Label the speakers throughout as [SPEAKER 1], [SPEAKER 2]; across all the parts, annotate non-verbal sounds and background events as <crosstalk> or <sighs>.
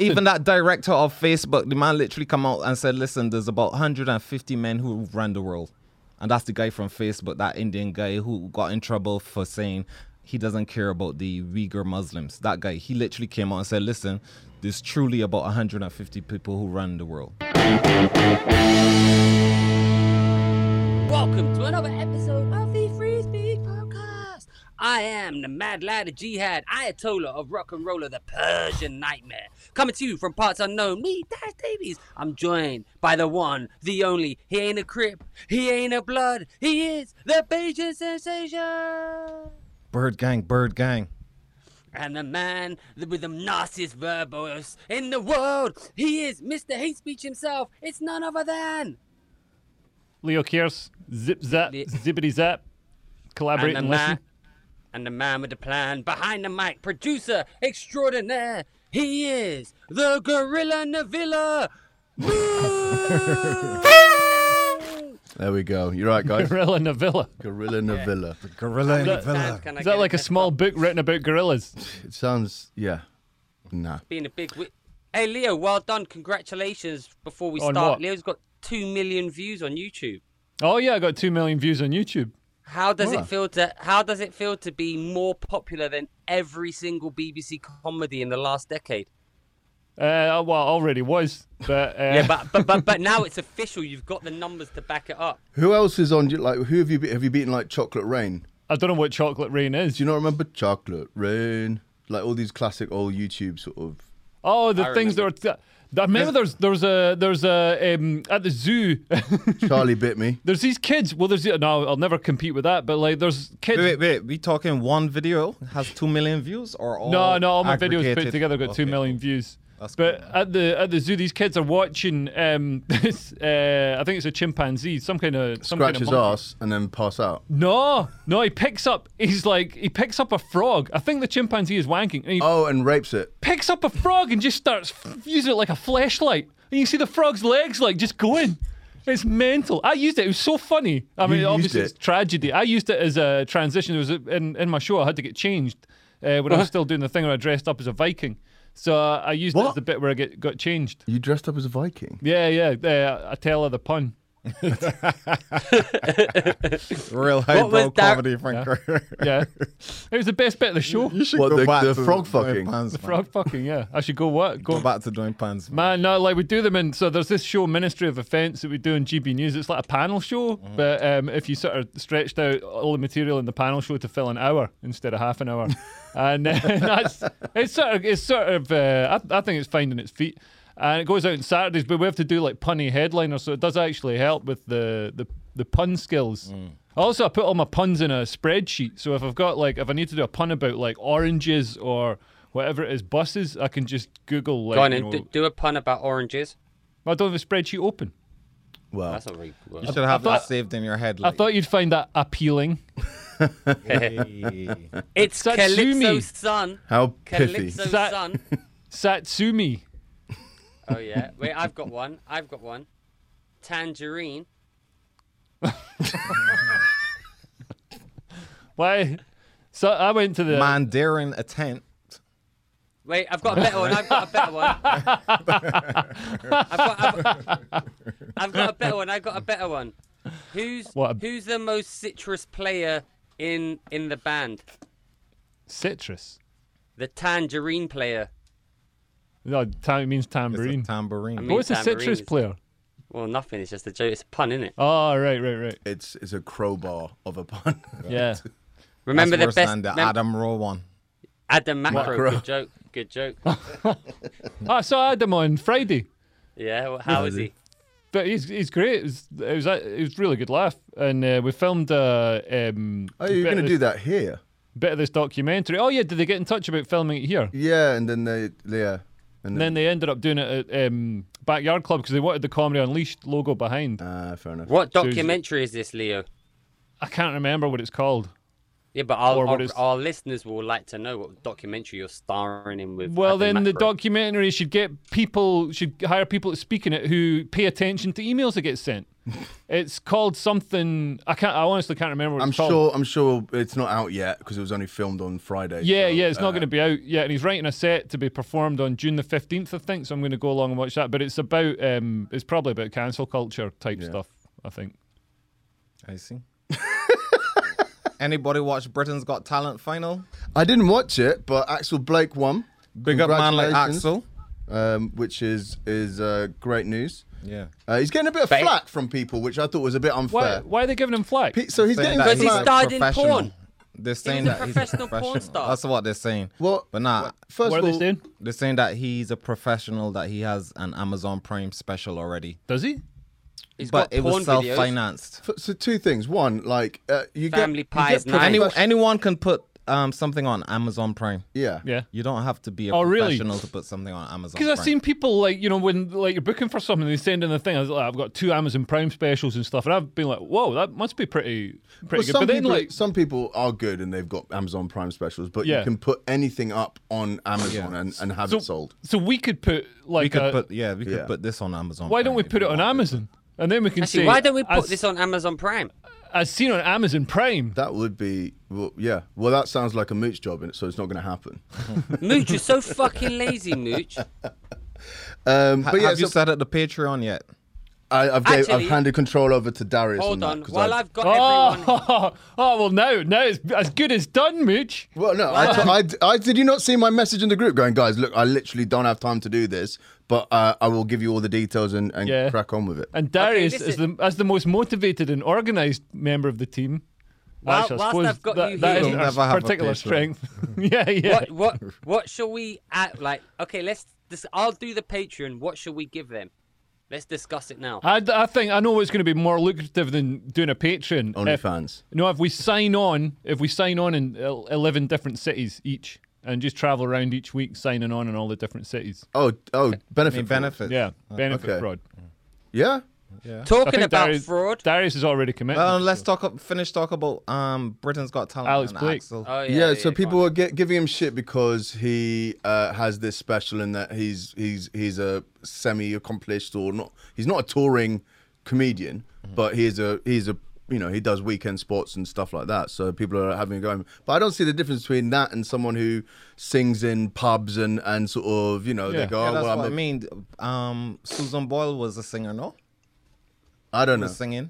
[SPEAKER 1] Even that director of Facebook, the man literally come out and said, "Listen, there's about 150 men who ran the world, and that's the guy from Facebook, that Indian guy who got in trouble for saying he doesn't care about the Uyghur Muslims. That guy, he literally came out and said, "Listen, there's truly about 150 people who run the world."
[SPEAKER 2] Welcome to another episode of the Free Speech Podcast. I am the mad lad of jihad, Ayatollah of rock and roller, the Persian nightmare. Coming to you from parts unknown, me, Dash Davies. I'm joined by the one, the only. He ain't a crip, he ain't a blood, he is the Beijing sensation.
[SPEAKER 1] Bird gang, bird gang.
[SPEAKER 2] And the man with the nastiest verbose in the world, he is Mr. Hate Speech himself. It's none other than
[SPEAKER 3] Leo Kears, zip zap,
[SPEAKER 2] Le-
[SPEAKER 3] zippity zap. Collaborate and,
[SPEAKER 2] the
[SPEAKER 3] listen.
[SPEAKER 2] Man, and the man with the plan behind the mic, producer extraordinaire. He is the Gorilla
[SPEAKER 3] <laughs>
[SPEAKER 2] Navilla. Woo!
[SPEAKER 4] There we go. You're
[SPEAKER 3] <laughs>
[SPEAKER 4] right,
[SPEAKER 3] <laughs>
[SPEAKER 4] guys.
[SPEAKER 3] Gorilla Navilla.
[SPEAKER 4] Gorilla Navilla.
[SPEAKER 1] Gorilla in the
[SPEAKER 3] Look,
[SPEAKER 1] villa.
[SPEAKER 2] Can I
[SPEAKER 3] Is
[SPEAKER 2] get
[SPEAKER 3] that like a
[SPEAKER 2] next
[SPEAKER 3] small
[SPEAKER 2] up?
[SPEAKER 3] book written about gorillas?
[SPEAKER 4] It sounds, yeah. Nah.
[SPEAKER 2] Being a big. Wi- hey Leo, well done! Congratulations. Before we
[SPEAKER 3] On
[SPEAKER 2] start,
[SPEAKER 3] what?
[SPEAKER 2] Leo's got two million views on YouTube.
[SPEAKER 3] Oh yeah, I got two million views on YouTube.
[SPEAKER 2] How does
[SPEAKER 4] Wow.
[SPEAKER 2] it feel to? How does it feel to be more popular than every single BBC comedy in the last decade?
[SPEAKER 3] Uh, well, I already was, but uh,
[SPEAKER 2] Yeah, but but but, but now it's official. You've got the numbers to back it up.
[SPEAKER 4] Who else is on? you- Like, who have you be- have you beaten? Like Chocolate Rain.
[SPEAKER 3] I don't know what Chocolate Rain is.
[SPEAKER 4] Do you not remember Chocolate Rain? Like all these classic old YouTube sort of.
[SPEAKER 3] Oh, the
[SPEAKER 2] I
[SPEAKER 3] things that were. T- I remember there's there's a there's a um, at the zoo. <laughs>
[SPEAKER 4] Charlie bit me.
[SPEAKER 3] there's these kids. Well, there's no. I'll never compete with that. But like, there's kids.
[SPEAKER 1] Wait, wait, wait. We talking one video has two million views or all?
[SPEAKER 3] No, no, all my videos
[SPEAKER 1] aggregated?
[SPEAKER 3] put together got two
[SPEAKER 1] Okay,
[SPEAKER 3] million
[SPEAKER 1] cool.
[SPEAKER 3] views.
[SPEAKER 1] That's
[SPEAKER 3] but
[SPEAKER 1] cool, man.
[SPEAKER 3] at the at the zoo, these kids are watching. Um, <laughs> this, uh, I think it's a chimpanzee, some kind of some
[SPEAKER 4] Scratch
[SPEAKER 3] kind of
[SPEAKER 4] his
[SPEAKER 3] monkey.
[SPEAKER 4] ass and then pass out.
[SPEAKER 3] No, no, he picks up. He's like he picks up a frog. I think the chimpanzee is wanking, and he
[SPEAKER 4] Oh, and rapes it.
[SPEAKER 3] picks up a frog and just starts f- using it like a flashlight. And you see the frog's legs like just going. It's mental. I used it. It was so funny. I mean,
[SPEAKER 4] used
[SPEAKER 3] obviously
[SPEAKER 4] it?
[SPEAKER 3] it's tragedy. I used it as a transition. It was in, in my show. I had to get changed uh,
[SPEAKER 4] Uh-huh.
[SPEAKER 3] when I was still doing the thing where I dressed up as a Viking. So uh, I used it as
[SPEAKER 4] What?
[SPEAKER 3] the bit where I get, got changed.
[SPEAKER 4] You dressed up as a Viking.
[SPEAKER 3] Yeah, yeah. Uh, I tell her the pun.
[SPEAKER 1] Real highbrow
[SPEAKER 2] was that-
[SPEAKER 1] comedy, Frank.
[SPEAKER 4] <laughs>
[SPEAKER 3] Yeah, it was the best bit of the show.
[SPEAKER 1] You should
[SPEAKER 4] What,
[SPEAKER 1] go
[SPEAKER 4] the-
[SPEAKER 1] back
[SPEAKER 4] the
[SPEAKER 1] to
[SPEAKER 4] frog
[SPEAKER 1] doing
[SPEAKER 4] fucking?
[SPEAKER 1] Pans, man.
[SPEAKER 3] Frog fucking yeah. I should go what go
[SPEAKER 1] Go back to doing pants. Man.
[SPEAKER 3] Man, no, like we do them in. So there's this show, Ministry of Offence, that we do in GB News. It's like a panel show, but um, if you sort of stretched out all the material in the panel show to fill an hour instead of half an hour, and uh, <laughs> that's it's sort of it's sort of uh, I, I think it's finding its feet, and it goes out on Saturdays. But we have to do like punny headliners, so it does actually help with the the, the pun skills. Also, I put all my puns in a spreadsheet. So if I've got like if I need to do a pun about like oranges or whatever it is, buses, I can just Google like
[SPEAKER 2] Go on
[SPEAKER 3] you
[SPEAKER 2] and
[SPEAKER 3] know,
[SPEAKER 2] do, do a pun about oranges.
[SPEAKER 3] I don't have a spreadsheet open.
[SPEAKER 4] Well,
[SPEAKER 2] That's not really. Well,
[SPEAKER 1] You should have
[SPEAKER 3] thought-
[SPEAKER 1] that saved in your head.
[SPEAKER 3] I
[SPEAKER 1] Like,
[SPEAKER 3] thought you'd find that appealing.
[SPEAKER 1] hey.
[SPEAKER 2] It's
[SPEAKER 3] Satsumi.
[SPEAKER 2] Calypso's son.
[SPEAKER 4] how pithy.
[SPEAKER 2] Calypso's
[SPEAKER 3] Sa-
[SPEAKER 2] son.
[SPEAKER 3] Satsumi.
[SPEAKER 2] Oh yeah. Wait, I've got one. I've got one. Tangerine.
[SPEAKER 3] Why? So I went to the.
[SPEAKER 1] man daring a tent.
[SPEAKER 2] Wait, I've got a better one. I've got a better one. I've got, I've, got- I've got a better one. I've got a better one. Who's
[SPEAKER 3] What a-
[SPEAKER 2] who's the most citrus player in in the band?
[SPEAKER 3] Citrus.
[SPEAKER 2] The tangerine player.
[SPEAKER 3] No, tam- it means
[SPEAKER 1] It's
[SPEAKER 3] tambourine.
[SPEAKER 1] a tambourine.
[SPEAKER 2] I mean-
[SPEAKER 3] What's a citrus
[SPEAKER 2] Tambourine.
[SPEAKER 3] player?
[SPEAKER 2] Well, nothing. It's just a joke. It's a pun, isn't it?
[SPEAKER 3] Oh, right, right, right.
[SPEAKER 4] It's it's a crowbar of a pun. <laughs>
[SPEAKER 3] Yeah.
[SPEAKER 2] Remember
[SPEAKER 1] That's worse
[SPEAKER 2] the best.
[SPEAKER 1] than the
[SPEAKER 2] mem-
[SPEAKER 1] Adam Raw one.
[SPEAKER 2] Adam Macro.
[SPEAKER 4] Macro.
[SPEAKER 2] Good joke. Good joke.
[SPEAKER 3] Ah, so I had him on Friday,
[SPEAKER 2] Yeah. Well, how is he?
[SPEAKER 3] but he's he's great. It was it was, a- it was really good laugh, and uh, we filmed uh, um,
[SPEAKER 4] Oh,
[SPEAKER 3] bit,
[SPEAKER 4] you're gonna
[SPEAKER 3] of
[SPEAKER 4] do
[SPEAKER 3] this,
[SPEAKER 4] that here?
[SPEAKER 3] bit of this documentary. Oh yeah, did they get in touch about filming it here?
[SPEAKER 4] Yeah, and then they, yeah, and
[SPEAKER 3] And then
[SPEAKER 4] then.
[SPEAKER 3] they ended up doing it at um, Backyard Club because they wanted the Comedy Unleashed logo behind.
[SPEAKER 4] Ah, fair enough.
[SPEAKER 2] What
[SPEAKER 3] is it-
[SPEAKER 2] documentary is this, Leo?
[SPEAKER 3] I can't remember what it's called.
[SPEAKER 2] Yeah, but our,
[SPEAKER 3] Or what
[SPEAKER 2] our,
[SPEAKER 3] is-
[SPEAKER 2] our listeners will like to know what documentary you're starring in with.
[SPEAKER 3] Well,
[SPEAKER 2] Adam
[SPEAKER 3] then the
[SPEAKER 2] Macro.
[SPEAKER 4] <laughs>
[SPEAKER 3] documentary should get people should hire people to speak in it who pay attention to emails that get sent. It's called something. I can't. I honestly can't remember. What
[SPEAKER 4] I'm
[SPEAKER 3] it's called.
[SPEAKER 4] sure. I'm sure it's not out yet because it was only filmed on Friday.
[SPEAKER 3] Yeah,
[SPEAKER 4] so,
[SPEAKER 3] yeah, it's
[SPEAKER 4] uh,
[SPEAKER 3] not going to be out yet, and he's writing a set to be performed on June the fifteenth, I think. So I'm going to go along and watch that. But it's about, um, it's probably about cancel culture type stuff, I think.
[SPEAKER 1] I
[SPEAKER 2] <laughs>
[SPEAKER 1] see. Anybody watch Britain's Got Talent final?
[SPEAKER 4] I didn't watch it, but Axel Blake won.
[SPEAKER 1] Big up man like
[SPEAKER 4] Congratulations.
[SPEAKER 1] Axel.
[SPEAKER 4] um, which is is uh, great news.
[SPEAKER 1] Yeah.
[SPEAKER 4] Uh, he's getting a bit of flack from people, which I thought was a bit
[SPEAKER 3] Why?
[SPEAKER 4] unfair.
[SPEAKER 3] Why are they giving him flack?
[SPEAKER 4] Pe- So he's
[SPEAKER 1] Saying
[SPEAKER 4] getting
[SPEAKER 1] that
[SPEAKER 2] Because he
[SPEAKER 1] he's
[SPEAKER 4] flack.
[SPEAKER 1] a
[SPEAKER 2] started in
[SPEAKER 1] professional.
[SPEAKER 2] porn.
[SPEAKER 1] They're saying
[SPEAKER 2] a
[SPEAKER 1] that he's
[SPEAKER 2] professional porn star.
[SPEAKER 1] That's what they're saying.
[SPEAKER 4] Well,
[SPEAKER 1] But nah,
[SPEAKER 4] well, first
[SPEAKER 3] what
[SPEAKER 4] of
[SPEAKER 3] are
[SPEAKER 4] all,
[SPEAKER 3] they saying?
[SPEAKER 1] they're saying that he's a professional. That he has an Amazon Prime special already.
[SPEAKER 3] Does he?
[SPEAKER 2] He's
[SPEAKER 1] but
[SPEAKER 2] got
[SPEAKER 1] it
[SPEAKER 2] porn
[SPEAKER 1] was
[SPEAKER 2] videos.
[SPEAKER 1] self-financed.
[SPEAKER 4] f- so two things. One, like uh, you
[SPEAKER 2] Family
[SPEAKER 4] get
[SPEAKER 2] Pie
[SPEAKER 4] you
[SPEAKER 2] is
[SPEAKER 4] get
[SPEAKER 2] nice.
[SPEAKER 4] professional-
[SPEAKER 1] Anyone, anyone can put um, something on Amazon Prime.
[SPEAKER 4] yeah,
[SPEAKER 3] Yeah.
[SPEAKER 1] You don't have to be a
[SPEAKER 3] Oh, really?
[SPEAKER 1] professional to put something on Amazon.
[SPEAKER 3] Because I've
[SPEAKER 1] Prime.
[SPEAKER 3] seen people like you know when like you're booking for something, they send in the thing. I was like, "Oh, I've got two Amazon Prime specials and stuff, and I've been like, whoa, that must be pretty
[SPEAKER 4] Well,
[SPEAKER 3] pretty good.
[SPEAKER 4] some,
[SPEAKER 3] But then
[SPEAKER 4] people,
[SPEAKER 3] like
[SPEAKER 4] some people are good and they've got Amazon Prime specials, but
[SPEAKER 3] Yeah.
[SPEAKER 4] you can put anything up on Amazon
[SPEAKER 1] Yeah.
[SPEAKER 4] and, and have
[SPEAKER 3] so,
[SPEAKER 4] it sold.
[SPEAKER 3] so we could put like
[SPEAKER 1] we could
[SPEAKER 3] a-
[SPEAKER 1] put yeah, we could
[SPEAKER 4] yeah.
[SPEAKER 1] put this on Amazon.
[SPEAKER 3] why don't we
[SPEAKER 1] Prime if
[SPEAKER 3] put it on
[SPEAKER 1] want.
[SPEAKER 3] Amazon? And then we can
[SPEAKER 2] Actually,
[SPEAKER 3] say,
[SPEAKER 2] why don't we put
[SPEAKER 3] as,
[SPEAKER 2] this on Amazon Prime?
[SPEAKER 3] as seen on Amazon Prime?
[SPEAKER 4] That would be, well, yeah. Well, that sounds like a mooch job, and so it's not going to happen.
[SPEAKER 2] Mooch, you're so fucking lazy, Mooch.
[SPEAKER 3] <laughs>
[SPEAKER 4] Um,
[SPEAKER 1] Ha-
[SPEAKER 4] but yeah,
[SPEAKER 1] have you
[SPEAKER 4] so
[SPEAKER 1] set up the Patreon yet?
[SPEAKER 4] I, I've, gave, I've
[SPEAKER 2] Actually-
[SPEAKER 4] handed control over to Darius.
[SPEAKER 2] Hold
[SPEAKER 4] on,
[SPEAKER 2] on.
[SPEAKER 4] that, 'cause
[SPEAKER 2] While
[SPEAKER 4] I-
[SPEAKER 2] I've got everyone
[SPEAKER 3] <laughs> Oh, <laughs> oh, well, no, no, it's as good as done, Mooch.
[SPEAKER 4] Well, no, I t- I d- I- did you not see my message in the group going, guys, look, I literally don't have time to do this, but uh, I will give you all the details and, and
[SPEAKER 3] Yeah.
[SPEAKER 4] crack on with it.
[SPEAKER 3] And Darius
[SPEAKER 2] Okay,
[SPEAKER 3] is the as the most motivated and organised member of the team.
[SPEAKER 2] While-
[SPEAKER 3] Actually, I
[SPEAKER 2] whilst
[SPEAKER 3] suppose
[SPEAKER 2] I've got
[SPEAKER 3] that,
[SPEAKER 2] you
[SPEAKER 3] that
[SPEAKER 2] here-
[SPEAKER 3] isn't
[SPEAKER 1] You'll
[SPEAKER 3] our
[SPEAKER 1] never have a
[SPEAKER 3] particular
[SPEAKER 1] Patreon.
[SPEAKER 3] strength. <laughs> yeah, yeah.
[SPEAKER 2] what what what shall we act like okay let's this i'll do the patreon what shall we give them let's discuss it now
[SPEAKER 3] I, I think I know what's going to be more lucrative than doing a Patreon. if,
[SPEAKER 4] OnlyFans.
[SPEAKER 3] No, if we sign on, if we sign on in el- eleven different cities each, and just travel around each week, signing on in all the different cities.
[SPEAKER 4] Oh, oh, benefit.
[SPEAKER 1] I mean,
[SPEAKER 4] fraud.
[SPEAKER 1] benefits.
[SPEAKER 3] Yeah, benefit
[SPEAKER 4] okay.
[SPEAKER 3] fraud.
[SPEAKER 4] Yeah.
[SPEAKER 3] I
[SPEAKER 2] talking
[SPEAKER 3] think
[SPEAKER 2] about
[SPEAKER 3] Darius,
[SPEAKER 2] fraud
[SPEAKER 3] Darius is already committed.
[SPEAKER 1] Uh, let's talk. Up, finish talk about um Britain's Got Talent.
[SPEAKER 3] Alex
[SPEAKER 1] and
[SPEAKER 3] Blake. Uh,
[SPEAKER 1] Axel.
[SPEAKER 2] oh
[SPEAKER 4] Yeah, so people were get, giving him shit because he uh, has this special in that he's he's he's a semi-accomplished or not. He's not a touring comedian,
[SPEAKER 1] Mm-hmm.
[SPEAKER 4] but he's a he's a you know he does weekend sports and stuff like that. So people are having a go. at him. But I don't see the difference between that and someone who sings in pubs and and sort of you know
[SPEAKER 3] Yeah.
[SPEAKER 4] they go.
[SPEAKER 1] Yeah,
[SPEAKER 4] oh,
[SPEAKER 1] that's
[SPEAKER 4] well,
[SPEAKER 1] what I
[SPEAKER 4] I'm a,
[SPEAKER 1] mean. Um, Susan Boyle was a singer, no?
[SPEAKER 4] I don't know.
[SPEAKER 1] Was singing,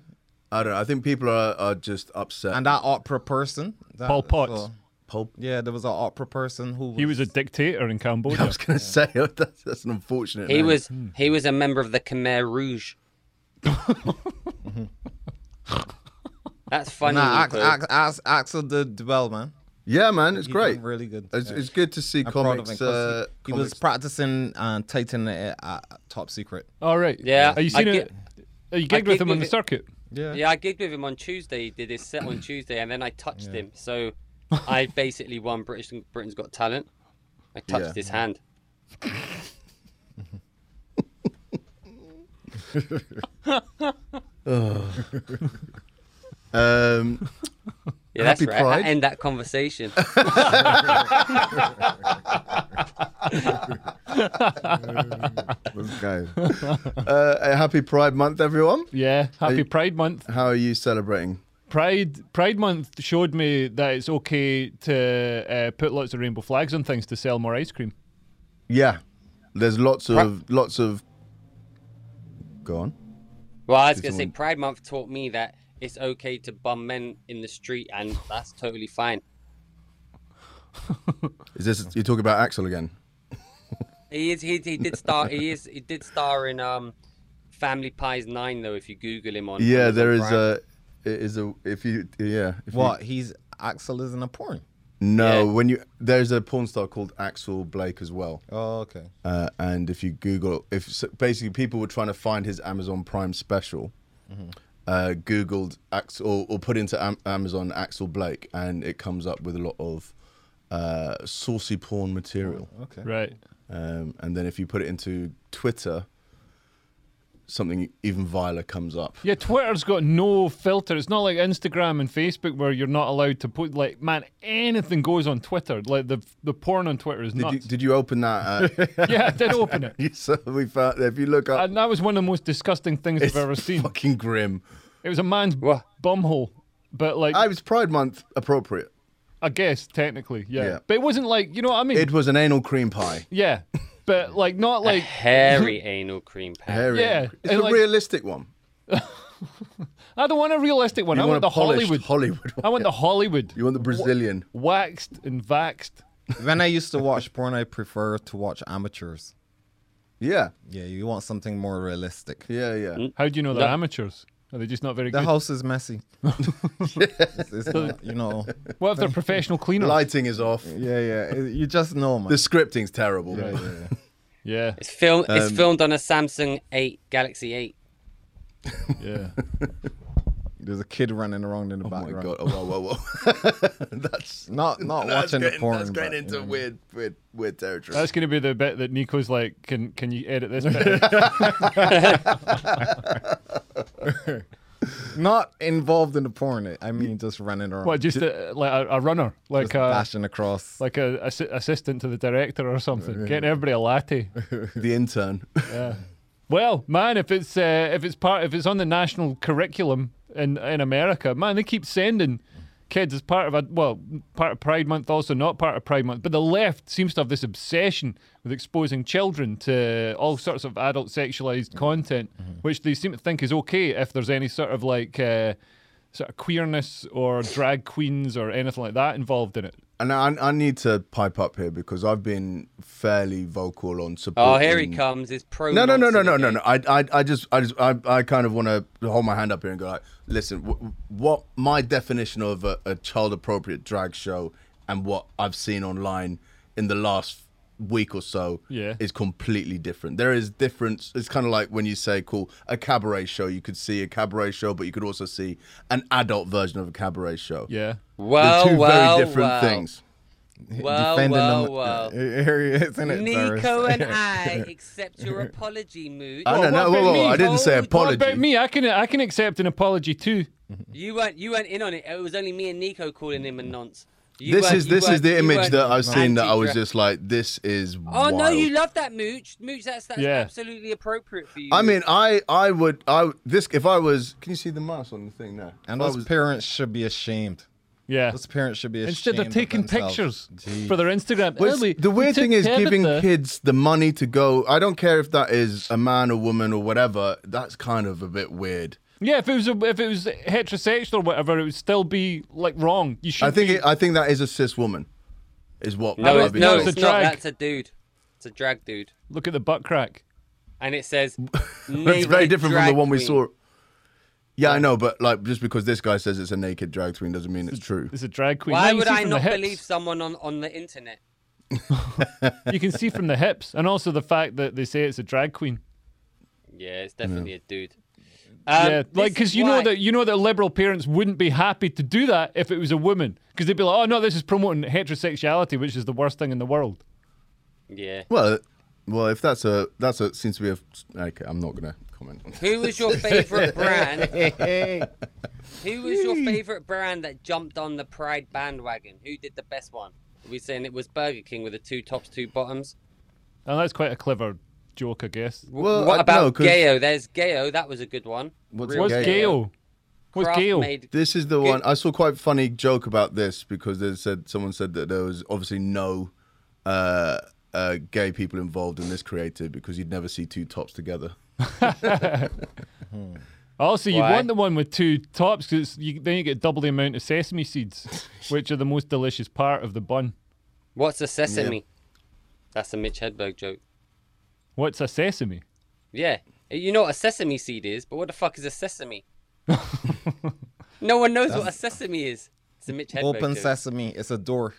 [SPEAKER 4] I don't know. I think people are, are just upset.
[SPEAKER 1] and that opera person, that,
[SPEAKER 3] Paul Potts.
[SPEAKER 4] Pulp. <laughs>
[SPEAKER 1] yeah, there was an opera person who was,
[SPEAKER 3] he was a dictator in Cambodia.
[SPEAKER 4] I was gonna say <laughs> that's, that's an unfortunate.
[SPEAKER 2] he
[SPEAKER 4] name.
[SPEAKER 2] was he was a member of the khmer
[SPEAKER 4] <laughs>
[SPEAKER 2] rouge that's funny
[SPEAKER 3] <laughs>
[SPEAKER 1] Nah, Ax,
[SPEAKER 2] Nico.
[SPEAKER 1] Ax, Ax, Axel did well, man.
[SPEAKER 4] Yeah, man, it's
[SPEAKER 1] He
[SPEAKER 4] great.
[SPEAKER 1] done really good.
[SPEAKER 4] It's,
[SPEAKER 1] Yeah.
[SPEAKER 4] it's good to see
[SPEAKER 1] I'm proud of him
[SPEAKER 4] comics.
[SPEAKER 1] 'cause
[SPEAKER 4] Uh,
[SPEAKER 1] he, he was
[SPEAKER 4] comics.
[SPEAKER 1] practicing uh, Titan at, at Top Secret.
[SPEAKER 3] All right.
[SPEAKER 2] Yeah,
[SPEAKER 3] Are you
[SPEAKER 2] I
[SPEAKER 3] seeing it?
[SPEAKER 2] gi-
[SPEAKER 3] Are you
[SPEAKER 2] I
[SPEAKER 3] gigged with
[SPEAKER 2] gig
[SPEAKER 3] him on
[SPEAKER 2] with
[SPEAKER 3] the
[SPEAKER 2] it-
[SPEAKER 3] circuit?
[SPEAKER 1] Yeah.
[SPEAKER 2] yeah i gigged with him on tuesday he did his set on tuesday and then i touched him so i basically won british britain's got talent i touched
[SPEAKER 4] Yeah.
[SPEAKER 2] his hand
[SPEAKER 1] <laughs>
[SPEAKER 4] Um,
[SPEAKER 2] yeah that's
[SPEAKER 4] Happy
[SPEAKER 2] right
[SPEAKER 4] Pride.
[SPEAKER 2] I end that conversation
[SPEAKER 4] let's go.
[SPEAKER 1] <laughs>
[SPEAKER 4] uh, a happy Pride Month, everyone.
[SPEAKER 3] Yeah. Happy
[SPEAKER 4] you-
[SPEAKER 3] Pride Month.
[SPEAKER 4] How are you celebrating?
[SPEAKER 3] Pride Pride Month showed me that it's okay to uh, put lots of rainbow flags on things to sell more ice cream.
[SPEAKER 4] Yeah, there's lots of lots of. Go on.
[SPEAKER 2] Well, I was
[SPEAKER 4] Did
[SPEAKER 2] going to say,
[SPEAKER 4] someone-
[SPEAKER 2] Pride Month taught me that it's okay to bum men in the street, and that's totally fine.
[SPEAKER 4] Is this you talking about Axel again?
[SPEAKER 2] He is. He, he did star. he is. He did star in um, Family Pies Nine, though. If you Google him on.
[SPEAKER 4] Yeah,
[SPEAKER 2] Amazon
[SPEAKER 4] there is
[SPEAKER 2] Prime.
[SPEAKER 4] a. It is a if you yeah if you-
[SPEAKER 1] What? He's Axel is in a porn.
[SPEAKER 4] no
[SPEAKER 2] Yeah.
[SPEAKER 4] when you there's a porn star called Axel Blake as well
[SPEAKER 1] Oh, okay.
[SPEAKER 4] uh, and if you Google, if so basically people were trying to find his Amazon Prime special,
[SPEAKER 3] Mm-hmm.
[SPEAKER 4] uh, Googled Ax or, or put into Am- Amazon Axel Blake, and it comes up with a lot of uh, saucy porn
[SPEAKER 3] Oh,
[SPEAKER 4] material.
[SPEAKER 1] Okay.
[SPEAKER 3] Right.
[SPEAKER 4] Um, and then if you put it into Twitter, something even viler comes up.
[SPEAKER 3] Yeah, Twitter's got no filter. It's not like Instagram and Facebook where you're not allowed to put like man anything goes on Twitter. Like the the porn on Twitter is
[SPEAKER 4] Did
[SPEAKER 3] nuts.
[SPEAKER 4] you, did you open that?
[SPEAKER 3] <laughs>
[SPEAKER 4] Uh, <laughs>
[SPEAKER 3] yeah, I did open it.
[SPEAKER 4] you suddenly found if you look up,
[SPEAKER 3] And that was one of the most disgusting things
[SPEAKER 4] it's
[SPEAKER 3] I've ever seen.
[SPEAKER 4] fucking grim.
[SPEAKER 3] It was a man's
[SPEAKER 5] Wha-
[SPEAKER 3] bumhole. But like
[SPEAKER 4] I
[SPEAKER 3] I,
[SPEAKER 4] was Pride Month appropriate.
[SPEAKER 3] guess technically, yeah.
[SPEAKER 4] Yeah.
[SPEAKER 3] But it wasn't like you know what I mean?
[SPEAKER 4] It was an anal cream pie.
[SPEAKER 3] yeah. But like
[SPEAKER 4] <laughs>
[SPEAKER 3] not
[SPEAKER 2] A
[SPEAKER 3] like
[SPEAKER 2] hairy anal cream pad.
[SPEAKER 4] uh, Hairy.
[SPEAKER 3] Yeah,
[SPEAKER 4] it's
[SPEAKER 3] and
[SPEAKER 4] a
[SPEAKER 3] like-
[SPEAKER 4] realistic one.
[SPEAKER 3] I don't want a realistic one.
[SPEAKER 4] You
[SPEAKER 3] I want
[SPEAKER 4] want
[SPEAKER 3] the
[SPEAKER 4] a polished
[SPEAKER 3] Hollywood.
[SPEAKER 4] Hollywood
[SPEAKER 3] <laughs>
[SPEAKER 4] one.
[SPEAKER 3] I want the Hollywood.
[SPEAKER 4] You want the Brazilian?
[SPEAKER 3] waxed and vaxed.
[SPEAKER 1] when I used to watch porn, I prefer to watch amateurs.
[SPEAKER 4] Yeah,
[SPEAKER 1] Yeah, you want something more realistic.
[SPEAKER 4] yeah, yeah.
[SPEAKER 1] Mm.
[SPEAKER 3] How do you know they're amateurs? Are they just not very
[SPEAKER 1] The
[SPEAKER 3] good?
[SPEAKER 1] house is
[SPEAKER 4] <laughs>
[SPEAKER 1] messy. <laughs> It's- it's not, you know.
[SPEAKER 3] what if they're professional cleaners?
[SPEAKER 4] Lighting is off.
[SPEAKER 1] Yeah, yeah. it- You just know, man.
[SPEAKER 4] The scripting's terrible.
[SPEAKER 3] Yeah,
[SPEAKER 2] It's film.
[SPEAKER 4] um,
[SPEAKER 2] it's filmed on a Samsung Eight Galaxy Eight.
[SPEAKER 3] yeah.
[SPEAKER 1] There's a kid running around in the
[SPEAKER 4] Oh my
[SPEAKER 1] background.
[SPEAKER 4] god! Oh,
[SPEAKER 1] <laughs>
[SPEAKER 4] whoa, whoa, whoa! that's
[SPEAKER 1] Not not
[SPEAKER 4] that's
[SPEAKER 1] watching
[SPEAKER 4] getting,
[SPEAKER 1] the porn.
[SPEAKER 4] That's
[SPEAKER 1] but,
[SPEAKER 4] getting into
[SPEAKER 1] you know.
[SPEAKER 4] weird, weird, weird territory.
[SPEAKER 3] That's gonna be the bit that Nico's like, can can you edit this bit?
[SPEAKER 1] Not involved in the porn. I mean, just running around.
[SPEAKER 3] what, just a, like a, a runner, like uh,
[SPEAKER 1] just
[SPEAKER 3] a
[SPEAKER 1] bashing across.
[SPEAKER 3] like a, assi- assistant to the director or something, getting everybody a latte.
[SPEAKER 4] the intern. <laughs>
[SPEAKER 3] Well, man, if it's uh, if it's part if it's on the national curriculum in in America, man, they keep sending kids as part of a well part of Pride Month, also not part of Pride Month. But the left seems to have this obsession with exposing children to all sorts of adult sexualized content, which they seem to think is okay if there's any sort of like. Uh, Sort of queerness or drag queens or anything like that involved in it.
[SPEAKER 4] And I, I need to pipe up here because I've been fairly vocal on supporting.
[SPEAKER 2] Oh, here he comes. It's pro.
[SPEAKER 4] mm. No, no, no, no,
[SPEAKER 2] Nazis
[SPEAKER 4] no, no,
[SPEAKER 2] again.
[SPEAKER 4] no. I, I, I just, I just, I, I kind of want to hold my hand up here and go like, listen, w- what my definition of a, a child-appropriate drag show and what I've seen online in the last week or so
[SPEAKER 3] Yeah.
[SPEAKER 4] is completely different. There is difference. It's kind of like when you say, cool, a cabaret show. You could see a cabaret show, but you could also see an adult version of a cabaret show.
[SPEAKER 3] Yeah.
[SPEAKER 4] They're
[SPEAKER 2] Well,
[SPEAKER 4] two
[SPEAKER 2] well,
[SPEAKER 4] very different
[SPEAKER 2] well.
[SPEAKER 4] things.
[SPEAKER 2] Well,
[SPEAKER 1] defending
[SPEAKER 2] well,
[SPEAKER 4] uh,
[SPEAKER 1] them.
[SPEAKER 2] well.
[SPEAKER 1] Here he is, isn't it,
[SPEAKER 2] Nico
[SPEAKER 1] Cyrus?
[SPEAKER 4] <laughs>
[SPEAKER 2] and I accept your apology, mood.
[SPEAKER 4] I don't know.
[SPEAKER 3] what
[SPEAKER 4] Oh, Whoa, whoa,
[SPEAKER 3] about
[SPEAKER 4] whoa.
[SPEAKER 3] me?
[SPEAKER 4] I didn't say
[SPEAKER 2] What
[SPEAKER 3] What
[SPEAKER 4] apology.
[SPEAKER 3] about me? I can I can accept an apology too.
[SPEAKER 2] You weren't. You weren't in on it. It was only me and Nico calling him a nonce. You
[SPEAKER 4] This
[SPEAKER 2] weren't-
[SPEAKER 4] is
[SPEAKER 2] you
[SPEAKER 4] this is
[SPEAKER 2] weren't-
[SPEAKER 4] the
[SPEAKER 2] you
[SPEAKER 4] image
[SPEAKER 2] weren't
[SPEAKER 4] that I've seen that I was
[SPEAKER 2] anti-drag.
[SPEAKER 4] just like, this is.
[SPEAKER 2] Oh no, you
[SPEAKER 4] wild.
[SPEAKER 2] love that mooch. Mooch, that's that's
[SPEAKER 3] Yeah.
[SPEAKER 2] absolutely appropriate for you.
[SPEAKER 4] I mean, I I would I would- this if I was. Can you see the mouse on the thing now?
[SPEAKER 1] And
[SPEAKER 4] If I
[SPEAKER 1] those
[SPEAKER 4] was-
[SPEAKER 1] parents should be ashamed.
[SPEAKER 3] Yeah.
[SPEAKER 1] Those parents should be ashamed.
[SPEAKER 3] Instead, they're
[SPEAKER 1] of
[SPEAKER 3] taking
[SPEAKER 1] themselves.
[SPEAKER 3] pictures
[SPEAKER 1] Gee.
[SPEAKER 3] for their Instagram.
[SPEAKER 4] Well, it's-
[SPEAKER 3] Early,
[SPEAKER 4] the
[SPEAKER 3] we
[SPEAKER 4] weird
[SPEAKER 3] took
[SPEAKER 4] thing is giving
[SPEAKER 3] Tabitha-
[SPEAKER 4] kids the money to go. I don't care if that is a man or woman or whatever. That's kind of a bit weird.
[SPEAKER 3] Yeah, if it was a, if it was heterosexual or whatever, it would still be like wrong. You should.
[SPEAKER 4] I think it, I think that is a cis woman, is what.
[SPEAKER 2] no,
[SPEAKER 4] I'd
[SPEAKER 2] it's,
[SPEAKER 4] be
[SPEAKER 2] no,
[SPEAKER 4] told.
[SPEAKER 2] it's
[SPEAKER 3] a
[SPEAKER 2] not.
[SPEAKER 3] drag.
[SPEAKER 2] That's a dude. It's a drag dude,
[SPEAKER 3] look at the butt crack.
[SPEAKER 2] and it
[SPEAKER 4] <laughs>
[SPEAKER 2] says.
[SPEAKER 4] It's very different from the one we saw.
[SPEAKER 2] It
[SPEAKER 4] Yeah, I know, but like just because this guy says it's a naked drag queen doesn't mean it's true.
[SPEAKER 3] It's a drag queen. Now
[SPEAKER 2] Why
[SPEAKER 3] you
[SPEAKER 2] would
[SPEAKER 3] see
[SPEAKER 2] I
[SPEAKER 3] from the
[SPEAKER 2] not
[SPEAKER 3] hips.
[SPEAKER 2] believe someone on on the internet?
[SPEAKER 3] <laughs> You can see from the hips, and also the fact that they say it's a drag queen.
[SPEAKER 2] Yeah, it's definitely a dude. Um,
[SPEAKER 3] yeah,
[SPEAKER 2] this
[SPEAKER 3] like because
[SPEAKER 2] is
[SPEAKER 3] you know
[SPEAKER 2] why-
[SPEAKER 3] that you know that liberal parents wouldn't be happy to do that if it was a woman, because they'd be like, "Oh no, this is promoting heterosexuality, which is the worst thing in the world."
[SPEAKER 2] Yeah.
[SPEAKER 4] Well, well, if that's a that's a seems to be a. Okay, I'm not gonna comment. on
[SPEAKER 2] Who was your <laughs> favorite
[SPEAKER 4] <laughs>
[SPEAKER 2] brand? Who was your favorite brand that jumped on the Pride bandwagon? Who did the best one? Are we saying it was Burger King with the two tops, two bottoms?
[SPEAKER 3] And that's quite a clever joke, I guess.
[SPEAKER 2] W-
[SPEAKER 4] Well,
[SPEAKER 2] what
[SPEAKER 4] I- no,
[SPEAKER 2] about
[SPEAKER 4] 'cause-
[SPEAKER 2] Gayo? There's Gayo. That was a good one.
[SPEAKER 4] What's
[SPEAKER 2] Real
[SPEAKER 3] What's
[SPEAKER 4] Gayo?
[SPEAKER 3] Gail? What's
[SPEAKER 2] Kraft
[SPEAKER 3] Gail?
[SPEAKER 2] made-
[SPEAKER 4] This is the one I saw quite funny joke about this because they said someone said that there was obviously no uh, uh, gay people involved in this creative because you'd never see two tops together.
[SPEAKER 3] Also, Oh, you
[SPEAKER 2] Why?
[SPEAKER 3] want the one with two tops because you, then you get double the amount of sesame seeds, which are the most delicious part of the bun.
[SPEAKER 2] What's a sesame? That's a Mitch Hedberg joke.
[SPEAKER 3] What's a sesame?
[SPEAKER 2] Yeah, you know what a sesame seed is, but what the fuck is a
[SPEAKER 4] <laughs>
[SPEAKER 2] sesame? no one knows what a sesame is. It's a Mitch Hedberg
[SPEAKER 1] Open
[SPEAKER 2] joke.
[SPEAKER 1] sesame. It's a door.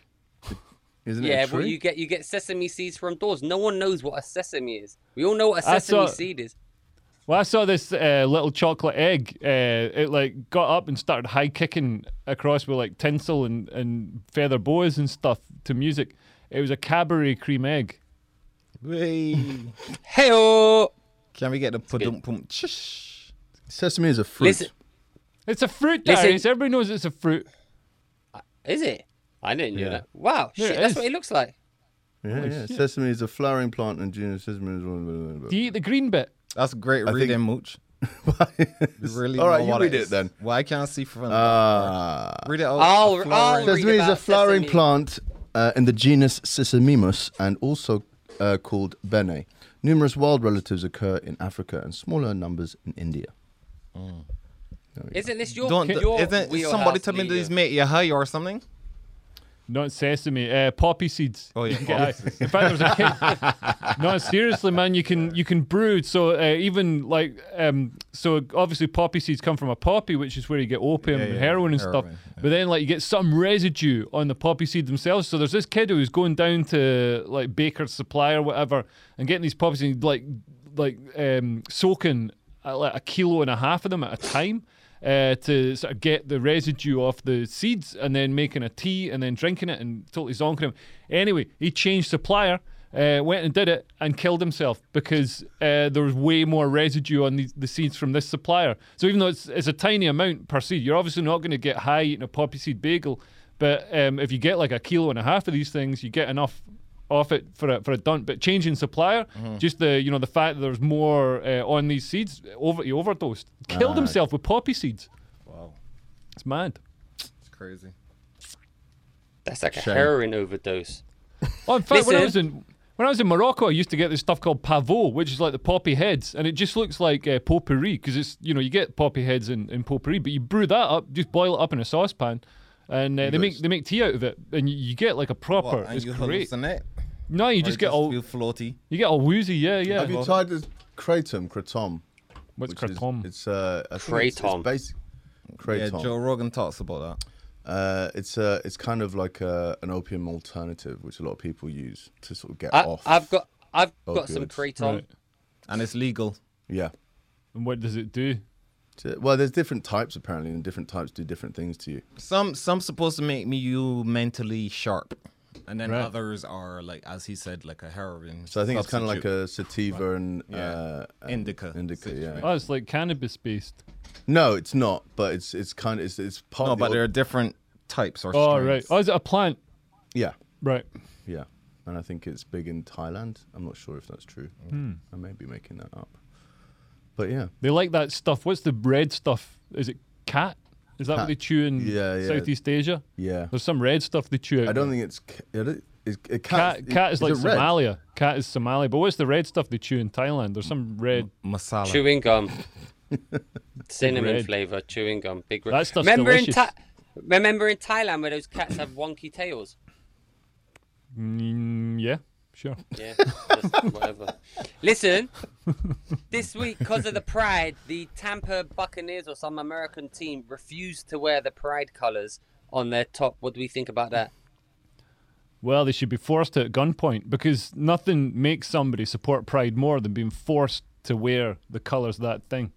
[SPEAKER 4] Isn't
[SPEAKER 2] Yeah,
[SPEAKER 4] it true?
[SPEAKER 2] but you get you get sesame seeds from doors. No one knows what a sesame is. We all know what a
[SPEAKER 3] I
[SPEAKER 2] sesame
[SPEAKER 3] saw-
[SPEAKER 2] seed is.
[SPEAKER 3] Well, I saw this uh, little chocolate egg. Uh, it like got up and started high kicking across with like tinsel and, and feather boas and stuff to music. It was a cabaret cream egg.
[SPEAKER 1] Hey.
[SPEAKER 2] Heyo,
[SPEAKER 1] Can we get the pudum pum chish?
[SPEAKER 4] Sesame is a fruit.
[SPEAKER 2] Listen,
[SPEAKER 3] It's a fruit,
[SPEAKER 2] Listen-
[SPEAKER 3] Darius. Everybody knows it's a fruit.
[SPEAKER 2] is it? I didn't know
[SPEAKER 4] Yeah.
[SPEAKER 2] that. Wow,
[SPEAKER 3] Yeah,
[SPEAKER 2] shit,
[SPEAKER 3] it
[SPEAKER 2] that's
[SPEAKER 3] is.
[SPEAKER 2] what it looks like.
[SPEAKER 4] Yeah, yeah. Sesame is a flowering plant, and genus sesame is one.
[SPEAKER 3] Do you eat the green bit?
[SPEAKER 1] That's great
[SPEAKER 4] think-
[SPEAKER 1] reading, Mooch. <laughs> You really
[SPEAKER 4] All right,
[SPEAKER 1] know
[SPEAKER 4] you
[SPEAKER 1] what
[SPEAKER 4] read
[SPEAKER 1] it
[SPEAKER 4] it
[SPEAKER 1] is.
[SPEAKER 4] then.
[SPEAKER 1] Well, I can't see from.
[SPEAKER 4] Ah.
[SPEAKER 1] read it out.
[SPEAKER 2] I'll-
[SPEAKER 1] A
[SPEAKER 2] I'll
[SPEAKER 1] flowering-
[SPEAKER 2] read
[SPEAKER 4] Sesame is a
[SPEAKER 2] about
[SPEAKER 4] flowering
[SPEAKER 2] sesame.
[SPEAKER 4] plant uh, in the genus Sesamemus and also uh, called bene. Numerous wild relatives occur in Africa and smaller numbers in India.
[SPEAKER 2] Isn't this your?
[SPEAKER 1] Don't.
[SPEAKER 2] your
[SPEAKER 1] Isn't
[SPEAKER 2] wheelhouse,
[SPEAKER 1] somebody tell me
[SPEAKER 2] Leo?
[SPEAKER 1] this mate your high or something?
[SPEAKER 3] Not sesame, uh, poppy seeds.
[SPEAKER 1] Oh, yeah,
[SPEAKER 3] You can get- In fact, there's a kid. <laughs> no, seriously, man, you can you can brew. So uh, even like um, so, obviously, poppy seeds come from a poppy, which is where you get opium
[SPEAKER 1] Yeah,
[SPEAKER 3] and
[SPEAKER 1] yeah,
[SPEAKER 3] heroin and stuff.
[SPEAKER 1] heroin, yeah.
[SPEAKER 3] But then like you get some residue on the poppy seed themselves. So there's this kid who's going down to like Baker's Supply or whatever and getting these poppies and like like um, soaking uh, like a kilo and a half of them at a time. Uh, to sort of get the residue off the seeds and then making a tea and then drinking it and totally zonking him. Anyway, he changed supplier, uh, went and did it and killed himself because uh, there was way more residue on the, the seeds from this supplier. So even though it's, it's a tiny amount per seed, you're obviously not going to get high eating a poppy seed bagel. But um, if you get like a kilo and a half of these things, you get enough off it for a, for a dunt. But changing supplier, just the you know the fact that there's more uh, on these seeds, over he overdosed, killed himself with poppy seeds.
[SPEAKER 1] Wow,
[SPEAKER 3] It's mad.
[SPEAKER 1] it's crazy.
[SPEAKER 2] That's like a
[SPEAKER 4] Shame.
[SPEAKER 2] heroin overdose.
[SPEAKER 3] Oh, in fact, when I was
[SPEAKER 2] Listen.
[SPEAKER 3] in when I was in Morocco, I used to get this stuff called pavot, which is like the poppy heads, and it just looks like uh, potpourri because it's you know you get poppy heads in, in potpourri, but you brew that up, just boil it up in a saucepan, and uh, they make
[SPEAKER 4] guys-
[SPEAKER 3] they make tea out of it, and you, you get like a proper.
[SPEAKER 1] What, and
[SPEAKER 3] it's
[SPEAKER 1] you
[SPEAKER 3] great.
[SPEAKER 1] hallucinate?
[SPEAKER 3] No, you
[SPEAKER 1] Or
[SPEAKER 3] just get all
[SPEAKER 1] feel floaty.
[SPEAKER 3] you get all woozy. Yeah, yeah.
[SPEAKER 4] Have you tried the kratom? Kratom.
[SPEAKER 3] What's
[SPEAKER 4] which is-
[SPEAKER 3] kratom?
[SPEAKER 4] It's uh, I think it's-
[SPEAKER 2] Kratom.
[SPEAKER 4] It's, basic.
[SPEAKER 1] Yeah,
[SPEAKER 4] Kratom.
[SPEAKER 1] Joe Rogan talks about that.
[SPEAKER 4] Uh, it's uh, it's kind of like uh, an opium alternative, which a lot of people use to sort of get
[SPEAKER 2] I,
[SPEAKER 4] off.
[SPEAKER 2] I've got, I've
[SPEAKER 4] Oh,
[SPEAKER 2] got some
[SPEAKER 4] good.
[SPEAKER 2] kratom.
[SPEAKER 3] Right.
[SPEAKER 1] And it's legal.
[SPEAKER 4] yeah.
[SPEAKER 3] And what does it do?
[SPEAKER 4] So- Well, there's different types apparently, and different types do different things to you.
[SPEAKER 1] Some some supposed to make me you mentally sharp, and then
[SPEAKER 3] Right.
[SPEAKER 1] others are like, as he said, like a heroin.
[SPEAKER 4] So I think it's kind of like
[SPEAKER 1] substitute.
[SPEAKER 4] a sativa and uh, and
[SPEAKER 1] indica.
[SPEAKER 4] indica. Yeah.
[SPEAKER 3] Oh, it's like cannabis based.
[SPEAKER 4] No, it's not. But it's it's kind of it's, it's part.
[SPEAKER 1] No,
[SPEAKER 4] of the
[SPEAKER 1] but
[SPEAKER 4] au-
[SPEAKER 1] there are different types or.
[SPEAKER 3] Oh,
[SPEAKER 1] strains.
[SPEAKER 3] right. Oh, is it a plant?
[SPEAKER 4] yeah,
[SPEAKER 3] Right.
[SPEAKER 4] yeah, and I think it's big in Thailand. I'm not sure if that's true.
[SPEAKER 1] Hmm.
[SPEAKER 4] I may be making that up. But yeah,
[SPEAKER 3] They like that stuff. What's the red stuff? Is it cat? Is that what
[SPEAKER 4] Cat.
[SPEAKER 3] they chew in
[SPEAKER 4] Yeah, yeah.
[SPEAKER 3] Southeast Asia?
[SPEAKER 4] yeah.
[SPEAKER 3] There's some red stuff they chew. Out
[SPEAKER 4] I don't
[SPEAKER 3] there.
[SPEAKER 4] think it's ca- it is- is a cat.
[SPEAKER 3] cat. Cat is
[SPEAKER 4] it
[SPEAKER 3] like
[SPEAKER 4] red?
[SPEAKER 3] Somalia. Cat is Somalia. But what's the red stuff they chew in Thailand? There's some red.
[SPEAKER 4] Oh.
[SPEAKER 1] Masala.
[SPEAKER 2] Chewing
[SPEAKER 3] <laughs>
[SPEAKER 2] gum, cinnamon
[SPEAKER 3] Red.
[SPEAKER 2] flavor, chewing gum, big red.
[SPEAKER 3] That stuff's
[SPEAKER 2] remember
[SPEAKER 3] delicious.
[SPEAKER 2] in Tha- remember in Thailand where those cats have wonky tails.
[SPEAKER 3] Mm, yeah, sure.
[SPEAKER 2] Yeah, just whatever. Listen, this week, because of the pride, the Tampa Buccaneers or some American team refused to wear the pride colors on their top. What do we think about that?
[SPEAKER 3] Well, they should be forced to at gunpoint because nothing makes somebody support pride more than being forced to wear the colours of that thing.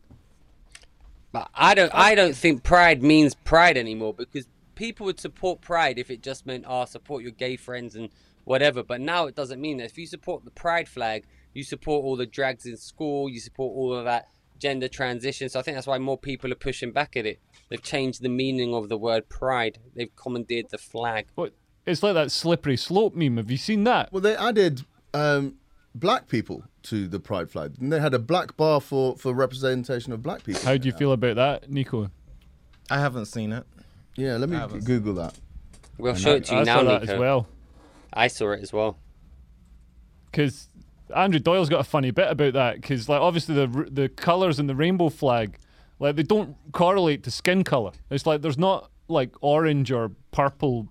[SPEAKER 2] But I don't. I don't think pride means pride anymore because people would support pride if it just meant, "Oh, support your gay friends and whatever." But now it doesn't mean that. If you support the pride flag, you support all the drags in school. You support all of that gender transition. So I think that's why more people are pushing back at it. They've changed the meaning of the word pride. They've commandeered the flag.
[SPEAKER 3] But it's like that slippery slope meme. Have you seen that?
[SPEAKER 4] Well, they added um, black people to the pride flag, and they had a black bar for for representation of black people.
[SPEAKER 3] How do you feel about that, Nico?
[SPEAKER 1] I haven't seen it.
[SPEAKER 4] yeah, let me
[SPEAKER 1] I was-
[SPEAKER 4] Google that.
[SPEAKER 2] We'll show it to you
[SPEAKER 3] I
[SPEAKER 2] now,
[SPEAKER 3] saw that
[SPEAKER 2] Nico.
[SPEAKER 3] as well.
[SPEAKER 2] I saw it as well.
[SPEAKER 3] because Andrew Doyle's got a funny bit about that because like obviously the r- the colors in the rainbow flag like they don't correlate to skin color. It's like there's not like orange or purple.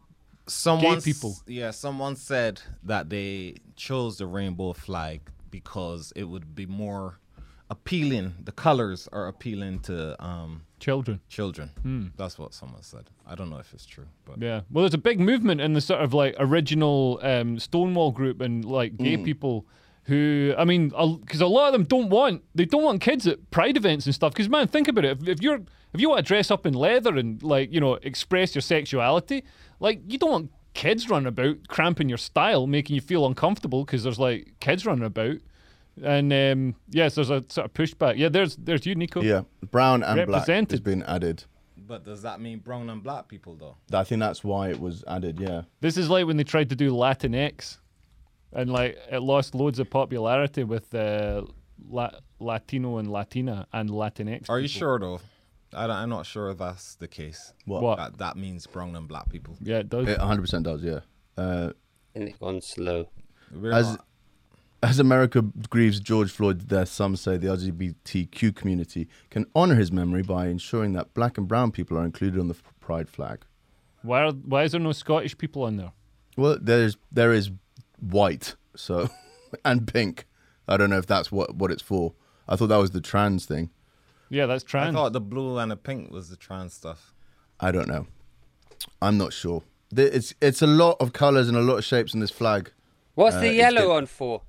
[SPEAKER 1] Someone, s-
[SPEAKER 3] people.
[SPEAKER 1] Yeah, someone said that they chose the rainbow flag because it would be more appealing. The colors are appealing to um,
[SPEAKER 3] Children.
[SPEAKER 1] children.
[SPEAKER 4] Hmm.
[SPEAKER 1] That's what someone said. I don't know if it's true, but
[SPEAKER 3] Yeah. Well, there's a big movement in the sort of like original um, Stonewall group and like gay people who, I mean, because a lot of them don't want they don't want kids at pride events and stuff. Because man, think about it. If, if you're if you want to dress up in leather and like you know express your sexuality, like you don't want kids running about cramping your style, making you feel uncomfortable because there's like kids running about. And um, yes, there's a sort of pushback. Yeah, there's there's you, Nico.
[SPEAKER 4] Yeah, brown and black has
[SPEAKER 3] Represented.
[SPEAKER 4] been added.
[SPEAKER 1] But does that mean brown and black people though?
[SPEAKER 4] I think that's why it was added. Yeah.
[SPEAKER 3] This is like when they tried to do Latinx, and like it lost loads of popularity with uh, La- Latino and Latina and Latinx.
[SPEAKER 1] Are you sure though? I don't, I'm not sure that's the case.
[SPEAKER 4] What?
[SPEAKER 3] What?
[SPEAKER 1] That, that means brown and black people.
[SPEAKER 3] Yeah, it does.
[SPEAKER 4] It 100% does. Yeah. Uh,
[SPEAKER 2] And it's gone slow.
[SPEAKER 1] We're
[SPEAKER 4] As-
[SPEAKER 1] not-
[SPEAKER 4] As America grieves George Floyd to death, some say the LGBTQ community can honor his memory by ensuring that black and brown people are included on the f- pride flag.
[SPEAKER 3] Why are, why is there no Scottish people on there?
[SPEAKER 4] Well, there's there is white, so <laughs> and pink. I don't know if that's what what it's for. I thought that was the trans thing.
[SPEAKER 3] Yeah, that's
[SPEAKER 1] I
[SPEAKER 3] trans.
[SPEAKER 1] thought the blue and the pink was the trans stuff.
[SPEAKER 4] I don't know. I'm not sure. There- It's it's a lot of colors and a lot of shapes in this flag.
[SPEAKER 2] What's
[SPEAKER 4] Uh,
[SPEAKER 2] the
[SPEAKER 4] it's
[SPEAKER 2] yellow
[SPEAKER 4] good.
[SPEAKER 2] on for?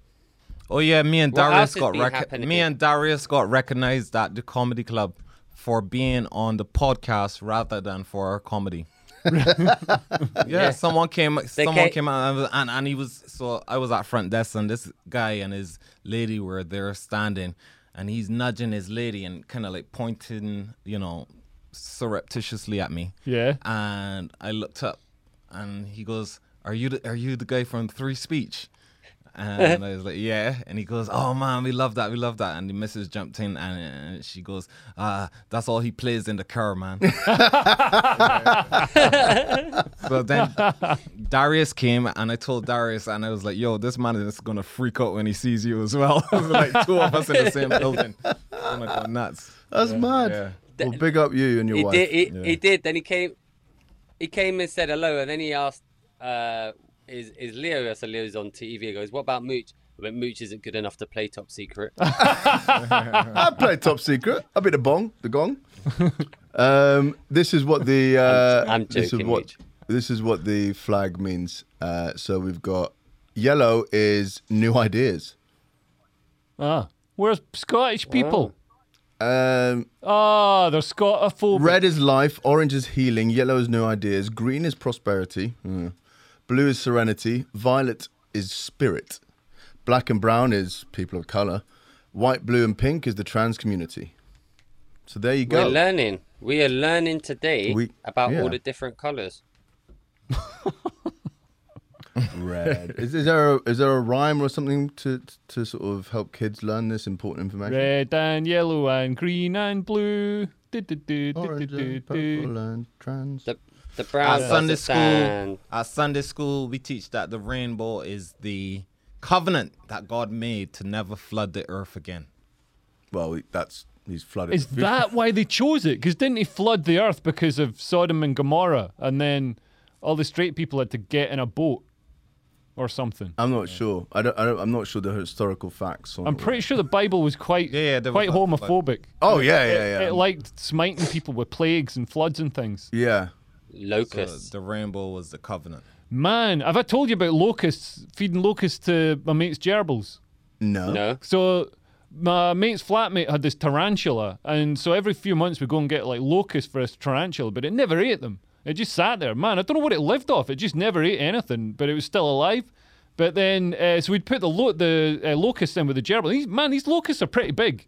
[SPEAKER 1] Oh yeah, me and
[SPEAKER 2] What
[SPEAKER 1] Darius
[SPEAKER 2] else has
[SPEAKER 1] got
[SPEAKER 2] been
[SPEAKER 1] rec-
[SPEAKER 2] happening?
[SPEAKER 1] me and Darius got recognized at the comedy club for being on the podcast rather than for our comedy. <laughs> yeah, someone came someone
[SPEAKER 2] ca-
[SPEAKER 1] came out and, was- and and he was so I was at front desk and this guy and his lady were there standing and he's nudging his lady and kind of like pointing, you know, surreptitiously at me.
[SPEAKER 3] Yeah.
[SPEAKER 1] And I looked up and he goes, "Are you the, are you the guy from Three Speech?" And I was like, <laughs> yeah. And he goes, oh man, we love that, we love that. And the missus jumped in and uh, she goes, ah, that's all he plays in the car, man. <laughs> so then Darius came and I told Darius and I was like, yo, this man is gonna freak out when he sees you as well. <laughs> It was like two of us in the same building. I'm like, "Go nuts.
[SPEAKER 4] That's mad.
[SPEAKER 2] yeah.
[SPEAKER 4] Well, big up you and your
[SPEAKER 2] He
[SPEAKER 4] wife.
[SPEAKER 2] did. He,
[SPEAKER 1] yeah.
[SPEAKER 2] he did. Then he came. He came and said hello, and then he asked, uh, "Is is Leo?" I said, "Leo's on TV." He goes, "What about Mooch?" I went, "Mooch isn't good enough to play top secret."
[SPEAKER 4] I play Top Secret. I bit the bong,
[SPEAKER 2] <laughs>
[SPEAKER 4] the gong. um, this is what the. Uh,
[SPEAKER 2] I'm
[SPEAKER 4] this is
[SPEAKER 2] joking,
[SPEAKER 4] what
[SPEAKER 2] Mitch.
[SPEAKER 4] this is what the flag means. Uh, so we've got yellow is new <laughs> ideas.
[SPEAKER 3] Ah, where's Scottish people?
[SPEAKER 4] Um,
[SPEAKER 3] Ah, they're Scotophobic.
[SPEAKER 4] red is life. Orange is healing. Yellow is new ideas. Green is prosperity. Hmm. Blue is serenity. Violet is spirit. Black and brown is people of color. White, blue, and pink is the trans community. So there you go.
[SPEAKER 2] We're learning. We are learning today
[SPEAKER 4] We-
[SPEAKER 2] about
[SPEAKER 4] yeah.
[SPEAKER 2] all the different colors.
[SPEAKER 4] Red. <laughs> is, is there a, is there a rhyme or something to to sort of help kids learn this important information?
[SPEAKER 3] Red and yellow and green and blue. Du-du-du,
[SPEAKER 4] Orange
[SPEAKER 3] du-du-du,
[SPEAKER 4] and
[SPEAKER 3] du.
[SPEAKER 4] purple and trans.
[SPEAKER 2] The the brown
[SPEAKER 1] at
[SPEAKER 2] does
[SPEAKER 1] Sunday
[SPEAKER 2] the
[SPEAKER 1] school.
[SPEAKER 2] sand.
[SPEAKER 1] At Sunday school, we teach that the rainbow is the covenant that God made to never flood the earth again.
[SPEAKER 4] Well, that's he's flooded.
[SPEAKER 3] Is that why they chose it? Because didn't he flood the earth because of Sodom and Gomorrah, and then all the straight people had to get in a boat or something?
[SPEAKER 4] I'm not sure. I don't, I don't. I'm not sure the historical facts. On
[SPEAKER 3] I'm
[SPEAKER 4] it.
[SPEAKER 3] pretty sure the Bible was quite
[SPEAKER 1] Yeah, yeah, there was
[SPEAKER 3] quite
[SPEAKER 1] that, like- um,
[SPEAKER 3] homophobic.
[SPEAKER 4] Oh yeah, yeah, yeah.
[SPEAKER 3] It liked smiting people with plagues and floods and things.
[SPEAKER 4] yeah.
[SPEAKER 1] So
[SPEAKER 2] Locusts.
[SPEAKER 1] the rainbow was the covenant.
[SPEAKER 3] Man, have I told you about locusts feeding locusts to my mate's gerbils?
[SPEAKER 4] No.
[SPEAKER 2] no.
[SPEAKER 3] So my mate's flatmate had this tarantula, and so every few months we go and get like locusts for his tarantula, but it never ate them. It just sat there. Man, I don't know what it lived off. It just never ate anything, but it was still alive. But then, uh, so we'd put the lo- the uh, locusts in with the gerbil. These, man, these locusts are pretty big.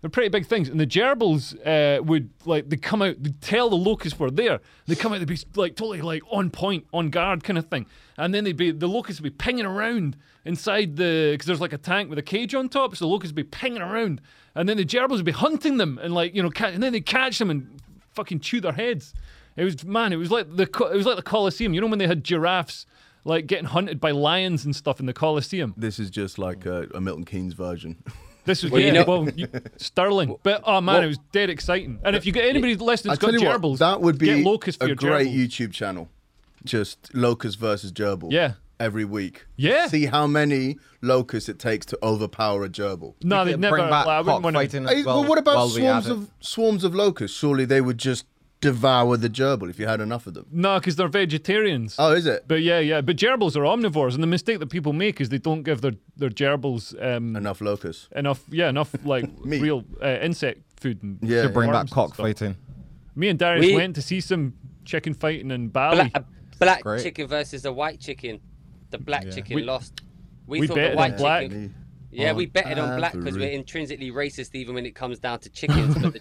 [SPEAKER 3] They're pretty big things, and the gerbils uh, would like they come out, they tell the locusts were there. They come out, they'd be like totally like on point, on guard kind of thing, and then they'd be the locusts would be pinging around inside the because there's like a tank with a cage on top, so the locusts would be pinging around, and then the gerbils would be hunting them and like you know, ca- and then they catch them and fucking chew their heads. It was man, it was like the co- it was like the Colosseum. You know when they had giraffes like getting hunted by lions and stuff in the Colosseum.
[SPEAKER 4] This is just like a, a Milton Keynes version.
[SPEAKER 3] This was
[SPEAKER 2] Well,
[SPEAKER 3] well,
[SPEAKER 2] you
[SPEAKER 3] yeah,
[SPEAKER 2] know-
[SPEAKER 3] well, you, Sterling. But oh man,
[SPEAKER 2] what-
[SPEAKER 3] it was dead exciting. And if you get anybody listening
[SPEAKER 4] I
[SPEAKER 3] that's got
[SPEAKER 4] tell you
[SPEAKER 3] gerbils,
[SPEAKER 4] what, that would be
[SPEAKER 3] get locust for
[SPEAKER 4] a
[SPEAKER 3] your
[SPEAKER 4] great
[SPEAKER 3] gerbils.
[SPEAKER 4] YouTube channel. Just locust versus gerbil.
[SPEAKER 3] Yeah.
[SPEAKER 4] Every week.
[SPEAKER 3] Yeah.
[SPEAKER 4] See how many locusts it takes to overpower a gerbil.
[SPEAKER 3] no,
[SPEAKER 1] We
[SPEAKER 3] they'd
[SPEAKER 1] could
[SPEAKER 3] never.
[SPEAKER 1] bring back
[SPEAKER 3] like, I wouldn't want
[SPEAKER 1] cockfighting
[SPEAKER 3] to.
[SPEAKER 1] as
[SPEAKER 4] Hey,
[SPEAKER 1] well.
[SPEAKER 4] but what about
[SPEAKER 1] while we have
[SPEAKER 4] swarms
[SPEAKER 1] it.
[SPEAKER 4] of swarms of locusts? Surely they would just devour the gerbil if you had enough of them.
[SPEAKER 3] No, because they're vegetarians.
[SPEAKER 4] Oh, is it
[SPEAKER 3] but yeah, yeah. But gerbils are omnivores, and the mistake that people make is they don't give their their gerbils um, enough.
[SPEAKER 4] enough locusts?
[SPEAKER 3] yeah,
[SPEAKER 4] <laughs>
[SPEAKER 3] enough like
[SPEAKER 4] Meat.
[SPEAKER 3] real uh, insect food. And
[SPEAKER 4] Yeah,
[SPEAKER 1] Should bring
[SPEAKER 3] worms and
[SPEAKER 1] back
[SPEAKER 3] stuff.
[SPEAKER 1] cockfighting.
[SPEAKER 3] Me and Darius
[SPEAKER 2] We-
[SPEAKER 3] went to see some chicken fighting in Bali.
[SPEAKER 2] Black, black
[SPEAKER 1] great.
[SPEAKER 2] chicken versus the white chicken. The black chicken
[SPEAKER 3] We-
[SPEAKER 2] lost. We,
[SPEAKER 3] we
[SPEAKER 2] thought
[SPEAKER 3] better
[SPEAKER 2] the
[SPEAKER 3] than
[SPEAKER 2] white
[SPEAKER 3] black.
[SPEAKER 2] chicken. Yeah, we betted on black because we're intrinsically racist even when it comes down to chickens. but the,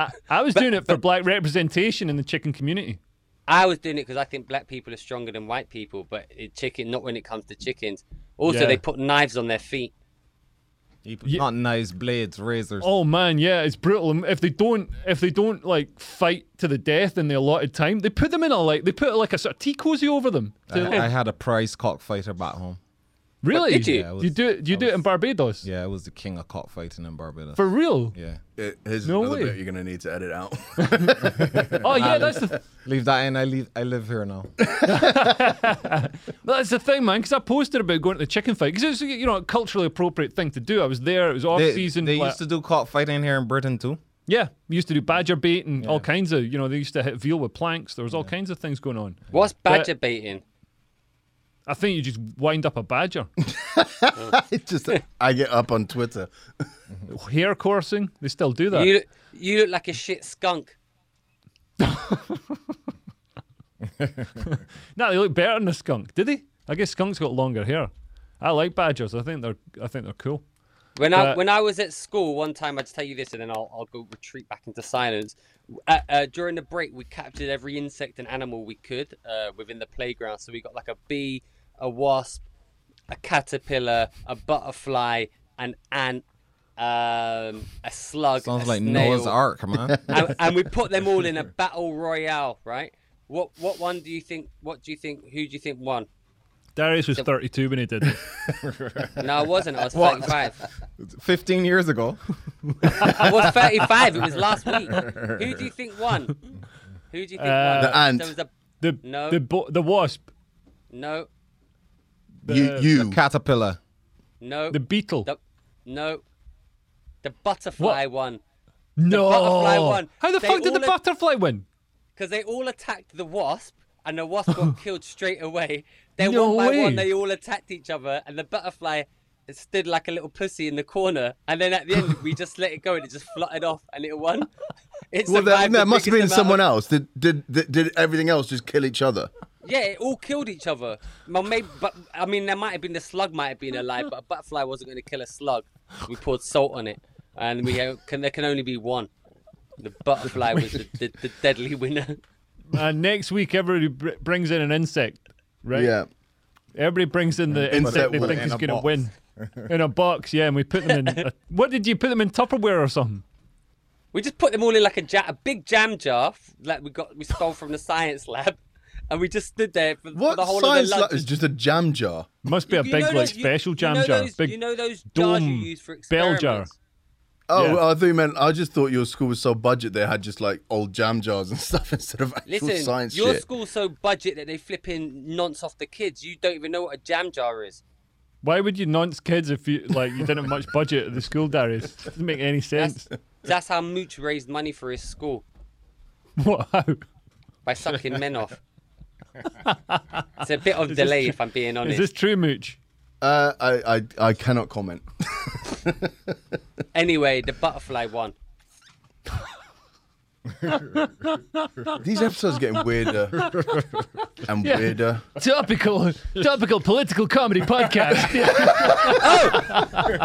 [SPEAKER 3] I, I was doing it for black representation in the chicken community.
[SPEAKER 2] I was doing it because I think black people are stronger than white people, but it, chicken, not when it comes to chickens. Also,
[SPEAKER 3] Yeah.
[SPEAKER 2] they put knives on their feet.
[SPEAKER 1] You- Not knives, blades, razors.
[SPEAKER 3] Oh man, yeah, it's brutal. And If they don't, if they don't like fight to the death in the allotted time, they put them in a like they put like a sort of tea cozy over them.
[SPEAKER 1] I,
[SPEAKER 3] To, like,
[SPEAKER 1] I had a prize cockfighter back home.
[SPEAKER 3] really?
[SPEAKER 2] did you?
[SPEAKER 1] Yeah, I was-
[SPEAKER 3] you do it? You do it in Barbados?
[SPEAKER 1] Yeah, I was the king of cockfighting in Barbados.
[SPEAKER 3] For real?
[SPEAKER 1] yeah.
[SPEAKER 4] It, here's
[SPEAKER 3] No
[SPEAKER 4] another
[SPEAKER 3] way.
[SPEAKER 4] bit you're gonna need to edit out. <laughs>
[SPEAKER 3] Oh yeah, that's the
[SPEAKER 1] Leave that in. I leave. I live here now.
[SPEAKER 3] that's the thing, man. Because I posted about going to the chicken fight because it's you know a culturally appropriate thing to do. I was there. It was <laughs> off
[SPEAKER 1] They,
[SPEAKER 3] season.
[SPEAKER 1] they
[SPEAKER 3] like-
[SPEAKER 1] used to do cockfighting here in Britain too.
[SPEAKER 3] yeah, we used to do badger bait and all kinds of you know they used to hit veal with planks. There was all kinds of things going on.
[SPEAKER 2] What's
[SPEAKER 3] But-
[SPEAKER 2] badger baiting?
[SPEAKER 3] I think you just wind up a badger. <laughs>
[SPEAKER 4] It's just I get up on Twitter.
[SPEAKER 3] Hair coursing, they still do that.
[SPEAKER 2] You look, you look like a shit skunk.
[SPEAKER 3] No, they look better than a skunk. Did they? I guess skunks got longer hair. I like badgers. I think they're I think they're cool.
[SPEAKER 2] When I
[SPEAKER 3] But-
[SPEAKER 2] when I was at school, one time I'd tell you this, and then I'll I'll go retreat back into silence. Uh, uh, during the break, we captured every insect and animal we could uh, within the playground. So we got like a bee, a wasp, a caterpillar, a butterfly, an ant, um, a slug.
[SPEAKER 1] Sounds
[SPEAKER 2] a
[SPEAKER 1] like
[SPEAKER 2] snail.
[SPEAKER 1] Noah's Ark, man.
[SPEAKER 2] and, and we put them all in a battle royale, right? What what one do you think? What do you think? Who do you think won?
[SPEAKER 3] Darius was 32 when he did it.
[SPEAKER 2] No, I wasn't. I was
[SPEAKER 1] What?
[SPEAKER 2] thirty-five.
[SPEAKER 1] Fifteen years ago.
[SPEAKER 2] I was 35. It was last week. Who do you think won? Who do you think won?
[SPEAKER 4] The ant.
[SPEAKER 2] There was a
[SPEAKER 3] The
[SPEAKER 2] <laughs> No.
[SPEAKER 3] the bo- the wasp,
[SPEAKER 2] no,
[SPEAKER 3] the,
[SPEAKER 4] you
[SPEAKER 3] <laughs>
[SPEAKER 4] you
[SPEAKER 1] Caterpillar.
[SPEAKER 2] no,
[SPEAKER 3] the beetle.
[SPEAKER 2] the- no. The butterfly
[SPEAKER 3] What?
[SPEAKER 2] won
[SPEAKER 3] no,
[SPEAKER 2] butterfly won.
[SPEAKER 3] how the
[SPEAKER 2] They
[SPEAKER 3] fuck did the
[SPEAKER 2] all-
[SPEAKER 3] butterfly win?
[SPEAKER 2] because they all attacked the wasp, and the wasp
[SPEAKER 4] <laughs>
[SPEAKER 2] got killed straight away. Then
[SPEAKER 3] No
[SPEAKER 2] one by
[SPEAKER 3] way.
[SPEAKER 2] one, they all attacked each other, and the butterfly stood like a little pussy in the corner. And then at the end, we just let it go, and it just fluttered off, and it
[SPEAKER 4] <laughs>
[SPEAKER 2] won. It
[SPEAKER 4] Well, that,
[SPEAKER 2] survived the
[SPEAKER 4] that must have been
[SPEAKER 2] biggest amount
[SPEAKER 4] someone
[SPEAKER 2] of-
[SPEAKER 4] else. Did, did did did everything else just kill each other?
[SPEAKER 2] Yeah, it all killed each other. Well, maybe, but I mean, there might have been the slug might have been alive, but a butterfly wasn't going to kill a slug. We poured salt on it, and we had, can there can only be one. The butterfly was the, the, the deadly winner.
[SPEAKER 3] And next week, everybody br- brings in an insect, right?
[SPEAKER 4] Yeah.
[SPEAKER 3] Everybody brings in the insect they
[SPEAKER 4] will
[SPEAKER 3] think
[SPEAKER 4] in
[SPEAKER 3] is
[SPEAKER 4] a
[SPEAKER 3] going to
[SPEAKER 4] box. <laughs>
[SPEAKER 3] win. In a box, yeah, and we put them in. A, what did you put them in Tupperware or something?
[SPEAKER 2] We just put them all in like a, ja- a big jam jar, f- like we got we stole from
[SPEAKER 3] <laughs>
[SPEAKER 2] the science lab, and we just stood there for, for
[SPEAKER 4] What
[SPEAKER 2] the whole of
[SPEAKER 4] science
[SPEAKER 2] the
[SPEAKER 4] lab
[SPEAKER 2] lunch.
[SPEAKER 4] is just a jam jar?
[SPEAKER 3] Must be a
[SPEAKER 2] You
[SPEAKER 3] big
[SPEAKER 2] know
[SPEAKER 3] like
[SPEAKER 2] those- you-
[SPEAKER 3] special
[SPEAKER 2] you
[SPEAKER 3] jam
[SPEAKER 2] know
[SPEAKER 3] jar.
[SPEAKER 2] Those,
[SPEAKER 3] big,
[SPEAKER 2] you know those jars you
[SPEAKER 3] dome
[SPEAKER 2] use for
[SPEAKER 3] bell jar.
[SPEAKER 2] experiments.
[SPEAKER 4] Oh,
[SPEAKER 3] Yeah.
[SPEAKER 4] well, I thought you meant. I just thought your school was so budget they had just like old jam jars and <laughs> stuff instead of actual
[SPEAKER 2] Listen,
[SPEAKER 4] science
[SPEAKER 2] your
[SPEAKER 4] shit.
[SPEAKER 2] school's so budget that they flipping nonce off the kids. You don't even know what a jam jar is.
[SPEAKER 3] Why would you nonce kids if you like you didn't have much budget at the school, Darius? Doesn't make any sense.
[SPEAKER 2] That's how Mooch raised money for his school
[SPEAKER 3] <laughs> What? How?
[SPEAKER 2] by sucking men
[SPEAKER 3] <laughs>
[SPEAKER 2] off. it's a bit of delay, if I'm being
[SPEAKER 3] Is
[SPEAKER 2] honest.
[SPEAKER 3] this true, Mooch?
[SPEAKER 4] Uh, I, I I cannot comment. <laughs>
[SPEAKER 2] Anyway, the butterfly won.
[SPEAKER 4] These episodes are getting <laughs> weirder and weirder.
[SPEAKER 3] Topical, topical political comedy <laughs> podcast.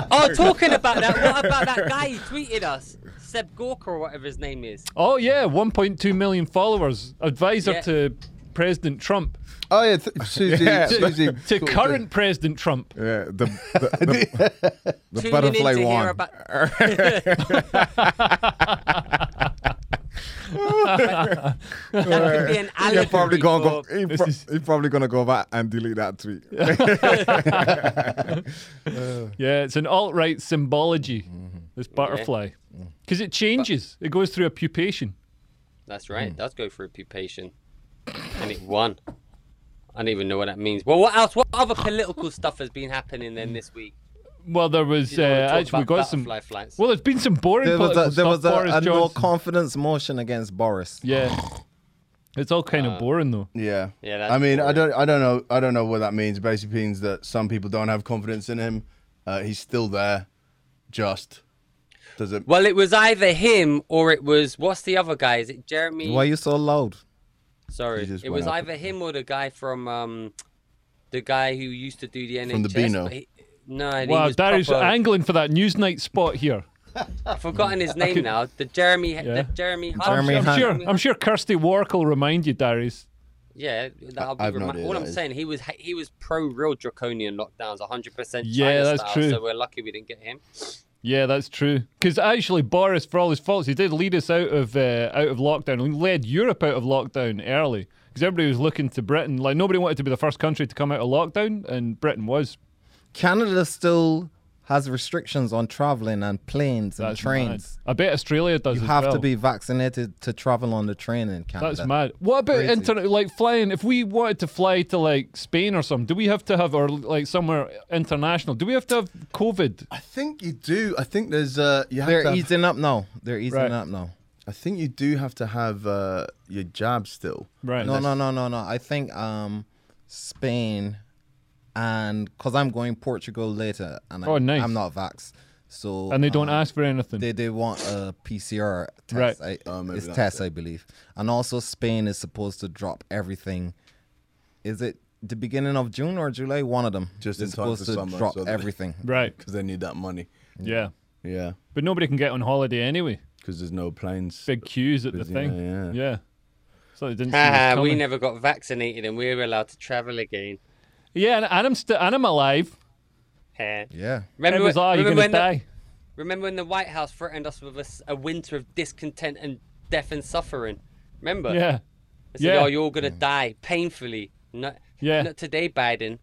[SPEAKER 2] Oh, talking about that, what about that guy who tweeted us? Seb Gorka or whatever his name is.
[SPEAKER 3] Oh yeah, 1.2 million followers. Advisor
[SPEAKER 2] Yeah.
[SPEAKER 3] to President Trump,
[SPEAKER 4] Oh <laughs> yeah, th- Susie.
[SPEAKER 1] Yeah.
[SPEAKER 3] to,
[SPEAKER 4] Susie
[SPEAKER 3] <laughs> to
[SPEAKER 4] sort of
[SPEAKER 3] current President Trump.
[SPEAKER 1] Yeah, the the, the,
[SPEAKER 2] Tuning
[SPEAKER 1] butterfly
[SPEAKER 2] in to
[SPEAKER 1] one.
[SPEAKER 2] hear <laughs> about. That could be an
[SPEAKER 1] You're probably
[SPEAKER 2] allegory
[SPEAKER 1] gonna go. "Eh."
[SPEAKER 2] for-
[SPEAKER 1] He
[SPEAKER 3] This
[SPEAKER 1] pro-
[SPEAKER 3] is-
[SPEAKER 1] he probably gonna go back and delete that
[SPEAKER 3] <laughs>
[SPEAKER 1] tweet.
[SPEAKER 3] Yeah, it's an alt right symbology.
[SPEAKER 1] Mm-hmm.
[SPEAKER 3] This butterfly,
[SPEAKER 1] Mm.
[SPEAKER 3] because it changes. It goes through a pupation.
[SPEAKER 2] That's right. It does go for occupation, and it won. I don't even know what that means. Well, what else? What other political stuff has been happening then this week?
[SPEAKER 3] Well, there was uh,
[SPEAKER 2] You don't wanna talk
[SPEAKER 3] actually we
[SPEAKER 2] about
[SPEAKER 3] got some.
[SPEAKER 2] butterfly flights.
[SPEAKER 3] Well, there's been some boring
[SPEAKER 1] There was
[SPEAKER 3] political
[SPEAKER 1] a, there was
[SPEAKER 3] stuff.
[SPEAKER 1] a,
[SPEAKER 3] Boris
[SPEAKER 1] a no
[SPEAKER 3] Johnson.
[SPEAKER 1] confidence motion against Boris.
[SPEAKER 3] Yeah. It's all kind of boring though.
[SPEAKER 4] Yeah.
[SPEAKER 2] Yeah, that's
[SPEAKER 4] I mean, I
[SPEAKER 2] boring.
[SPEAKER 4] don't, I don't know, I don't know what that means. Basically, means that some people don't have confidence in him. Uh, he's still there. Just does it?
[SPEAKER 2] Well, it was either him or it was what's the other guy? Is it Jeremy?
[SPEAKER 1] Why are you so loud?
[SPEAKER 2] Sorry,
[SPEAKER 4] He just
[SPEAKER 2] it
[SPEAKER 4] went
[SPEAKER 2] was
[SPEAKER 4] up.
[SPEAKER 2] either him or the guy from um, the guy who used to do the NHS.
[SPEAKER 4] From the Beano.
[SPEAKER 2] but he- No, and he
[SPEAKER 3] Wow,
[SPEAKER 2] was
[SPEAKER 3] Dario's
[SPEAKER 2] proper-
[SPEAKER 3] angling for that Newsnight spot here.
[SPEAKER 2] I've forgotten his name now. The Jeremy,
[SPEAKER 3] Yeah.
[SPEAKER 2] the Jeremy,
[SPEAKER 1] Jeremy
[SPEAKER 2] Hunt.
[SPEAKER 3] I'm
[SPEAKER 1] Hunt.
[SPEAKER 3] sure, I'm sure Kirsty Wark will remind you, Darius.
[SPEAKER 2] Yeah, that'll be
[SPEAKER 4] I- I've no
[SPEAKER 2] remi-
[SPEAKER 4] idea
[SPEAKER 2] all
[SPEAKER 4] who
[SPEAKER 2] I'm
[SPEAKER 4] that is.
[SPEAKER 2] saying. He was he was pro real draconian lockdowns, 100. percent
[SPEAKER 3] Yeah, that's
[SPEAKER 2] style,
[SPEAKER 3] true.
[SPEAKER 2] So we're lucky we didn't get
[SPEAKER 4] <laughs>
[SPEAKER 2] him.
[SPEAKER 3] Yeah, that's true. Because actually, Boris, for all his faults, he did lead us out of uh, out of lockdown. He led Europe out of lockdown early because everybody was looking to Britain. Like nobody wanted to be the first country to come out of lockdown, and Britain was.
[SPEAKER 1] Canada still has restrictions on traveling and planes and
[SPEAKER 3] That's
[SPEAKER 1] trains.
[SPEAKER 3] mad. I bet Australia does.
[SPEAKER 1] You
[SPEAKER 3] as
[SPEAKER 1] have
[SPEAKER 3] well.
[SPEAKER 1] to be vaccinated to travel on the train in Canada.
[SPEAKER 3] That's mad. What about
[SPEAKER 1] Crazy.
[SPEAKER 3] internet? Like flying, if we wanted to fly to like Spain or something, do we have to have or like somewhere international? Do we have to have COVID?
[SPEAKER 4] I think you do. I think there's uh, you have to.
[SPEAKER 1] They're
[SPEAKER 4] have-
[SPEAKER 1] easing up now. They're easing
[SPEAKER 3] Right.
[SPEAKER 1] up now.
[SPEAKER 4] I think you do have to have uh, your jab still.
[SPEAKER 3] Right.
[SPEAKER 1] No, no, no, no, no. I think um, Spain and because I'm going Portugal later, and
[SPEAKER 3] Oh,
[SPEAKER 1] I'm,
[SPEAKER 3] nice.
[SPEAKER 1] I'm not vaxxed, so
[SPEAKER 3] And they don't
[SPEAKER 1] um,
[SPEAKER 3] ask for anything.
[SPEAKER 1] They they want a PCR test.
[SPEAKER 3] Right.
[SPEAKER 1] I,
[SPEAKER 4] Oh, maybe
[SPEAKER 1] it's
[SPEAKER 4] that's
[SPEAKER 1] test, I believe. And also, Spain is supposed to drop everything. Is it the beginning of June or July? One of them.
[SPEAKER 4] Just
[SPEAKER 1] They're
[SPEAKER 4] in time
[SPEAKER 1] supposed
[SPEAKER 4] for
[SPEAKER 1] to
[SPEAKER 4] summer,
[SPEAKER 1] drop
[SPEAKER 4] so that-
[SPEAKER 1] everything.
[SPEAKER 3] right.
[SPEAKER 4] because they need that money.
[SPEAKER 3] Yeah.
[SPEAKER 4] Yeah,
[SPEAKER 3] But nobody can get on holiday anyway.
[SPEAKER 4] because there's no planes.
[SPEAKER 3] Big queues at the
[SPEAKER 4] Busy,
[SPEAKER 3] thing.
[SPEAKER 4] yeah, yeah.
[SPEAKER 3] So they didn't. see this
[SPEAKER 2] Haha, Ah, we
[SPEAKER 3] coming.
[SPEAKER 2] never got vaccinated and we were allowed to travel again.
[SPEAKER 3] Yeah, and, and I'm still and I'm alive.
[SPEAKER 2] Heh.
[SPEAKER 1] Yeah.
[SPEAKER 3] It
[SPEAKER 2] Remember,
[SPEAKER 3] was,
[SPEAKER 2] when-
[SPEAKER 3] ah, you're
[SPEAKER 2] remember,
[SPEAKER 3] gonna
[SPEAKER 2] when the,
[SPEAKER 3] die.
[SPEAKER 2] remember when the White House threatened us with a, s- a winter of discontent and death and suffering? Remember?
[SPEAKER 3] Yeah.
[SPEAKER 2] They said,
[SPEAKER 3] yeah.
[SPEAKER 2] Oh, you're gonna die painfully. Not,
[SPEAKER 3] Yeah.
[SPEAKER 2] not today, Biden.